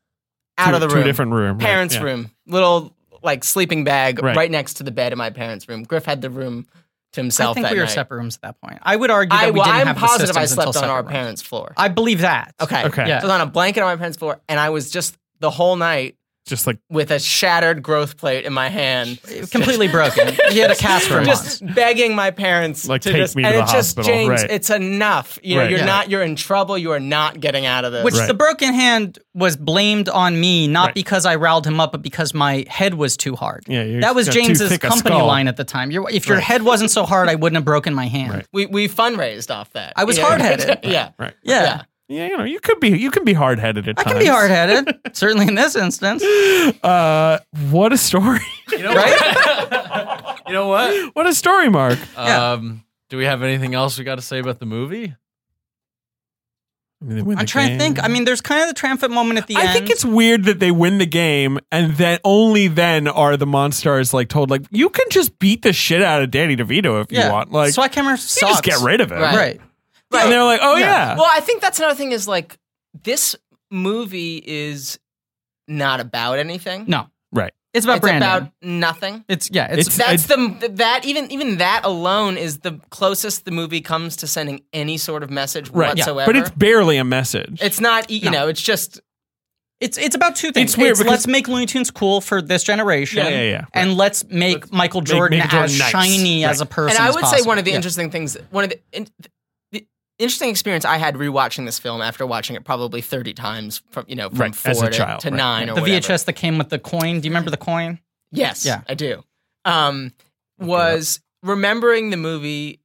E: out
D: Two-
E: of the
D: two
E: room.
D: different room. right,
E: parents'
D: yeah.
E: room. Little like sleeping bag
D: Right.
E: right. next to the bed in my parents' room. Griff had the room to himself.
C: I think
E: that
C: we were
E: night.
C: separate rooms at that point. I would argue that
E: I,
C: we
E: well,
C: didn't
E: I'm
C: have the
E: positive I
C: systems until
E: slept on
C: separate
E: our
C: rooms.
E: parents' floor.
C: I believe that.
E: okay.
D: Okay.
E: I was on a blanket on my parents' floor, and I was just the whole night
D: Just like
E: with a shattered growth plate in my hand,
C: completely broken. He had a cast for months.
E: just begging my parents
D: Like,
E: to
D: take
E: just,
D: me to
E: and
D: the
E: it's just
D: hospital,
E: James,
D: right.
E: it's enough. You know,
D: Right.
E: you're
D: Yeah.
E: not, you're in trouble. You are not getting out of this.
C: Which
D: Right.
C: the broken hand was blamed on me, not
D: Right.
C: because I riled him up, but because my head was too hard.
D: Yeah, you're
C: that was
D: just got too
C: James's
D: thick a
C: company
D: skull.
C: line at the time. Your, if your head wasn't so hard, I wouldn't have broken my hand.
D: Right.
E: we we fundraised off that.
C: I was
E: You know?
C: hard-headed.
E: yeah.
D: right.
C: Yeah.
E: Yeah.
D: Yeah, you know, you could be you can be hard headed at
C: I
D: times.
C: can be hard headed, certainly in this instance.
D: Uh, what a story!
C: Right?
F: You know what?
D: what a story, Mark.
C: Yeah.
F: Um, do we have anything else we got to say about the movie?
D: I mean, they win
C: I'm
D: the
C: trying to think.
D: game.
C: I mean, there's kind of the triumphant moment at the end.
D: I think it's weird that they win the game and then only then are the Monstars like told like you can just beat the shit out of Danny DeVito if you want. Like
C: SWAT camera
D: you
C: sucks.
D: just get rid of it.
E: Right.
C: Right.
D: And they're like, oh yeah.
C: Yeah.
E: Well, I think that's another thing is like this movie is not about anything.
C: No,
D: right.
C: it's about
E: it's
C: Brandon.
E: about nothing.
C: it's yeah. It's,
E: That's
D: It's-
E: the that even even that alone is the closest the movie comes to sending any sort of message
D: Right.
E: whatsoever.
D: But it's barely a message.
E: it's not e, you
C: No.
E: know it's just
C: it's it's about two things.
D: It's weird because-
C: let's make Looney Tunes cool for this generation.
D: Yeah, yeah, yeah.
C: And let's make Michael Jordan
D: Michael Jordan
C: as
D: nice.
C: shiny as a person.
E: and I
C: as
E: would say
C: possible.
E: one of the
C: Yeah.
E: interesting things one of the, in, the interesting experience I had rewatching this film after watching it probably thirty times from you know from
D: Right,
E: four
D: as a
E: to,
D: child,
E: to
D: right.
E: nine or
C: the
E: whatever.
C: VHS that came with the coin. Do you remember the coin?
E: Yes,
C: Yeah.
E: I do. Um, was remembering the movie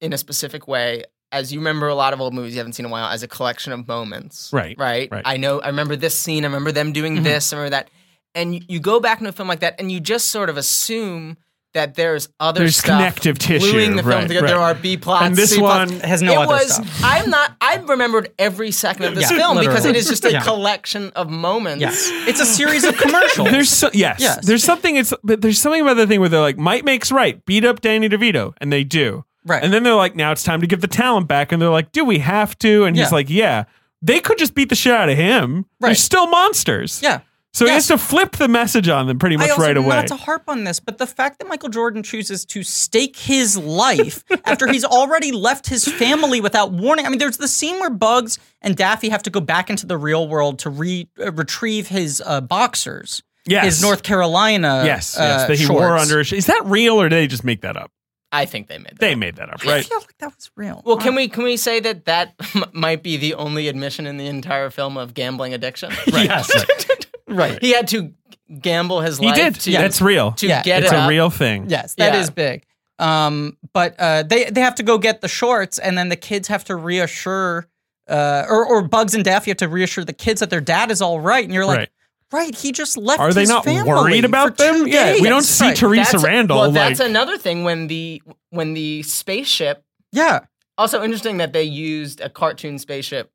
E: in a specific way, as you remember a lot of old movies you haven't seen in a while, as a collection of moments.
D: Right,
E: Right.
D: right.
E: I know. I remember this scene. I remember them doing this. I remember that. And you- you go back into a film like that, and you just sort of assume that there's other
D: There's
E: stuff
D: connective tissue,
E: gluing the film
D: right,
E: together. There are
D: right.
E: B plots.
D: And this
E: C plots.
D: one
C: has no
E: It
C: other
E: was.
C: stuff.
E: I'm not. I remembered every second of this
C: Yeah,
E: film because it
C: literally.
E: is just a
C: Yeah.
E: collection of moments.
C: Yes. it's a series of commercials.
D: There's so, yes.
C: Yes.
D: There's something it's but there's something about the thing where they're like, might makes right, beat up Danny DeVito, and they do.
C: Right.
D: And then they're like, now it's time to give the talent back, and they're like, do we have to? And
C: Yeah.
D: he's like, yeah. They could just beat the shit out of him. They're
C: Right.
D: still monsters.
C: yeah.
D: So he
C: Yes.
D: has to flip the message on them pretty much
C: I also,
D: right away.
C: Not to harp on this, but the fact that Michael Jordan chooses to stake his life after he's already left his family without warning. I mean, there's the scene where Bugs and Daffy have to go back into the real world to re- uh, retrieve his uh, boxers.
D: Yes.
C: His North Carolina.
D: yes,
C: uh,
D: yes. That he
C: shorts.
D: wore under. his- Is that real or did they just make that up?
E: I think they made that.
D: They made that up,
C: I
D: right?
C: feel like that was real.
E: Well, can we can we say that that m- might be the only admission in the entire film of gambling addiction? Right.
D: Yes, right.
C: Right.
E: He had to gamble his
D: he
E: life.
D: did.
E: To,
D: That's real.
E: to
C: Yeah.
E: get
D: it's
E: it
D: a
E: up.
D: real thing.
C: Yes, that
E: Yeah.
C: is big. Um, but uh, they they have to go get the shorts, and then the kids have to reassure, uh, or or Bugs and Daffy have to reassure the kids that their dad is all right. And you're like,
D: Right.
C: right, he just left.
D: Are they
C: his
D: not
C: family
D: worried about
C: for two
D: them? Yeah,
C: days."
D: we don't see
C: Right.
D: Teresa
E: That's-
D: Randall.
E: Well,
D: like,
E: that's another thing when the when the spaceship.
C: Yeah.
E: Also interesting that they used a cartoon spaceship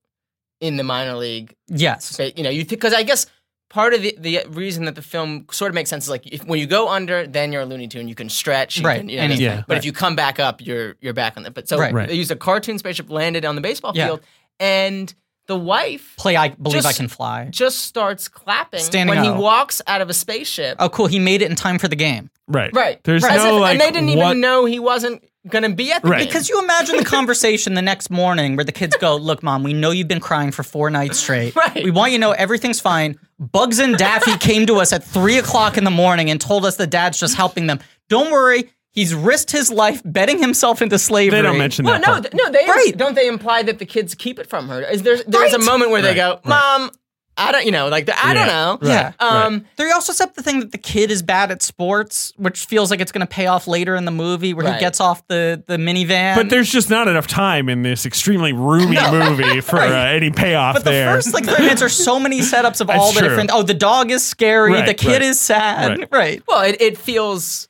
E: in the minor league.
C: Yes.
E: But, you know, you because I guess part of the, the reason that the film sort of makes sense is like if, when you go under, then you're a Looney Tune. You can stretch, you
C: Right,
E: can- you know,
C: anything.
D: Yeah,
E: But
D: right.
E: if you come back up, you're you're back on the. But so
C: Right.
D: Right.
E: they used a cartoon spaceship landed on the baseball
C: Yeah.
E: field, and the wife
C: Play. I believe I
E: Just-
C: can fly.
E: just starts clapping
C: Standing
E: when he
C: O.
E: walks out of a spaceship.
C: Oh, cool. He made it in time for the game.
D: right,
E: Right.
D: There's
E: As
D: no
E: if-
D: like
E: and they didn't
D: what-
E: even know he wasn't going to be at the
D: Right.
E: game.
C: Because you imagine the conversation the next morning where the kids go, Look, mom, we know you've been crying for four nights straight.
E: Right.
C: We want you to know everything's fine. Bugs and Daffy came to us at three o'clock in the morning and told us the dad's just helping them. Don't worry, he's risked his life betting himself into slavery.
D: They don't mention
E: well,
D: that.
E: no,
D: part.
E: th- no, they
C: Right.
E: don't. They imply that the kids keep it from her. Is there's there's
C: Right.
E: a moment where they go,
D: Right.
E: "Mom, I don't," you know, like the, I
D: Yeah.
E: don't know.
C: Yeah.
E: Um,
C: They also set up the thing that the kid is bad at sports, which feels like it's going to pay off later in the movie where he
E: Right.
C: gets off the, the minivan.
D: But there's just not enough time in this extremely roomy movie for uh, any payoff
C: But the
D: there.
C: first like three minutes are so many setups of all the
D: true.
C: different. Oh, the dog is scary.
D: Right,
C: the kid
D: right.
C: is sad.
D: Right.
C: right.
E: Well, it, it feels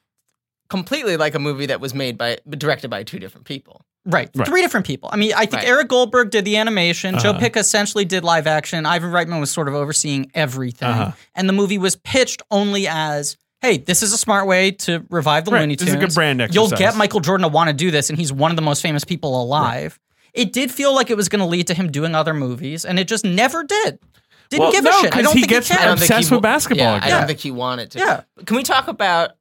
E: completely like a movie that was made by directed by two different people.
C: Right.
D: Right. Uh-huh.
C: Three different people. I mean, I think
E: Right.
C: Eric Goldberg did the animation. Joe Pick essentially did live action. Ivan Reitman was sort of overseeing everything.
D: Uh-huh.
C: And the movie was pitched only as hey, this is a smart way to revive the
D: Right.
C: Looney
D: This
C: Tunes.
D: is a good brand
C: You'll
D: exercise."
C: get Michael Jordan to want to do this, and he's one of the most famous people alive. It did feel like it was going to lead to him doing other movies, and it just never did. Didn't
D: Well,
C: give
D: no,
C: a shit. I
D: 'cause
C: don't
D: he
C: think
D: gets
C: he
E: I
C: can.
E: don't think
D: Obsessed
E: he
D: with basketball
E: Yeah, I
D: again.
E: don't think he wanted to.
C: Yeah.
E: Can we talk about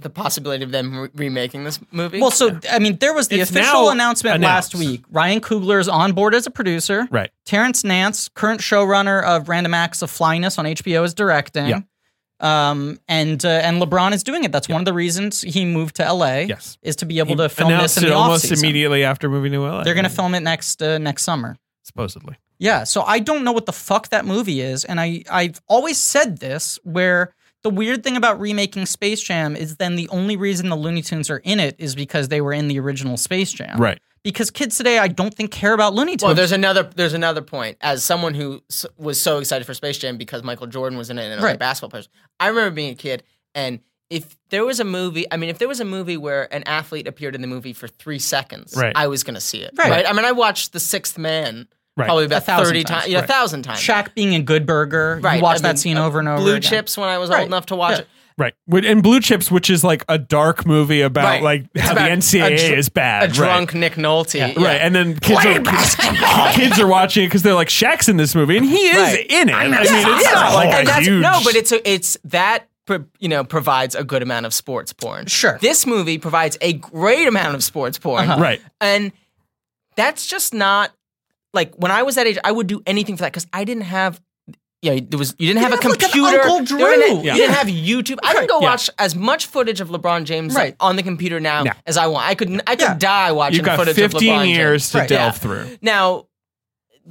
E: the possibility of them re- remaking this movie?
C: Well, so I mean, there was the
D: It's
C: official
D: now
C: announcement
D: announced.
C: last week. Ryan Coogler is on board as a producer.
D: Right.
C: Terrence Nance, current showrunner of Random Acts of Flyness on HBO, is directing.
D: Yeah.
C: Um, and uh, and LeBron is doing it. That's one of the reasons he moved to LA.
D: Yes.
C: Is to be able
D: He
C: to film
D: announced
C: this in
D: it
C: the off
D: almost
C: season.
D: immediately after moving to LA.
C: They're going to film it next uh, next summer.
D: supposedly.
C: Yeah, so I don't know what the fuck that movie is, and I I've always said this where the weird thing about remaking Space Jam is then the only reason the Looney Tunes are in it is because they were in the original Space Jam.
D: Right.
C: Because kids today I don't think care about Looney Tunes.
E: Well, there's another there's another point. As someone who s- was so excited for Space Jam because Michael Jordan was in it and another
C: Right.
E: basketball player, I remember being a kid and if there was a movie, I mean, if there was a movie where an athlete appeared in the movie for three seconds,
D: Right.
E: I was going to see it.
C: Right.
E: Right. I mean, I watched The Sixth Man
D: Right.
E: probably about
C: thousand
E: thirty
C: times.
E: times, yeah,
D: Right.
E: a thousand times.
C: Shaq being in Good Burger.
E: Right.
C: You watch
E: I
C: that
E: mean,
C: scene
E: uh,
C: over and over.
E: Blue
C: again.
E: Chips when I was
C: Right.
E: old enough to watch
C: Yeah.
E: it.
D: Right. Wh- And Blue Chips, which is like a dark movie about
E: Right.
D: like
E: It's
D: how
E: about
D: the
E: a
D: NCAA
E: dr-
D: is bad.
E: A drunk Nick Nolte.
D: Right. Right. And then kids are, kids, kids are watching it because they're like, Shaq's in this movie and he is
E: Right.
D: in it. I mean, it's
E: Yeah.
D: not like
E: And
D: a
E: that's-
D: huge.
E: No, but it's a, it's that pro- you know provides a good amount of sports porn.
C: Sure. Uh-huh.
E: This movie provides a great amount of sports porn.
D: Right.
E: And that's just not like when I was that age, I would do anything for that because I didn't have. Yeah, there was you didn't have a
C: didn't have, like, an
E: computer.
C: Uncle
E: there wasn't-
C: Drew. Yeah.
E: You didn't have YouTube. I can go
D: Yeah.
E: watch as much footage of LeBron James
C: Right.
E: on the computer now
D: Yeah.
E: as I want. I could I could
C: Yeah.
E: die watching
D: You've got
E: footage of LeBron
D: 15
E: James.
D: years to
C: Right.
D: delve
E: Yeah.
D: through.
E: Now,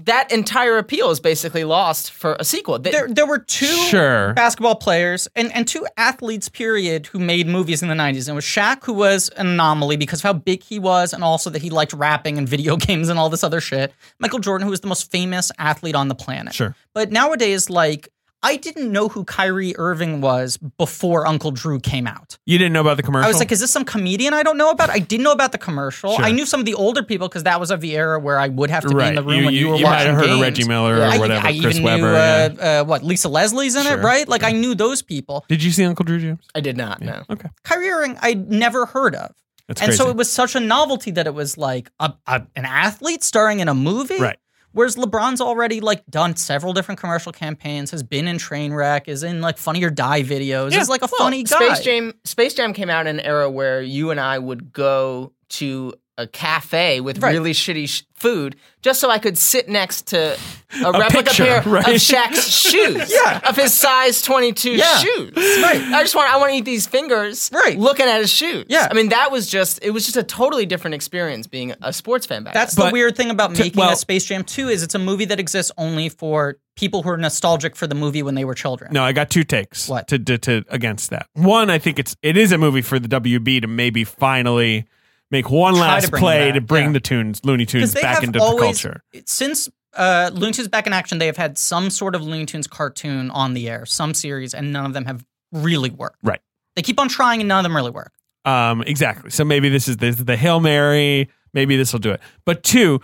E: that entire appeal is basically lost for a sequel. They-
C: There, there were two
D: Sure.
C: basketball players and, and two athletes, period, who made movies in the 90s. And it was Shaq, who was an anomaly because of how big he was and also that he liked rapping and video games and all this other shit. Michael Jordan, who was the most famous athlete on the planet.
D: Sure.
C: But nowadays, like, I didn't know who Kyrie Irving was before Uncle Drew came out.
D: You didn't know about the commercial?
C: I was like, is this some comedian I don't know about? I didn't know about the commercial.
D: Oh. Sure.
C: I knew some of the older people because that was of the era where I would have to be in the room
D: you,
C: when you,
D: you,
C: were
D: you might
C: watching
D: have heard
C: games.
D: of Reggie Miller or
C: I,
D: whatever,
C: I
D: Chris
C: even
D: Webber.
C: knew
D: yeah.
C: uh, uh, what Lisa Leslie's in
D: Sure.
C: it, right? Like I knew those people.
D: Did you see Uncle Drew James?
E: I did not know.
D: Okay.
C: Kyrie Irving, I'd never heard of,
D: That's
C: and
D: crazy.
C: so it was such a novelty that it was like a, a, an athlete starring in a movie,
D: Right.
C: Whereas LeBron's already like done several different commercial campaigns, has been in Trainwreck, is in like Funny or Die videos, is like a funny guy.
E: Space Jam. Space Jam came out in an era where you and I would go to a cafe with
C: Right.
E: really shitty sh- food just so I could sit next to a, replica
D: picture,
E: pair
D: right?
E: of Shaq's shoes, yeah. of his size twenty two
C: Yeah.
E: shoes. Right. I just want I want to eat these fingers,
C: Right.
E: Looking at his shoes.
C: Yeah.
E: I mean that was just it was just a totally different experience being a sports fan back.
C: That's
E: then.
C: the
D: But-
C: weird thing about making
D: well-
C: a Space Jam 2 is it's a movie that exists only for people who are nostalgic for the movie when they were children.
D: No, I got two takes
C: What?
D: To, to to against that. One, I think it's it is a movie for the WB to maybe finally make one
C: Try
D: last
C: to bring
D: play
C: back,
D: to bring
C: yeah.
D: the tunes Looney Tunes
C: they
D: back
C: have
D: into
C: always,
D: the culture.
C: Since uh, Looney Tunes Back in Action, they have had some sort of Looney Tunes cartoon on the air, some series, and none of them have really worked.
D: Right.
C: They keep on trying and none of them really work.
D: Um, exactly. So maybe this is the, the Hail Mary. Maybe this will do it. But two,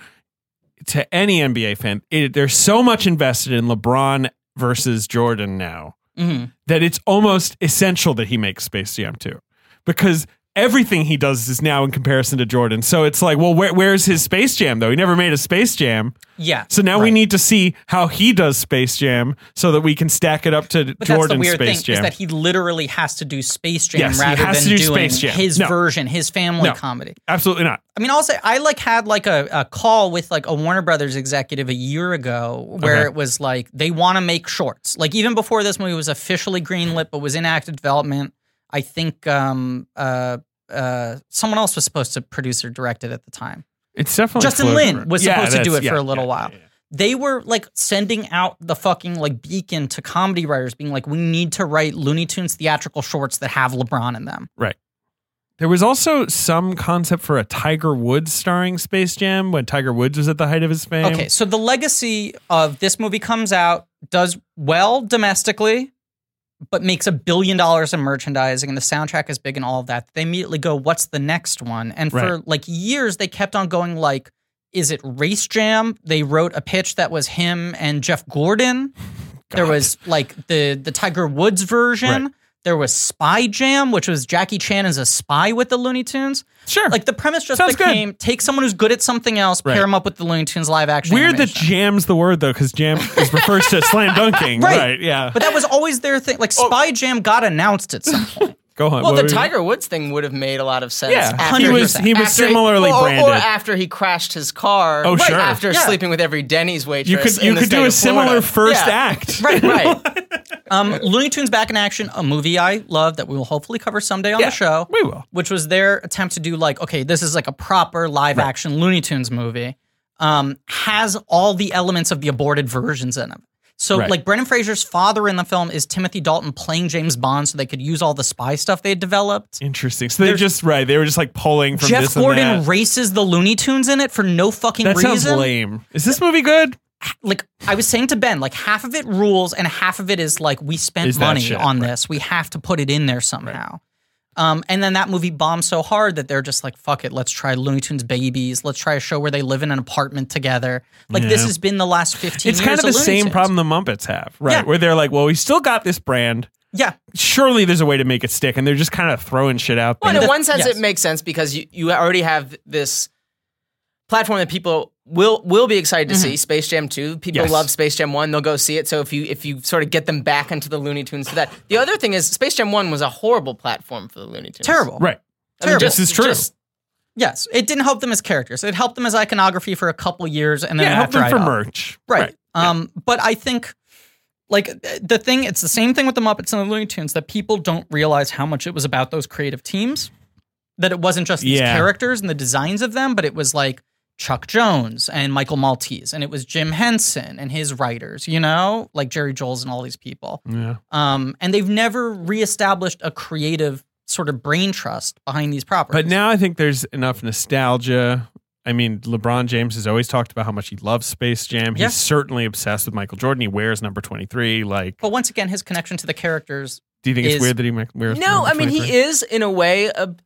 D: to any NBA fan, it, there's so much invested in LeBron versus Jordan now
C: Mm-hmm.
D: that it's almost essential that he makes Space Jam 2 because everything he does is now in comparison to Jordan. So it's like, well, where, where's his Space Jam though? He never made a Space Jam.
C: Yeah.
D: So now we
C: Right.
D: need to see how he does Space Jam so that we can stack it up to
C: But
D: Jordan's
C: that's the weird
D: Space
C: thing
D: Jam.
C: is that he literally has to do Space Jam
D: Yes, he
C: rather
D: has
C: than
D: to do
C: doing
D: Space Jam.
C: his
D: No.
C: version, his family
D: No.
C: comedy.
D: Absolutely not.
C: I mean, I'll say I like had like a, a call with like a Warner Brothers executive a year ago where
D: Okay.
C: it was like they want to make shorts. Like even before this movie was officially greenlit but was in active development, I think um uh uh someone else was supposed to produce or direct it at the time.
D: It's definitely
C: Justin
D: floating
C: Lin
D: around.
C: was
D: Oh, Yeah,
C: supposed to do it
D: that's-
C: for a
D: yeah,
C: little
D: yeah,
C: while.
D: yeah, yeah.
C: They were like sending out the fucking like beacon to comedy writers, being like, "We need to write Looney Tunes theatrical shorts that have LeBron in them."
D: Right. There was also some concept for a Tiger Woods starring Space Jam when Tiger Woods was at the height of his fame.
C: Okay, so the legacy of this movie comes out, does well domestically, but makes a billion dollars in merchandising, and the soundtrack is big and all of that. They immediately go, "What's the next one?" And for
D: Right.
C: like years, they kept on going, like, "Is it Race Jam?" They wrote a pitch that was him and Jeff Gordon. There was like the the Tiger Woods version.
D: Right.
C: There was Spy Jam, which was Jackie Chan as a spy with the Looney Tunes.
D: Sure.
C: Like the premise just
D: Sounds good.
C: became take someone who's good at something else,
D: Right.
C: pair them up with the Looney Tunes live action.
D: Weird that
C: animation.
D: jam's the word though, because jam is refers to slam dunking.
C: Right.
D: Yeah. Oh.
C: But that was always their thing. Like Spy Jam got announced at some point.
D: Go
E: Well,
D: on. What
E: the
D: were you-
E: Tiger Woods thing would have made a lot of sense.
D: Yeah,
E: after
D: he was- he was
E: after
D: similarly
E: or, Or
D: branded.
E: after he crashed his car.
D: Oh, sure.
E: After
D: Yeah.
E: sleeping with every Denny's waitress.
D: You could
E: in
D: you
E: the
D: could
E: state
D: do a
E: of
D: similar
E: Florida.
D: first
E: Yeah.
D: act.
E: Right, right.
C: Um, Looney Tunes Back in Action, a movie I love that we will hopefully cover someday on
D: Yeah,
C: the show.
D: we will.
C: Which was their attempt to do like, okay, this is like a proper live action Looney Tunes movie. Um, has all the elements of the aborted versions in it. So
D: Right.
C: like Brendan Fraser's father in the film is Timothy Dalton playing James Bond, so they could use all the spy stuff they had developed.
D: Interesting. So they just right. They were just like pulling from
C: Jeff
D: this and
C: Gordon
D: that.
C: races the Looney Tunes in it for no fucking
D: That sounds
C: reason.
D: lame. Is this movie good?
C: like I was saying to Ben, like half of it rules and half of it is like we spent
D: Is that
C: money
D: shit,
C: on this. We have to put it in there somehow. Um, and then that movie bombed so hard that they're just like, fuck it, let's try Looney Tunes Babies. Let's try a show where they live in an apartment together. Like this
D: Yeah.
C: has been the last fifteen.
D: It's
C: years
D: kind of the
C: Looney
D: same
C: Tunes.
D: problem the Muppets have, right?
C: Yeah.
D: Where they're like, well, we still got this brand.
C: Yeah,
D: Surely there's a way to make it stick, and they're just kind of throwing shit out there.
E: Well, in one sense,
C: yes.
E: it makes sense because you, you already have this platform that people will will be excited to see. Space Jam Two, people
D: Mm-hmm. Yes.
E: love Space Jam One; they'll go see it. So if you if you sort of get them back into the Looney Tunes for that, the other thing is Space Jam One was a horrible platform for the Looney Tunes.
C: terrible.
D: right.
E: I mean,
C: Terrible.
E: just-
D: This is true.
E: just-
C: Yes, it didn't help them as characters. It helped them as iconography for a couple years, and then
D: yeah,
C: it
D: help
C: helped
D: them for
C: right off.
D: merch.
C: Right. Um, but I think like th- the thing, it's the same thing with the Muppets and the Looney Tunes that people don't realize how much it was about those creative teams. That it wasn't just these
D: Yeah.
C: characters and the designs of them, but it was like Chuck Jones and Michael Maltese, and it was Jim Henson and his writers, you know, like Jerry Joles and all these people.
D: Yeah.
C: Um, and they've never reestablished a creative sort of brain trust behind these properties.
D: But now I think there's enough nostalgia. I mean, LeBron James has always talked about how much he loves Space Jam. He's
C: Yeah.
D: certainly obsessed with Michael Jordan. He wears number 23. Like,
C: but once again, his connection to the characters
D: do you think it's
C: is-
D: weird that he ma- wears
E: no,
D: number
E: I mean
D: 23?
E: he is in a way ob-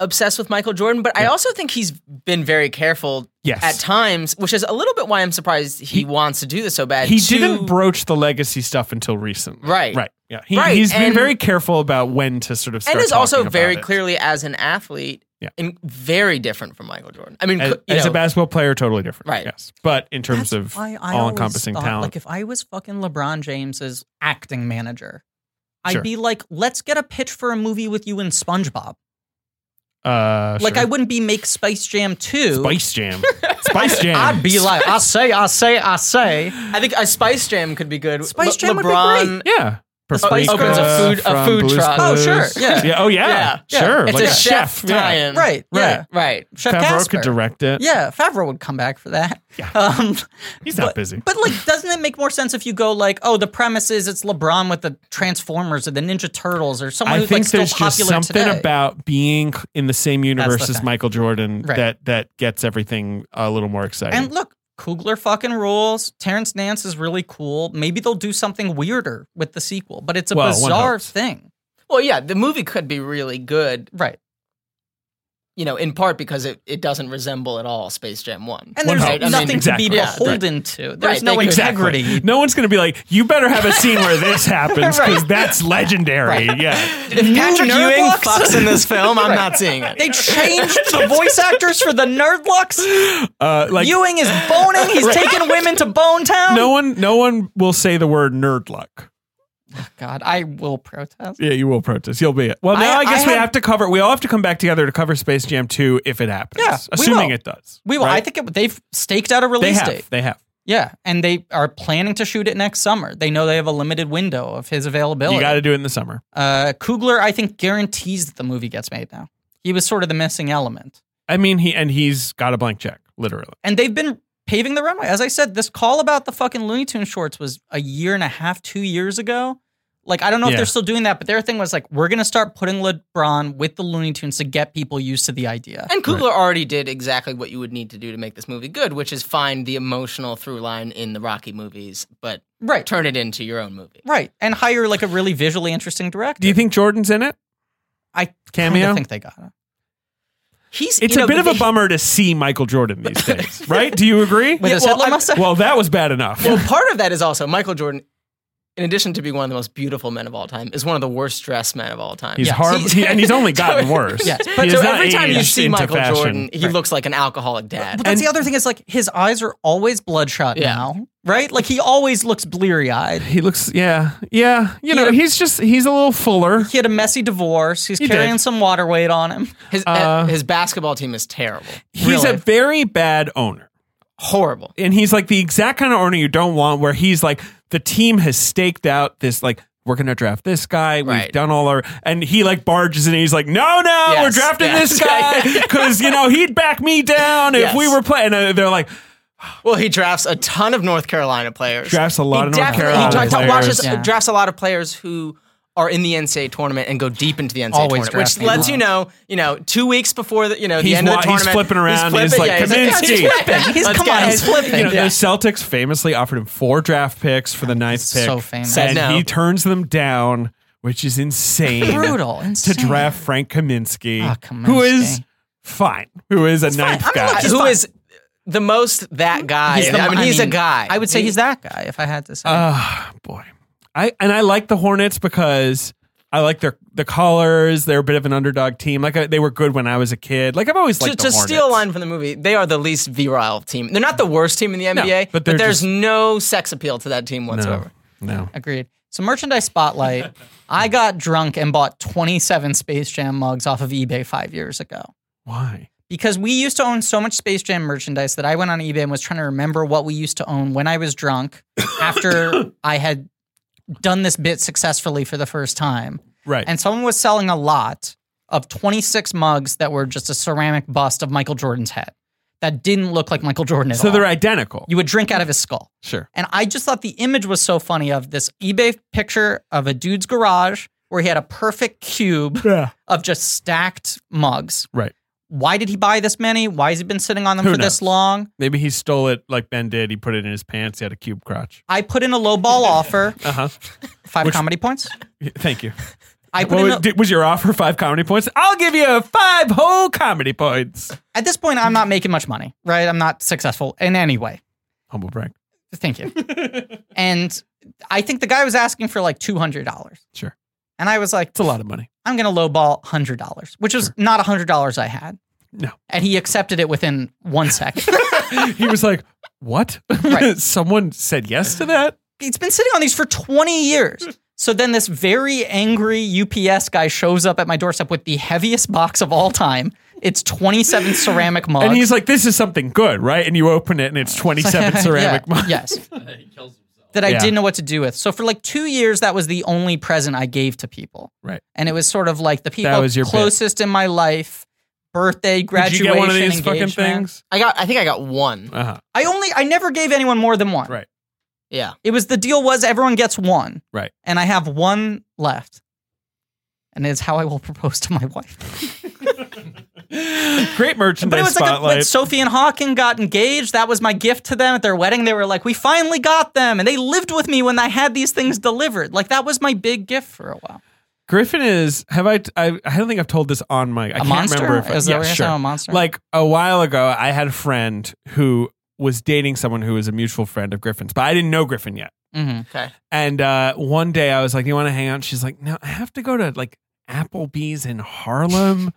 E: obsessed with Michael Jordan, but I also think he's been very careful
D: Yes.
E: at times, which is a little bit why I'm surprised he, wants to do this so bad.
D: He
E: to-
D: didn't broach the legacy stuff until recently.
E: Right.
D: Right. Yeah. He,
E: Right,
D: He's been
E: and-
D: very careful about when to sort of start
E: and is also
D: talking about
E: very
D: it.
E: clearly as an athlete
D: Yeah.
E: and very different from Michael Jordan. I mean,
D: As,
E: you
D: as
E: know,
D: a basketball player, totally different.
E: Right.
D: Yes. But in terms
C: That's
D: of
C: why I
D: all
C: always
D: encompassing
C: thought,
D: talent.
C: Like if I was fucking LeBron James's acting manager,
D: Sure.
C: I'd be like, let's get a pitch for a movie with you in SpongeBob.
D: uh,
C: Like
D: sure.
C: I wouldn't be make Space Jam 2.
D: Spice Jam. Spice Jam.
C: I'd be like, I say, I say, I say.
E: I think a Spice Jam could be good.
C: Spice Jam would be
E: LeBron,
D: Yeah.
E: Spice
D: Paprika
E: Girls. Opens a food- a
D: from
E: food
D: Blue's
E: truck.
C: Oh, sure.
D: Clues.
C: Yeah.
D: Oh, yeah.
E: Yeah.
D: Sure.
E: It's
D: like
E: a chef
D: yeah.
E: tie-in.
C: Right. Yeah.
D: Right.
E: Right.
C: Chef
D: Favreau
C: Casper.
D: could direct it.
C: Yeah, Favreau would come back for that. Yeah. Um,
D: He's
C: but,
D: not busy.
C: But like, doesn't it make more sense if you go like, oh, the premise is it's LeBron with the Transformers or the Ninja Turtles or someone
D: I
C: who's
D: think
C: like still
D: there's just
C: popular
D: something
C: today?
D: about being in the same universe
C: the
D: as
C: thing.
D: Michael Jordan
C: Right.
D: that that gets everything a little more exciting.
C: And look, Kugler fucking rules. Terrence Nance is really cool. Maybe they'll do something weirder with the sequel, but it's a
D: Well, one
C: bizarre
D: hopes.
C: thing.
E: Well, yeah, the movie could be really good,
C: Right.
E: you know, in part because it, it doesn't resemble at all Space Jam 1.
C: And
D: One
C: there's
D: hopes.
C: nothing
E: I mean,
D: exactly.
C: to be
D: Yeah, right.
C: beholden to. There's
E: Right,
C: no
E: they could-
C: integrity.
D: No one's going to be like, you better have a scene where this happens because that's legendary. Yeah.
E: If Patrick
C: Nerd
E: Ewing
C: looks?
E: fucks in this film, I'm not seeing it.
C: They changed the voice actors for the nerdlucks.
D: Uh, like
C: Ewing is boning. He's taking women to Bone Town.
D: no one, no one will say the word nerd luck.
C: God, I will protest.
D: Yeah, you will protest. You'll be it. Well, now I,
C: I-
D: guess
C: I
D: we
C: had-
D: have to cover. We all have to come back together to cover Space Jam Two if it happens.
C: Yeah, we
D: assuming
C: will.
D: it does.
C: We will.
D: right?
C: I think it, they've staked out a
D: they
C: release
D: have.
C: date.
D: They have.
C: Yeah, and they are planning to shoot it next summer. They know they have a limited window of his availability.
D: You got to do it in the summer.
C: Uh, Kugler, I think, guarantees that the movie gets made now. He was sort of the missing element.
D: I mean, he and he's got a blank check, literally.
C: And they've been paving the runway. As I said, this call about the fucking Looney Tunes shorts was a year and a half, two years ago. Like, I don't know
D: Yeah.
C: if they're still doing that, but their thing was like, we're going to start putting LeBron with the Looney Tunes to get people used to the idea.
E: And Kugler already did exactly what you would need to do to make this movie good, which is find the emotional through line in the Rocky movies, but
C: Right.
E: turn it into your own movie.
C: Right. And hire like a really visually interesting director.
D: Do you think Jordan's in it?
C: I
D: Cameo?
C: I think they got it.
E: He's
D: It's
E: you
D: a
E: know,
D: bit of a
E: the-
D: bummer to see Michael Jordan these days, right? Do you agree?
C: With his
E: well,
C: Hitler
E: I-
C: mustache?
D: well, that was bad enough.
E: Well, part of that is also Michael Jordan in addition to being one of the most beautiful men of all time, is one of the worst dressed men of all time.
D: He's horrible, and he's only gotten worse.
E: Yes,
D: He
E: but
D: has
E: so
D: not
E: every time you
D: aged
E: see
D: into
E: Michael
D: fashion.
E: Jordan, he looks like an alcoholic dad.
C: But that's the other thing is like his eyes are always bloodshot
E: Yeah.
C: now, right? Like he always looks bleary eyed.
D: He looks, yeah, yeah. You know,
C: had a-
D: he's just he's a little fuller.
C: He had a messy divorce. He's
D: He did.
C: carrying some water weight on him.
E: His
D: Uh,
E: his basketball team is terrible.
D: He's
E: Really.
D: a very bad owner.
E: horrible.
D: and he's like the exact kind of owner you don't want where he's like the team has staked out this like we're gonna draft this guy we've
E: Right.
D: done all our and he like barges in and he's like no no
E: Yes,
D: we're drafting
E: yes.
D: this guy because you know he'd back me down if
E: Yes.
D: we were playing and uh, they're like
E: Well, he drafts a ton of North Carolina players.
D: drafts a lot
E: he
D: of North
E: definitely-
D: Carolina
E: He dra-
D: players.
E: watches-
C: Yeah.
E: drafts a lot of players who are in the NCAA tournament and go deep into the NCAA
C: Always
E: tournament, which
C: drafting
E: lets
C: them.
E: you know, you know, two weeks before the you know the
D: He's
E: end of
D: wa-
E: the
D: he's
E: tournament,
D: flipping around, he's like,
E: yeah,
D: Kaminsky.
E: He's flipping.
C: He's-
E: Let's
C: come
E: go.
C: on, he's flipping.
D: you know,
E: Yeah.
D: the Celtics famously offered him four draft picks for the ninth pick.
C: so famous.
E: Said
D: And
E: no.
D: he turns them down, which is insane.
C: Brutal,
D: To
C: insane.
D: draft Frank Kaminsky,
C: Ah,
D: who is
C: Kaminsky.
D: fine, who is a ninth guy.
E: Uh, who is the most that guy?
C: He's the-
E: I mean,
C: I
E: he's
C: mean,
E: a guy. Uh.
C: I would say he's that guy if I had to say.
D: Ah, boy. I and I like the Hornets because I like their the colors. They're a bit of an underdog team. Like I, they were good when I was a kid. Like I've always
E: to,
D: liked the
E: to steal a
D: Hornets.
E: line from the movie, they are the least virile team. They're not the worst team in the NBA,
D: but they're
E: there's
D: just-
E: no sex appeal to that team whatsoever.
D: No,
C: Agreed. So merchandise spotlight. I got drunk and bought 27 Space Jam mugs off of eBay five years ago.
D: why?
C: Because we used to own so much Space Jam merchandise that I went on eBay and was trying to remember what we used to own when I was drunk after I had done this bit successfully for the first time.
D: Right.
C: And someone was selling a lot of 26 mugs that were just a ceramic bust of Michael Jordan's head that didn't look like Michael Jordan at
D: so
C: all.
D: they're identical.
C: you would drink out of his skull.
D: sure.
C: And I just thought the image was so funny of this eBay picture of a dude's garage where he had a perfect cube
D: Yeah.
C: of just stacked mugs.
D: Right.
C: Why did he buy this many? Why has he been sitting on them
D: Who
C: for this
D: knows?
C: long?
D: Maybe he stole it like Ben did. He put it in his pants. He had a cube crotch.
C: I put in a low ball offer,
D: Uh huh.
C: five comedy points.
D: Thank you.
C: I put
D: What
C: in
D: was,
C: a,
D: did- was your offer five comedy points? I'll give you five whole comedy points.
C: at this point I'm not making much money, right? I'm not successful in any way.
D: Humble brag.
C: Thank you. and I think the guy was asking for like two hundred dollars.
D: Sure.
C: And I was like,
D: It's a lot of money.
C: I'm going to lowball $100, which was not $100 I had.
D: No.
C: And he accepted it within one second.
D: He was like, "What?
C: Right.
D: Someone said yes to that."
C: He's been sitting on these for 20 years. So then this very angry UPS guy shows up at my doorstep with the heaviest box of all time. It's 27 ceramic mugs.
D: And he's like, "This is something good, right?" And you open it, and it's twenty-seven ceramic
C: Yeah,
D: mugs.
C: Yes. That I
D: Yeah.
C: didn't know what to do with. So for like two years, that was the only present I gave to people.
D: Right.
C: And it was sort of like the people
D: was your bit.
C: closest in my life, birthday,
D: Did
C: graduation,
D: you get one of these fucking
C: engagement.
D: things?
E: I got. I think I got one.
D: Uh huh.
C: I only I never gave anyone more than one.
D: Right.
E: Yeah.
C: It was the deal was everyone gets one.
D: Right.
C: And I have one left. And it's how I will propose to my wife.
D: Great merchandise
C: But it was like a,
D: spotlight.
C: when Sophie and Hawking got engaged, that was my gift to them at their wedding. They were like, "We finally got them," and they lived with me when I had these things delivered. Like that was my big gift for a while.
D: Griffin is. Have I, I? I don't think I've told this on mic.
C: A
D: I can't
C: monster?
D: remember if I,
C: Is that
D: yeah,
C: what you're
D: sure.
C: saying, a monster?
D: Like a while ago, I had a friend who was dating someone who was a mutual friend of Griffin's, but I didn't know Griffin yet.
C: Mm-hmm.
E: Okay.
D: And uh, one day I was like, "Do you want to hang out?" And she's like, "No, I have to go to like Applebee's in Harlem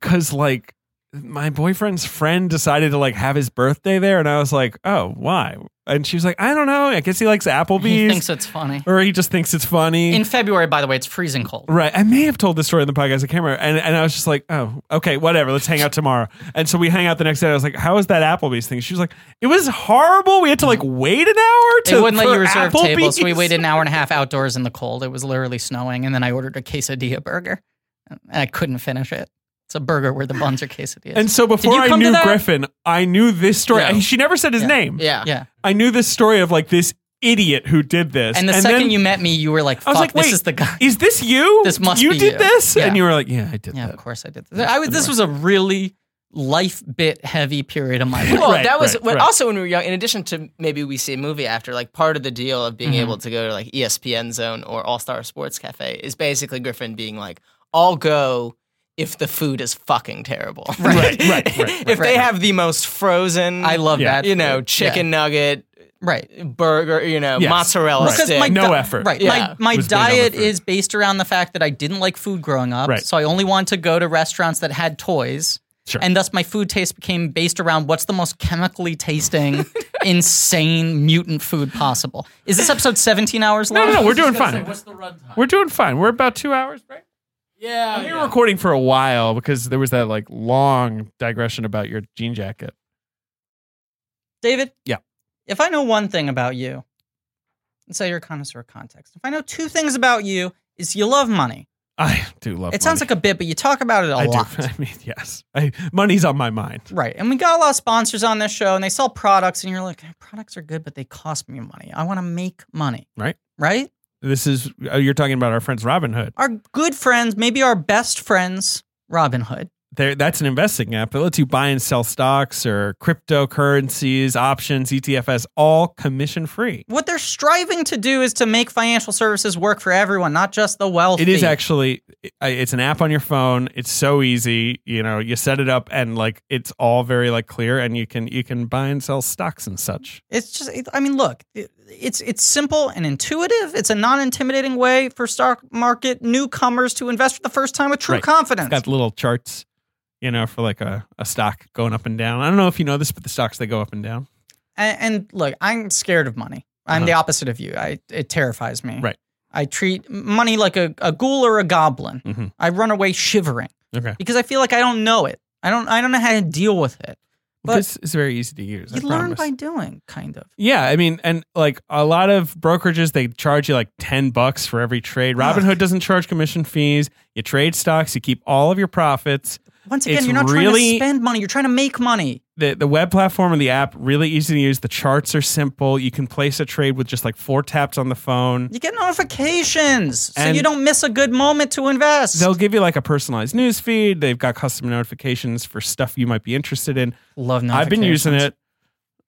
D: because like my boyfriend's friend decided to like have his birthday there." And I was like, "Oh, why?" And she was like, "I don't know. I guess he likes
C: He
D: Applebee's,
C: thinks it's funny.
D: or he just thinks it's funny."
C: In February, by the way, it's freezing cold.
D: Right. I may have told this story in the podcast. I can't remember. And, and I was just like, oh, okay, whatever. Let's hang out tomorrow. And so we hang out the next day. I was like, how was that Applebee's thing? She was like, it was horrible. We had to like wait an hour to
C: They wouldn't let
D: for
C: you reserve
D: Applebee's.
C: tables. So we waited an hour and a half outdoors in the cold. It was literally snowing, and then I ordered a quesadilla burger, and I couldn't finish it. It's a burger where the buns are quesadillas.
D: And so before
C: you
D: I
C: come to
D: knew
C: that?
D: Griffin, I knew this story.
E: No.
D: She never said his name.
E: Yeah.
C: yeah.
D: I knew this story of like this idiot who did this.
C: And the second
D: then
C: you met me, you were like,
D: I
C: "Fuck,
D: was like,
C: this
D: wait,
C: is the guy."
D: Is this you?
C: This must
D: you
C: be
D: did
C: you.
D: this?
C: Yeah.
D: And you were like, yeah, I did
C: Yeah,
D: that.
C: of course I did. This. I was. This was a really life bit heavy period of my life.
E: Well,
D: Right,
E: that was
D: right,
E: when,
D: right.
E: also when we were young. In addition to maybe we see a movie after, like part of the deal of being
D: Mm-hmm.
E: able to go to like E ESPN Zone or All Star Sports Cafe is basically Griffin being like, "I'll go if the food is fucking terrible." Right,
D: right, right,
E: if they have the most frozen,
C: I love
D: Yeah.
C: that.
E: you know chicken nugget
C: Right.
E: burger, you know,
D: Yes.
E: mozzarella
D: Right.
C: Because
E: stick.
C: my
D: No
C: di-
D: effort.
C: Right.
E: Yeah.
C: My, my
D: Was made on the
C: diet
D: food.
C: is based around the fact that I didn't like food growing up.
D: Right.
C: So I only wanted to go to restaurants that had toys.
D: Sure.
C: And thus my food taste became based around what's the most chemically tasting, insane mutant food possible. Is this episode 17 hours long?
D: No, no, no. We're doing fine.
F: What's the runtime?
D: We're doing fine. We're about two hours, right?
F: Yeah,
D: We were recording for a while because there was that like long digression about your jean jacket.
C: David?
D: Yeah.
C: If I know one thing about you, let's say you're a connoisseur of context. If I know two things about you, is you love money.
D: I do love.
C: It sounds like a bit, but you talk about it a
D: I
C: lot.
D: do. I mean, yes. I, money's on my mind.
C: Right. And we got a lot of sponsors on this show and they sell products and you're like, products are good, but they cost me money. I want to make money.
D: Right.
C: Right?
D: This is uh, you're talking about our friends Robin Hood.
C: Our good friends, maybe our best friends, Robin Hood.
D: They're, that's an investing app that lets you buy and sell stocks or cryptocurrencies, options, E ETFs, all commission free.
C: What they're striving to do is to make financial services work for everyone, not just the wealthy.
D: It is actually I- it's an app on your phone. It's so easy. You know, you set it up and like it's all very like clear, and you can you can buy and sell stocks and such.
C: It's just, it, I mean, look, it, it's it's simple and intuitive. It's a non-intimidating way for stock market newcomers to invest for the first time with true
D: Right.
C: confidence.
D: got little charts, you know, for like a, a stock going up and down. I don't know if you know this, but the stocks they go up and down.
C: and, and look, I'm scared of money. I'm the opposite of you. I it terrifies me.
D: Uh-huh. Right.
C: I treat money like a, a ghoul or a goblin.
D: Mhm.
C: I run away shivering
D: Okay.
C: because I feel like I don't know it. I don't I don't know how to deal with it. But-
D: this is very easy to use. I
C: you learn
D: promise.
C: by doing, kind of.
D: yeah, I mean, and like a lot of brokerages, they charge you like ten bucks for every trade. Robinhood doesn't charge commission fees. You trade stocks, you keep all of your profits.
C: Once again,
D: It's
C: you're not
D: really-
C: trying to spend money, you're trying to make money.
D: the the web platform and the app really easy to use. The charts are simple. You can place a trade with just like four taps on the phone.
C: You get notifications so
D: And-
C: you don't miss a good moment to invest.
D: They'll give you like a personalized news feed. They've got custom notifications for stuff you might be interested in.
C: Love notifications.
D: I've been using it.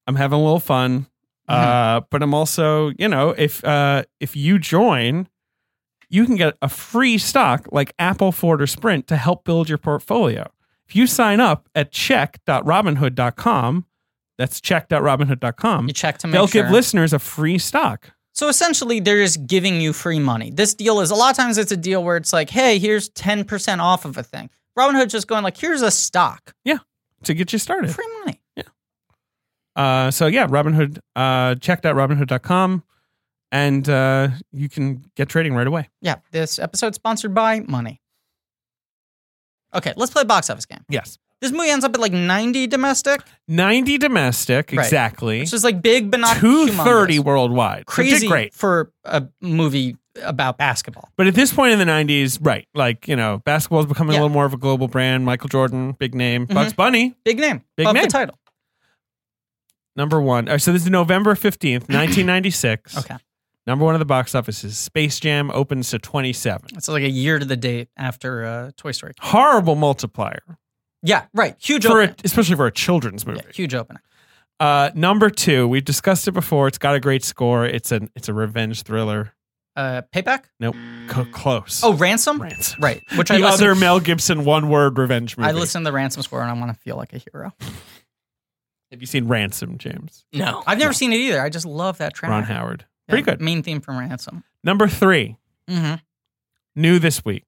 D: I'm having a little fun.
C: Mm-hmm.
D: Uh, but I'm also, you know, if uh, if you join, you can get a free stock like Apple, Ford, or Sprint to help build your portfolio. If you sign up at check.robinhood.com, that's check.robinhood.com.
C: You check to make
D: They'll
C: sure.
D: give listeners a free stock.
C: So essentially, they're just giving you free money. This deal is a lot of times it's a deal where it's like, hey, here's 10% off of a thing. Robinhood's just going like, here's a stock,
D: To get you started.
C: free money.
D: Uh, so yeah, Robinhood, uh, check.robinhood.com, and uh, you can get trading right away.
C: Yeah, this episode's sponsored by money. Okay, let's play a box office game.
D: Yes.
C: This movie ends up at like 90 domestic,
D: 90 domestic,
C: Right.
D: exactly.
C: which is like big but not
D: Two thirty
C: humongous.
D: worldwide. So it did
C: Crazy
D: great.
C: for a movie about basketball.
D: But at this point in the nineties, right? Like you know, basketball's becoming
C: Yeah. Mm-hmm.
D: a little more of a global brand. Michael Jordan, big name. Bugs Bunny,
C: Big name.
D: Big
C: Love the
D: name.
C: title.
D: number one. Uh, so this is November fifteenth, nineteen ninety six.
C: Okay.
D: Number one of the box office is Space Jam opens to twenty seven.
C: It's like a year to the date after uh, Toy Story.
D: Horrible multiplier
C: Yeah, right. Huge
D: for
C: opening.
D: a, especially for a children's movie.
C: Yeah, huge opening.
D: Uh, number two, we've discussed it before. It's got a great score. It's an it's a revenge thriller.
C: Uh, payback?
D: Nope, C- close.
C: Oh, Ransom?
D: Ransom.
C: Right. Which
D: the
C: I listen,
D: other Mel Gibson one word revenge movie.
C: I listen to the Ransom score and I want to feel like a hero.
D: Have you seen Ransom, James?
E: no.
C: I've never seen it either. I just love that track.
D: Ron Howard.
C: Yeah,
D: Pretty good.
C: Main theme from Ransom.
D: Number three,
C: Mm-hmm.
D: new this week.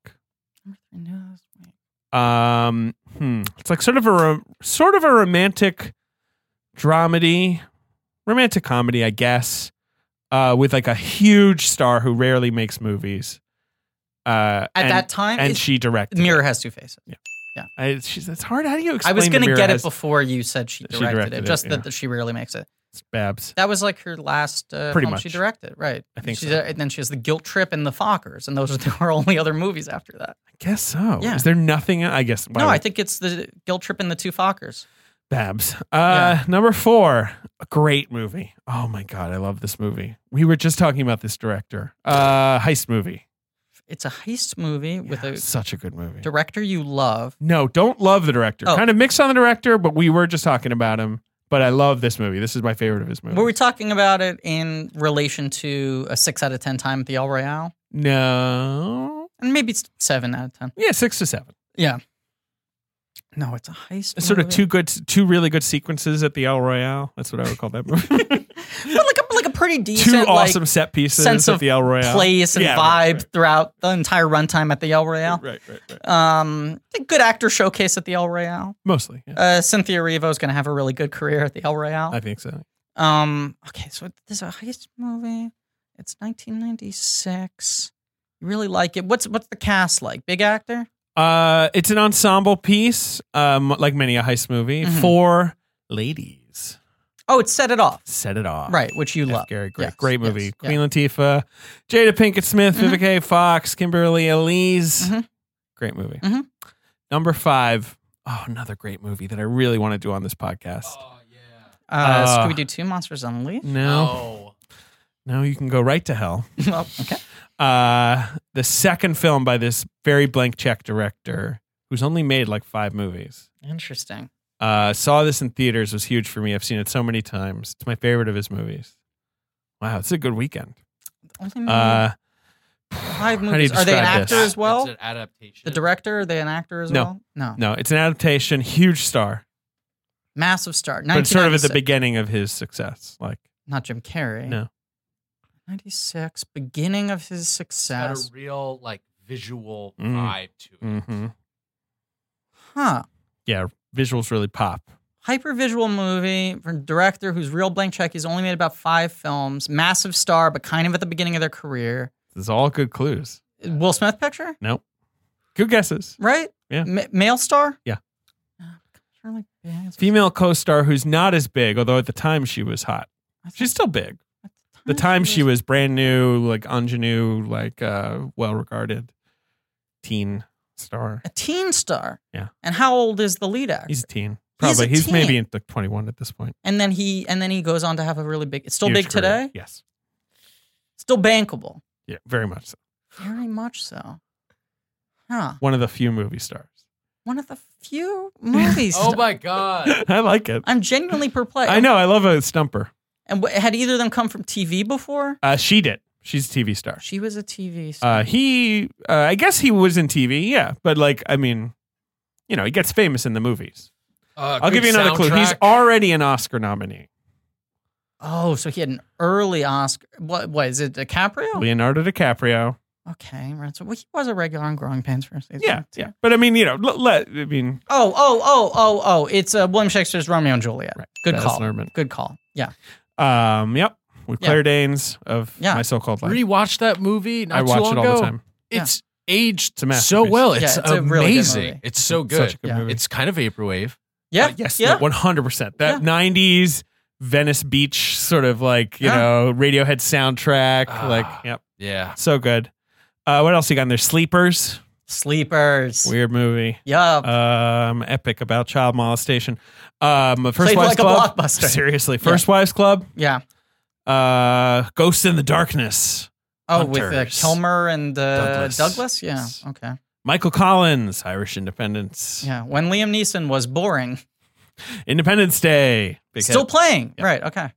D: Um, hmm. It's like sort of a ro- sort of a romantic dramedy, romantic comedy, I guess, uh, with like a huge star who rarely makes movies. Uh,
C: At
D: and-
C: that time,
D: and
C: it's-
D: she directed.
C: Mirror has two faces.
D: I, she's, it's hard. How do you
C: I
D: explain?
C: was
D: going to
C: get it before you said she
D: She
C: directed,
D: directed
C: it,
D: it,
C: just
D: yeah.
C: that, that she rarely makes it.
D: Babs.
C: That was like her last uh,
D: Pretty
C: film she
D: much.
C: directed, right?
D: I think
C: She's
D: so.
C: uh, and then she has The Guilt Trip and The Fockers, and those are her only other movies after that.
D: I guess so.
C: Yeah.
D: Is there nothing? I guess. why
C: no, I
D: would-
C: think it's The Guilt Trip and The Two Fockers.
D: Babs. Uh,
C: Yeah.
D: Number four, a great movie. Oh my god, I love this movie. We were just talking about this director. Uh, heist movie.
C: It's a heist movie with
D: Yeah,
C: a
D: such a good movie.
C: director you love.
D: no, don't love the director.
C: Oh.
D: Kind of mixed on the director, but we were just talking about him. But I love this movie. This is my favorite of his movies.
C: Were we talking about it in relation to a six out of ten time at the El Royale?
D: no.
C: And maybe it's seven out of ten.
D: Yeah, six to seven.
C: Yeah. No, it's a heist.
D: It's sort of
C: movie.
D: two good, two really good sequences at the El Royale. That's what I would call that movie.
C: but like a, like a pretty
D: two
C: decent, like,
D: awesome set pieces
C: sense
D: at
C: of
D: the El Royale.
C: place and
D: Yeah,
C: vibe
D: right, right.
C: throughout the entire runtime at the El Royale.
D: Right, right, right.
C: Um, a good actor showcase at the El Royale.
D: Mostly, yeah.
C: Uh, Cynthia Erivo is going to have a really good career at the El
D: I
C: Royale.
D: think so.
C: Um, okay, so this is a heist movie. It's 1996. You really like it. What's what's the cast like? Big actor?
D: Uh, it's an ensemble piece, um, like many a heist movie
C: Mhm.
D: for ladies.
C: Oh, it's set it off.
D: Set it off,
C: Right, which you
D: Uh, F.
C: love.
D: Gary Gray,
C: Yes,
D: great movie.
C: yes, Mm-hmm.
D: Queen Latifah, Jada Pinkett Smith, Vivica A. Fox, Kimberly Elise.
C: Mhm.
D: Great movie.
C: Mhm.
D: Number five. Oh, another great movie that I really want to do on this podcast.
C: Uh,
D: Uh,
C: Scooby Doo 2 Monsters Unleashed.
D: No, no, you can go right to hell.
C: well, okay.
D: uh, the second film by this very blank check director who's only made like five movies.
C: Interesting.
D: Uh, saw this in theaters was huge for me. I've seen it so many times. It's my favorite of his movies. Wow, it's a good weekend.
C: Only made
D: Uh,
C: five
D: do you
C: movies. Are they an
D: describe
C: actor
D: this?
C: as well?
F: It's an adaptation.
C: The director, are they an actor as
D: No.
C: well? No.
D: no, it's an adaptation, huge star,
C: Massive star.
D: but it's sort of at the
C: 1996.
D: beginning of his success. Like,
C: Not Jim Carrey.
D: No.
C: 96, beginning of his
F: It's got
C: success.
F: a real like visual
D: Mm.
F: vibe to it.
D: mhm.
C: Huh.
D: yeah, visuals really pop.
C: Hypervisual movie from a director who's real blank check. He's only made about five films. Massive star, but kind of at the beginning of their career.
D: This is all good clues.
C: Will Smith picture,
D: Good guesses.
C: right?
D: Yeah.
C: Ma- male star?
D: Yeah.
C: Uh, Shirley Bassey.
D: Female co-star who's not as big, although at the time she was hot.
C: I
D: She's
C: thought
D: still big.
C: at
D: the time she was brand new, like ingenue, like uh, well regarded teen star.
C: a teen star.
D: Yeah.
C: And how old is the lead actor?
D: He's a teen.
C: He's a
D: Probably he's,
C: teen.
D: maybe in like twenty one at this point.
C: and then he and then he goes on to have a really big. It's still
D: Huge
C: big
D: career.
C: today.
D: Yes.
C: Still bankable.
D: Yeah, very much so.
C: Very much so. Huh.
D: One of the few movie stars.
C: One of the few movies.
F: Oh my god.
D: I like it.
C: I'm genuinely perplexed.
D: I know, I love a stumper.
C: And wh- had either of them come from TV before?
D: Uh, she did. She's a TV star.
C: She was a TV star.
D: Uh, he uh, I guess he was in TV, yeah. But like I mean, you know, he gets famous in the movies.
F: Uh,
D: I'll
F: good
D: give you another clue. He's
F: soundtrack.
D: already an Oscar nominee.
C: oh, so he had an early Oscar. What was it? DiCaprio?
D: Leonardo DiCaprio.
C: Okay, right. So well, he was a regular on Growing Pains for a season.
D: Yeah,
C: too.
D: yeah. But I mean, you know, let, let I mean,
C: Oh, oh, oh, oh, oh! It's uh, William Shakespeare's Romeo and Juliet.
D: Right.
C: Good
D: Baz
C: call.
D: Luhrmann.
C: Good call. Yeah.
D: Um, yep. With
C: Yeah.
D: Claire Danes of
C: Yeah.
D: My So Called Life.
F: Rewatch that movie. Not
D: I watch
F: too long
D: it all the
F: ago.
D: time.
F: It's aged
D: a
F: so
D: masterpiece.
F: well.
C: Yeah,
F: It's,
C: it's a
F: amazing.
C: really good movie.
F: It's so good.
D: Such a good
C: Yeah.
D: movie.
F: It's kind of vaporwave.
C: Yeah.
D: Uh, yes,
C: Yeah.
D: 100%. That 90s Venice Beach sort of like, you
C: Yeah.
D: know, Radiohead soundtrack.
F: Ah.
D: Like, yep.
F: Yeah.
D: So good. Uh, what else you got in there? Sleepers.
C: Sleepers.
D: Weird movie.
C: Yup.
D: Um, epic about child molestation. Um, First
C: Played
D: Wives
C: like a
D: Club.
C: blockbuster.
D: Seriously. First Wives Club.
C: yeah.
D: Uh, Ghost in the Darkness.
C: Oh, with uh,
D: Hunters.
C: Kilmer and uh,
D: Douglas.
C: Douglas. Yeah.
D: Yes.
C: Okay.
D: Michael Collins, Irish Independence.
C: Yeah. When Liam Neeson was boring,
D: Independence Day. Big
C: still
D: hit.
C: playing.
D: Yeah.
C: Right. Okay.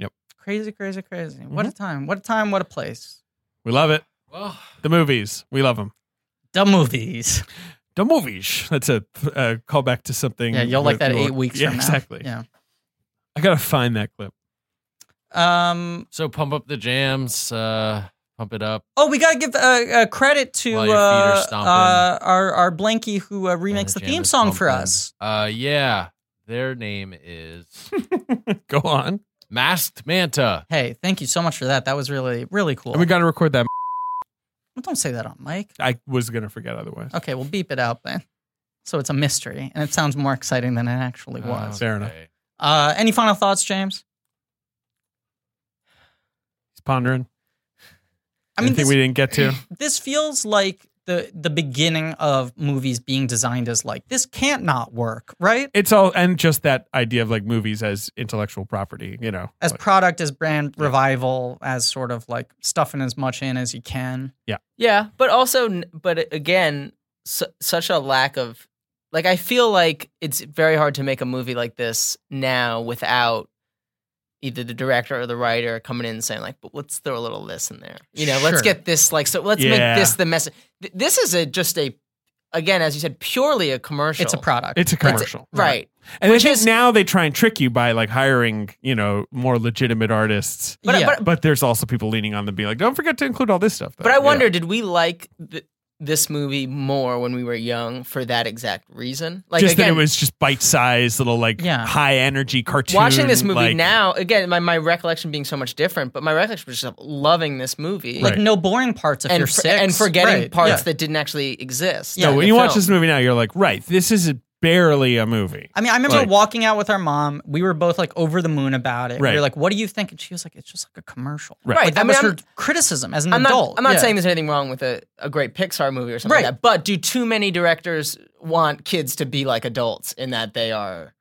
D: Yep. Mm-hmm.
C: Crazy, crazy, crazy. What a time. What a time. What a place.
D: we love it.
F: Well,
D: The movies. We love them.
C: The movies.
D: The movies. That's a, a callback to something.
C: Yeah, you'll like that eight weeks
D: Yeah,
C: from now.
D: exactly. I gotta find that clip.
C: Yeah. Um.
F: so pump up the jams. Uh, pump it up.
C: Oh, we gotta give uh, uh, credit to uh,
F: While your feet are stomping.
C: uh, our our Blanky who uh,
F: While
C: remakes the
F: jam
C: theme
F: is
C: song for
F: pumping.
C: us.
F: Uh, yeah. Their name is
D: Go on.
F: Masked Manta.
C: Hey, thank you so much for that. That was really really cool.
D: And we gotta record that.
C: Well, don't say that on mic.
D: I was gonna forget otherwise.
C: Okay, we'll beep it out then. So it's a mystery, and it sounds more exciting than it actually
F: Oh.
C: was.
D: Fair enough.
F: Okay.
C: Uh, any final thoughts, James?
D: He's pondering.
C: I mean,
D: Anything
C: this,
D: we didn't get to.
C: this feels like the the beginning of movies being designed as like this can't not work, right?
D: It's all and just that idea of like movies as intellectual property. You know,
C: As
D: Like,
C: product, as brand revival, as sort of like stuffing as much in as you can.
E: Yeah, but also, n- but again, su- such a lack of, like, I feel like it's very hard to make a movie like this now without either the director or the writer coming in and saying like, but let's throw a little of this in there. You know, let's
C: Sure.
E: get this like, so let's
D: Yeah.
E: make this the message. Th- this is a just a again, as you said, purely a commercial.
C: It's a product.
D: It's a commercial,
E: right?
D: And I think
E: is-
D: now they try and trick you by like hiring, you know, more legitimate artists.
E: But,
C: Yeah.
E: but
D: But there's also people leaning on them, being like, "Don't forget to include all this stuff." though."
E: But I
D: Yeah.
E: wonder, did we like th- this movie more when we were young for that exact reason? Like
D: just
E: again,
D: that it was just bite-sized, little like
C: Yeah.
D: high energy cartoon.
E: watching this movie
D: like-
E: now again. My my recollection being so much different, but my recollection was just loving this movie.
C: like
D: Right.
C: no boring parts if
E: And,
C: you're
E: for-
C: six.
E: and forgetting
C: Right,
E: parts
C: yeah.
E: that didn't actually exist.
C: Yeah,
E: in
D: No, when
E: the
D: you watch
E: film.
D: this movie now, you're like, "Right, this is barely a movie."
C: I mean, I remember
D: Right.
C: walking out with our mom. We were both like over the moon about it. We
D: Right.
C: were like, "What do you think?" And she was like, "It's just like a commercial."
D: Right.
C: Like,
E: Right,
C: that
E: I mean,
C: was
E: I'm-
C: her criticism as an
E: I'm not.
C: adult.
E: I'm not
C: Yeah.
E: saying there's anything wrong with a, a great Pixar movie or something
C: Right.
E: like that. But do too many directors want kids to be like adults in that they are,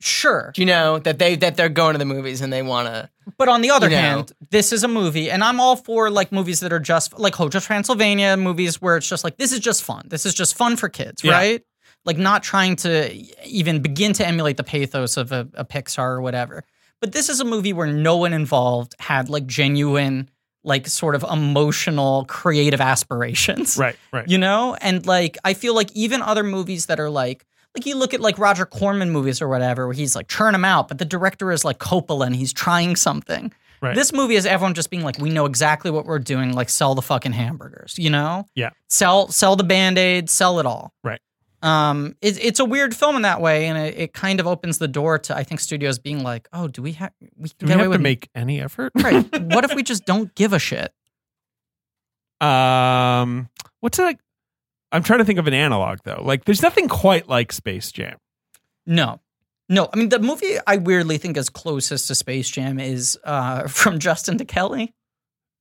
C: sure,
E: you know, that they that they're going to the movies and they want to.
C: but on the other
E: You know.
C: hand, this is a movie, and I'm all for like movies that are just like Hoja Transylvania movies where it's just like this is just fun. This is just fun for kids,
D: Yeah.
C: right? Like not trying to even begin to emulate the pathos of a, a Pixar or whatever. But this is a movie where no one involved had like genuine, like sort of emotional, creative aspirations.
D: Right, right.
C: you know and like i feel like even other movies that are like like you look at like roger corman movies or whatever where he's like churn them out but the director is like coppola and he's trying something
D: Right.
C: this movie is everyone just being like we know exactly what we're doing like sell the fucking hamburgers you know
D: Yeah.
C: sell sell the band-aid sell it all
D: Right.
C: um it, it's a weird film in that way and it, it kind of opens the door to i think studios being like oh do we have we can get
D: Do we
C: away
D: have to
C: with
D: make any effort?
C: right what if we just don't give a shit
D: Um, what's it like? I'm trying to think of an analog though. Like, there's nothing quite like Space Jam.
C: No. No, I mean the movie I weirdly think is closest to Space Jam is uh, from Justin to Kelly.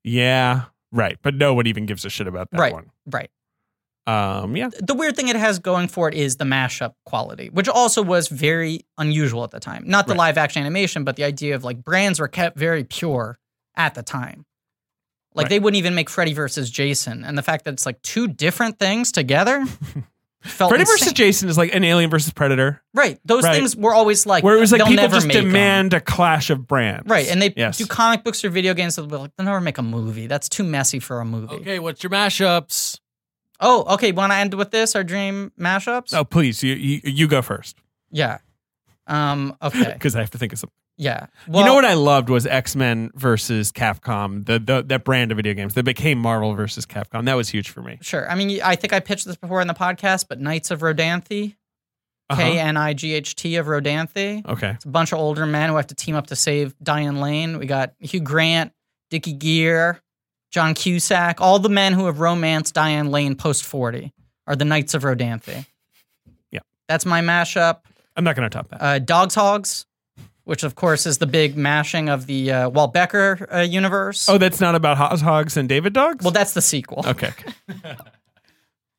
D: Yeah, right. But no one even gives a shit about that
C: Right.
D: one.
C: Right.
D: Um, yeah,
C: The weird thing it has going for it is the mashup quality, which also was very unusual at the time. Not the
D: Right.
C: live action animation, but the idea of like brands were kept very pure at the time. Like
D: Right.
C: they wouldn't even make Freddy versus Jason, and the fact that it's like two different things together felt
D: Freddy
C: insane.
D: versus Jason is like an Alien versus Predator,
C: right. Those
D: Right.
C: things were always like
D: where it was like
C: they'll
D: people
C: never
D: just
C: make 'em.
D: demand a clash of brands.
C: Right, and they
D: yes.
C: do comic books or video games. They'll be like, they'll never make a movie. That's too messy for a movie.
F: Okay, what's your mashups?
C: Oh, okay. Want to end with this? Our dream mashups.
D: oh, please, you you, you go first
C: yeah. Um. Okay.
D: because I have to think of something.
C: yeah. Well,
D: you know what I loved was X Men versus Capcom, the, the that brand of video games that became Marvel versus Capcom. That was huge for me.
C: Sure. I mean, I think I pitched this before in the podcast, but Knights of Rodanthe,
D: Uh-huh.
C: K N I G H T of Rodanthe.
D: Okay,
C: It's a bunch of older men who have to team up to save Diane Lane. We got Hugh Grant, Dickie Gear, John Cusack, all the men who have romanced Diane Lane post 40 are the Knights of Rodanthe.
D: Yeah.
C: That's my mashup.
D: I'm not going to top that.
C: uh, Dogs Hogs, which of course is the big mashing of the uh, Walt Becker uh, universe.
D: oh, that's not about Hoz Hogs and David Dogs.
C: well, that's the sequel.
D: okay. okay.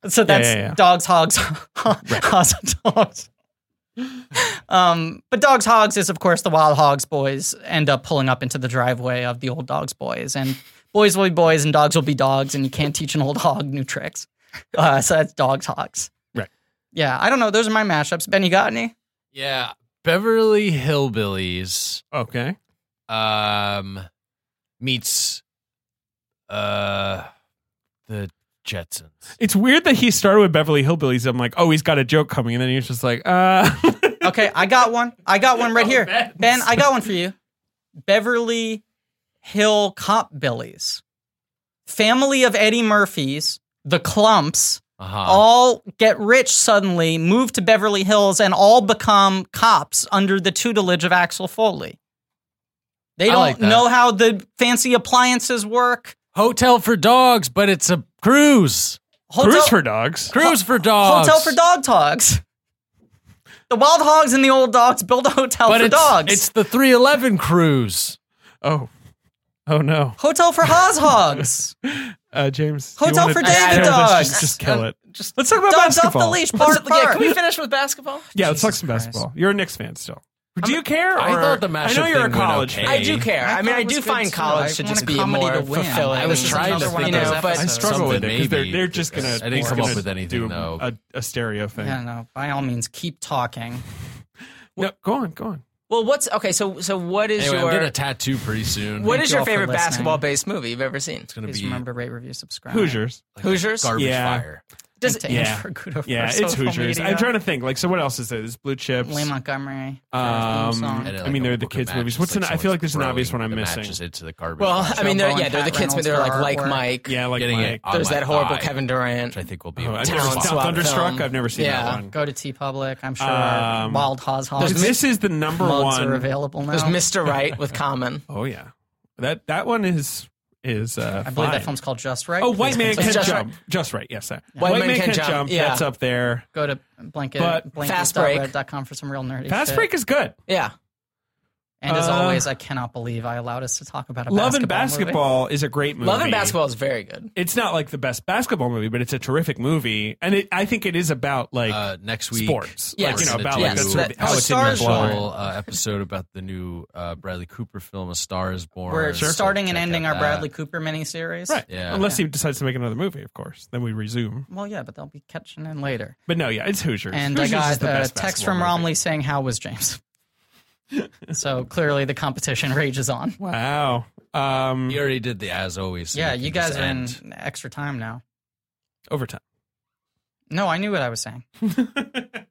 C: So that's
D: yeah, yeah.
C: Dogs Hogs, Hogs Dogs. um, but Dogs Hogs is of course the Wild Hogs boys end up pulling up into the driveway of the old Dogs boys, and boys will be boys and dogs will be dogs, and you can't teach an old hog new tricks. Uh, so that's Dogs Hogs.
D: Right.
C: Yeah, I don't know. Those are my mashups. Ben, you got any?
F: Yeah, Beverly Hillbillies
D: Okay.
F: um meets uh the Jetsons.
D: It's weird that he started with Beverly Hillbillies. I'm like, oh, he's got a joke coming, and then he's just like, uh,
C: Okay, I got one. I got one right here.
F: Ben's.
C: Ben, I got one for you. Beverly Hill Cop Billies. Family of Eddie Murphy's, the Clumps,
F: Uh-huh.
C: all get rich suddenly, move to Beverly Hills, and all become cops under the tutelage of Axel Foley. They
F: I
C: don't
F: like that.
C: know how the fancy appliances work.
F: Hotel for dogs, but it's a cruise.
C: Hotel-
D: Cruise for dogs.
F: Cruise for dogs.
C: Hotel for dog dogs. The wild hogs and the old dogs build a hotel
F: But
C: for
F: it's,
C: dogs.
F: It's the 311 cruise.
D: Oh, oh no,
C: Hotel for Haas Hogs.
D: uh, James. do you
C: Hotel
D: wanna
C: for
D: just
C: David
D: kill this?
C: Dogs. Uh,
D: Just, just kill it.
E: Just
D: Let's talk about
C: Dogs off
D: basketball.
C: the leash. Part,
E: yeah.
C: part.
E: Can we finish with basketball?
D: Yeah, let's talk
C: Jesus
D: some
C: Christ.
D: basketball. You're a Knicks fan still. Do you care?
F: I
D: or-
F: thought the
D: I know you're
F: mashup
D: a
F: thing went
D: college
F: okay.
D: fan.
E: I do care.
C: I
E: I, mean,
C: thought
E: I
C: it was
E: do
C: good
E: find
C: too. I
E: college to
C: want
E: just
C: a
E: be
C: comedy
E: more
C: to win.
E: fulfilling.
C: I
F: was trying to
E: you
F: think
E: know,
F: of
E: but
D: I struggle with it
F: Something
D: because they're,
F: maybe.
D: they're just gonna.
F: I didn't
D: they're
F: come up
D: gonna
F: with anything,
D: do
F: though.
D: A, a stereo thing.
C: Yeah, no. By all means, keep talking.
D: No, go on, go on.
E: well, what's okay? So, so what is
F: Anyway, I'm
E: your
F: getting a tattoo pretty soon.
E: what
C: Thank
E: is
C: you
E: your
C: all for
E: favorite
C: listening.
E: basketball-based movie you've ever seen?
F: It's gonna
C: Please
F: be
C: remember to rate, review, subscribe.
D: Hoosiers.
F: like
E: Hoosiers?
F: garbage
D: Yeah.
F: fire.
E: Does
C: to
E: it-
D: Yeah.
C: Andrew Guda for
D: Yeah, it's
C: social
D: Hoosiers.
C: media.
D: I'm trying to think. Like, so what else is there? There's Blue Chips.
C: Lee Montgomery. for his theme
D: Um,
C: song.
F: And oh, it,
D: I mean,
F: a
D: they're the
F: book of
D: kids' movies.
F: matches,
D: What's an? I feel
F: someone's
D: like there's an obvious one
F: throwing
D: I'm
F: the
D: missing.
F: Matches into the garbage.
E: Well,
F: can.
E: I mean, they're,
C: Bowen,
E: yeah, they're the
C: Pat
E: kids. but They're like
C: Reynolds,
E: like
C: artwork.
E: Mike.
D: Yeah, like
F: Getting
D: my,
F: it on
E: There's
F: Oh my
E: that horrible
F: thigh,
E: Kevin Durant.
F: which I think will be.
D: Oh, I've
F: a
D: never
E: Talent
D: seen
E: swap
D: Thunderstruck.
E: film.
D: I've never seen
E: Yeah.
D: that one.
C: Go to T Public. I'm sure
D: Um,
C: Wild Haws Haws.
D: This is the number
C: mugs
D: one.
C: are available now.
E: There's Mr. Right with Common.
D: Oh yeah, that that one is is. Uh,
C: I believe
D: fine.
C: that film's called Just Right.
D: Oh, White
C: Please
D: Man
C: continue.
D: Can
E: Just
D: Jump. Just right. Yes, sir.
E: White Man Can Jump, yeah.
D: That's up there.
C: Go to blanket,
D: But-
C: blanket
E: Fast Break.
C: .reddit.com for some real nerdy
D: Fast
C: shit.
D: Break is good.
E: Yeah.
C: And as
D: Uh,
C: always, I cannot believe I allowed us to talk about a
D: Love and
C: basketball
D: Basketball is a great movie.
E: Love and Basketball is very good.
D: It's not like the best basketball movie, but it's a terrific movie, and it, I think it is about like
F: Uh, next week,
D: sports.
E: Yes.
D: Like, you know,
E: Yes.
D: about
E: Yes.
D: like a sort
E: That-
D: of how
E: Oh,
D: it's in the
C: Stars
D: blood.
F: special uh, episode about the new uh, Bradley Cooper film, A Star Is Born.
C: movie. We're
F: So
C: starting and
F: check
C: ending
F: out
C: our
F: that.
C: Bradley Cooper miniseries.
D: Right.
F: Yeah.
D: Unless he decides to make another movie, of course. Then we resume.
C: Well, yeah, but they'll be catching in later.
D: But no, yeah, it's Hoosiers.
C: And
D: Hoosiers
C: I
D: is
C: got
D: the
C: a
D: best
C: text from
D: basketball
C: Romley saying, "How was James?" so clearly, the competition rages on.
D: movie. Wow. Um,
F: He already did the as always. so
C: Yeah,
F: we
C: you
F: can
C: guys
F: just
C: are in
F: end.
C: extra time now.
D: overtime.
C: No, I knew what I was saying. It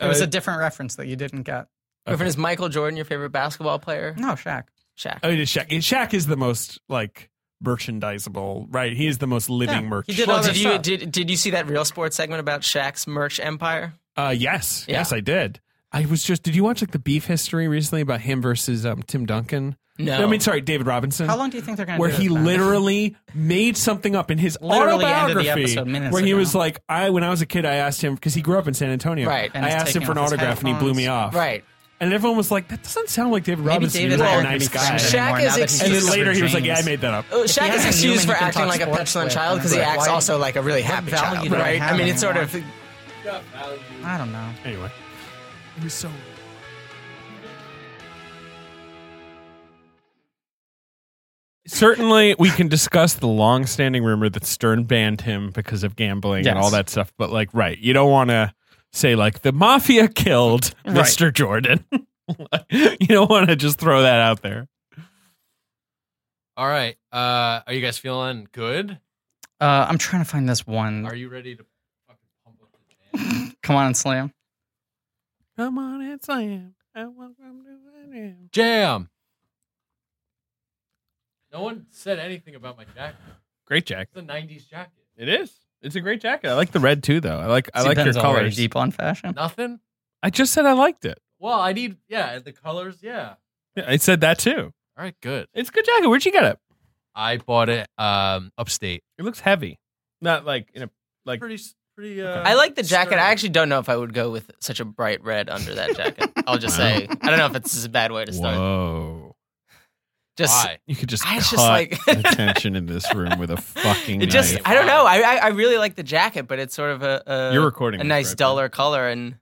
C: was
D: Uh,
C: a different reference that you didn't get.
E: Griffin, is Michael Jordan your favorite basketball player?
C: No, Shaq.
E: Shaq.
D: I mean, it's Shaq. Shaq is the most like merchandisable, right? He is the most living
C: Yeah,
D: merch.
C: he did
E: well,
C: other
E: did you
C: stuff.
E: did, did you see that real sports segment about Shaq's merch empire?
D: Uh, yes,
E: Yeah.
D: yes, I did. I was just. Did you watch like the beef history recently about him versus um, Tim Duncan?
E: No.
D: I mean sorry, David Robinson.
C: How long do you think they're going to
D: where
C: do
D: he
C: this, Ben?
D: literally made something up in his
C: Literally ended the
D: autobiography,
C: episode minutes
D: where he
C: ago.
D: was like, "I when I was a kid, I asked him because he grew up in San Antonio.
E: Right. And
D: I
C: he's
D: asked him
C: taking
D: for an
C: off his
D: autograph, and he blew me off.
C: headphones.
E: Right.
D: And everyone was like, "That doesn't sound like David
C: Maybe
D: Robinson.
C: David
D: he was
E: Well,
D: a
C: Iron
D: nice
C: is
D: guy."
E: Shaq
C: Shaq
E: is
C: is
E: ex-
D: And then later he was like, "Yeah, I made that up."
E: Uh,
C: he
E: Shaq
C: has
E: is
C: a
E: excused
C: Newman
E: for
C: he can
E: acting
C: talk
E: like a
C: sports
E: petulant
C: with,
E: child because he
C: right?
E: acts also like a really happy
C: value
E: child,
C: do I
E: right?
C: have
E: I mean, it's sort of
C: anymore? I don't know.
D: Anyway, it was so. Certainly, we can discuss the long-standing rumor that Stern banned him because of gambling and
C: Yes.
D: all that stuff. But like, right, you don't want to say like the mafia killed Mr. Jordan. you don't want to just throw that out there.
F: All right. Uh, are you guys feeling good?
D: Mm-hmm.
C: Uh, I'm trying to find this one.
F: Are you ready to fucking pump up the jam?
C: Come on and slam.
D: Come on, it's I am. I welcome to I am.
F: Jam. No one said anything about my jacket.
D: Great jacket.
F: It's a '90s jacket.
D: It is. It's a great jacket. I like the red too, though. I like. I
C: See,
D: like your
C: Ben's already
D: colors.
C: Deep on fashion.
F: Nothing.
D: I just said I liked it.
F: Well, I need yeah the colors. Yeah.
D: Yeah, I said that too.
F: All right. Good.
D: It's a good jacket. Where'd you get it?
F: I bought it um upstate.
D: It looks heavy. Not like in a like.
F: Pretty s- pretty. Uh,
E: I like the jacket.
F: sturdy.
E: I actually don't know if I would go with such a bright red under that jacket. I'll just say I don't know if it's a bad way to start.
D: Whoa!
E: Just
F: Why?
D: You could just
E: I was
D: cut
E: just like-
D: the tension in this room with a fucking.
E: it just
D: knife.
E: I don't know. I, I I really like the jacket, but it's sort of a, a
D: You're recording
E: a
D: this,
E: nice
D: right,
E: duller color and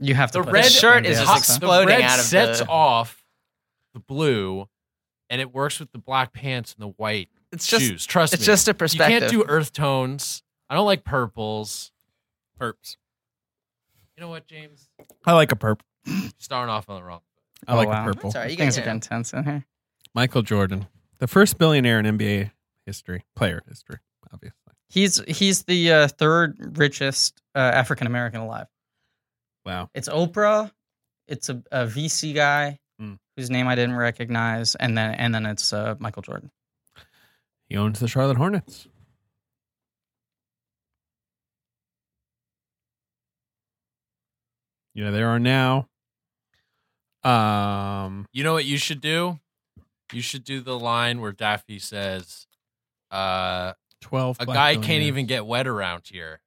C: You have to.
F: The
C: put
F: red
C: it in
E: shirt
C: the
E: is
C: other
E: hot
C: stuff.
E: spl- exploding
F: the red
E: out of
F: sets
E: the-
F: off the blue, and it works with the black pants and the white
E: it's just
F: shoes. Trust
E: it's
F: me,
E: just a
F: you
E: perspective.
F: can't do earth tones. I don't like purples.
D: Perps.
F: You know what, James?
D: I like a perp.
F: You're starting off on the wrong.
D: I
C: Oh,
D: like
C: wow.
D: a purple.
E: Sorry, you
C: Things
E: guys
C: are getting tense in here.
D: Michael Jordan, the first billionaire in NBA history, player history, obviously.
C: He's he's the uh, third richest uh, African American alive.
D: Wow.
C: It's Oprah. It's a, a VC guy
D: Mm.
C: whose name I didn't recognize, and then and then it's uh, Michael Jordan.
D: He owns the Charlotte Hornets. Yeah, they are now. Um,
F: You know what you should do? You should do the line where Daffy says, uh,
D: twelve.
F: "A
D: black
F: guy can't
D: billionaires.
F: even get wet around here."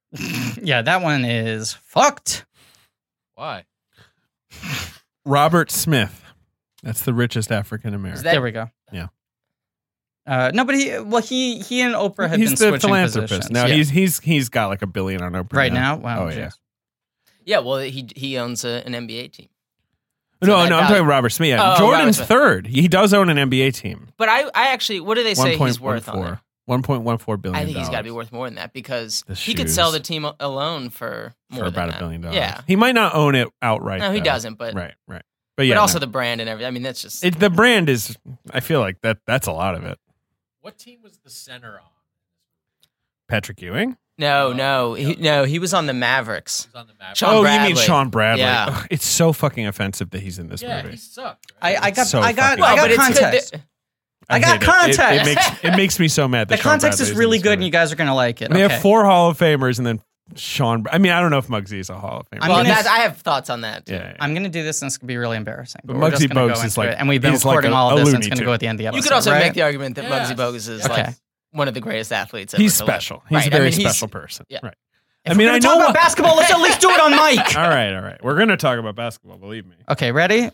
C: yeah, that one is fucked.
F: Why?
D: Robert Smith. That's the richest African American.
E: Is that-
C: there we go.
D: Yeah.
C: Uh, no, but he well he he and Oprah have
D: he's
C: been
D: the
C: switching
D: philanthropist.
C: positions.
D: Now
C: Yeah.
D: he's he's he's got like a billion on Oprah
C: right
D: now.
C: now. Wow.
D: Oh,
C: geez.
D: yeah.
E: yeah, well he he owns a, an NBA team. So
D: no,
E: that
D: no, I'm
E: value-
D: talking Robert Smith. Yeah.
E: Oh, Robert
D: Jordan's
E: Smith.
D: third. He does own an NBA team.
E: But I I actually what do they say
D: One
E: he's
D: point one
E: worth on it?
D: four. One point one four billion.
E: I think he's got to be
D: dollars.
E: worth more than that because
D: The
E: he could sell
D: shoes.
E: the team a- alone for more
D: for
E: than
D: about a
E: that.
D: billion dollars.
E: Yeah,
D: he might not own it outright.
E: no, he
D: though.
E: doesn't. But
D: right, right. But yeah,
E: but also
D: no.
E: the brand and everything. I mean, that's just
D: It- the brand is. I feel like that. That's a lot of it.
F: What team was the center on?
D: Patrick Ewing.
E: No, no, he, no. He was on the Mavericks.
F: on the map.
E: Sean
D: oh, you mean
E: Bradley.
D: Sean Bradley?
E: Yeah.
D: Ugh, it's so fucking offensive that he's in this
F: Yeah,
D: movie.
F: he sucked. right?
C: I, I got
D: So
C: I got
D: fucking-
C: I
E: Well,
C: got
E: but it's good
C: context.
E: that-
C: I got
D: hate it. It- It,
C: context.
D: makes it makes me so mad.
C: The
D: That Sean
C: context
D: Bradley
C: is really
D: in this
C: good, and
D: movie.
C: you guys are gonna like it.
D: We
C: Okay.
D: have four Hall of Famers, and then Sean. I mean, I don't know if Muggsy is a Hall of Famer.
C: I'm
E: well,
C: gonna-
E: that's, I have thoughts on that.
D: yeah, yeah.
C: I'm gonna do this, and it's gonna be really embarrassing. But,
D: But
C: we're just
D: Muggsy
C: gonna
D: Bogues
C: go
D: is
C: into
D: like-
C: it, and we've been
D: he's like
C: recording
D: a-
C: all
D: a
C: of this, and
D: Looney
C: it's gonna
D: Tune.
C: go at the end of the episode.
E: You could also
C: right?
E: make the argument that Muggsy
F: Yes.
E: Bogues is
C: Okay.
E: like one of the greatest athletes. Ever
D: he's
E: to live.
D: special. He's
E: Right,
D: a
E: I
D: very
E: mean, he's-
D: special person.
E: yeah.
D: Right.
C: If
D: I mean,
C: we're
D: I
C: gonna talk
D: know.
C: about basketball. Let's at least do it on mic.
D: all right, all right. We're gonna talk about basketball. Believe me.
C: Okay, ready?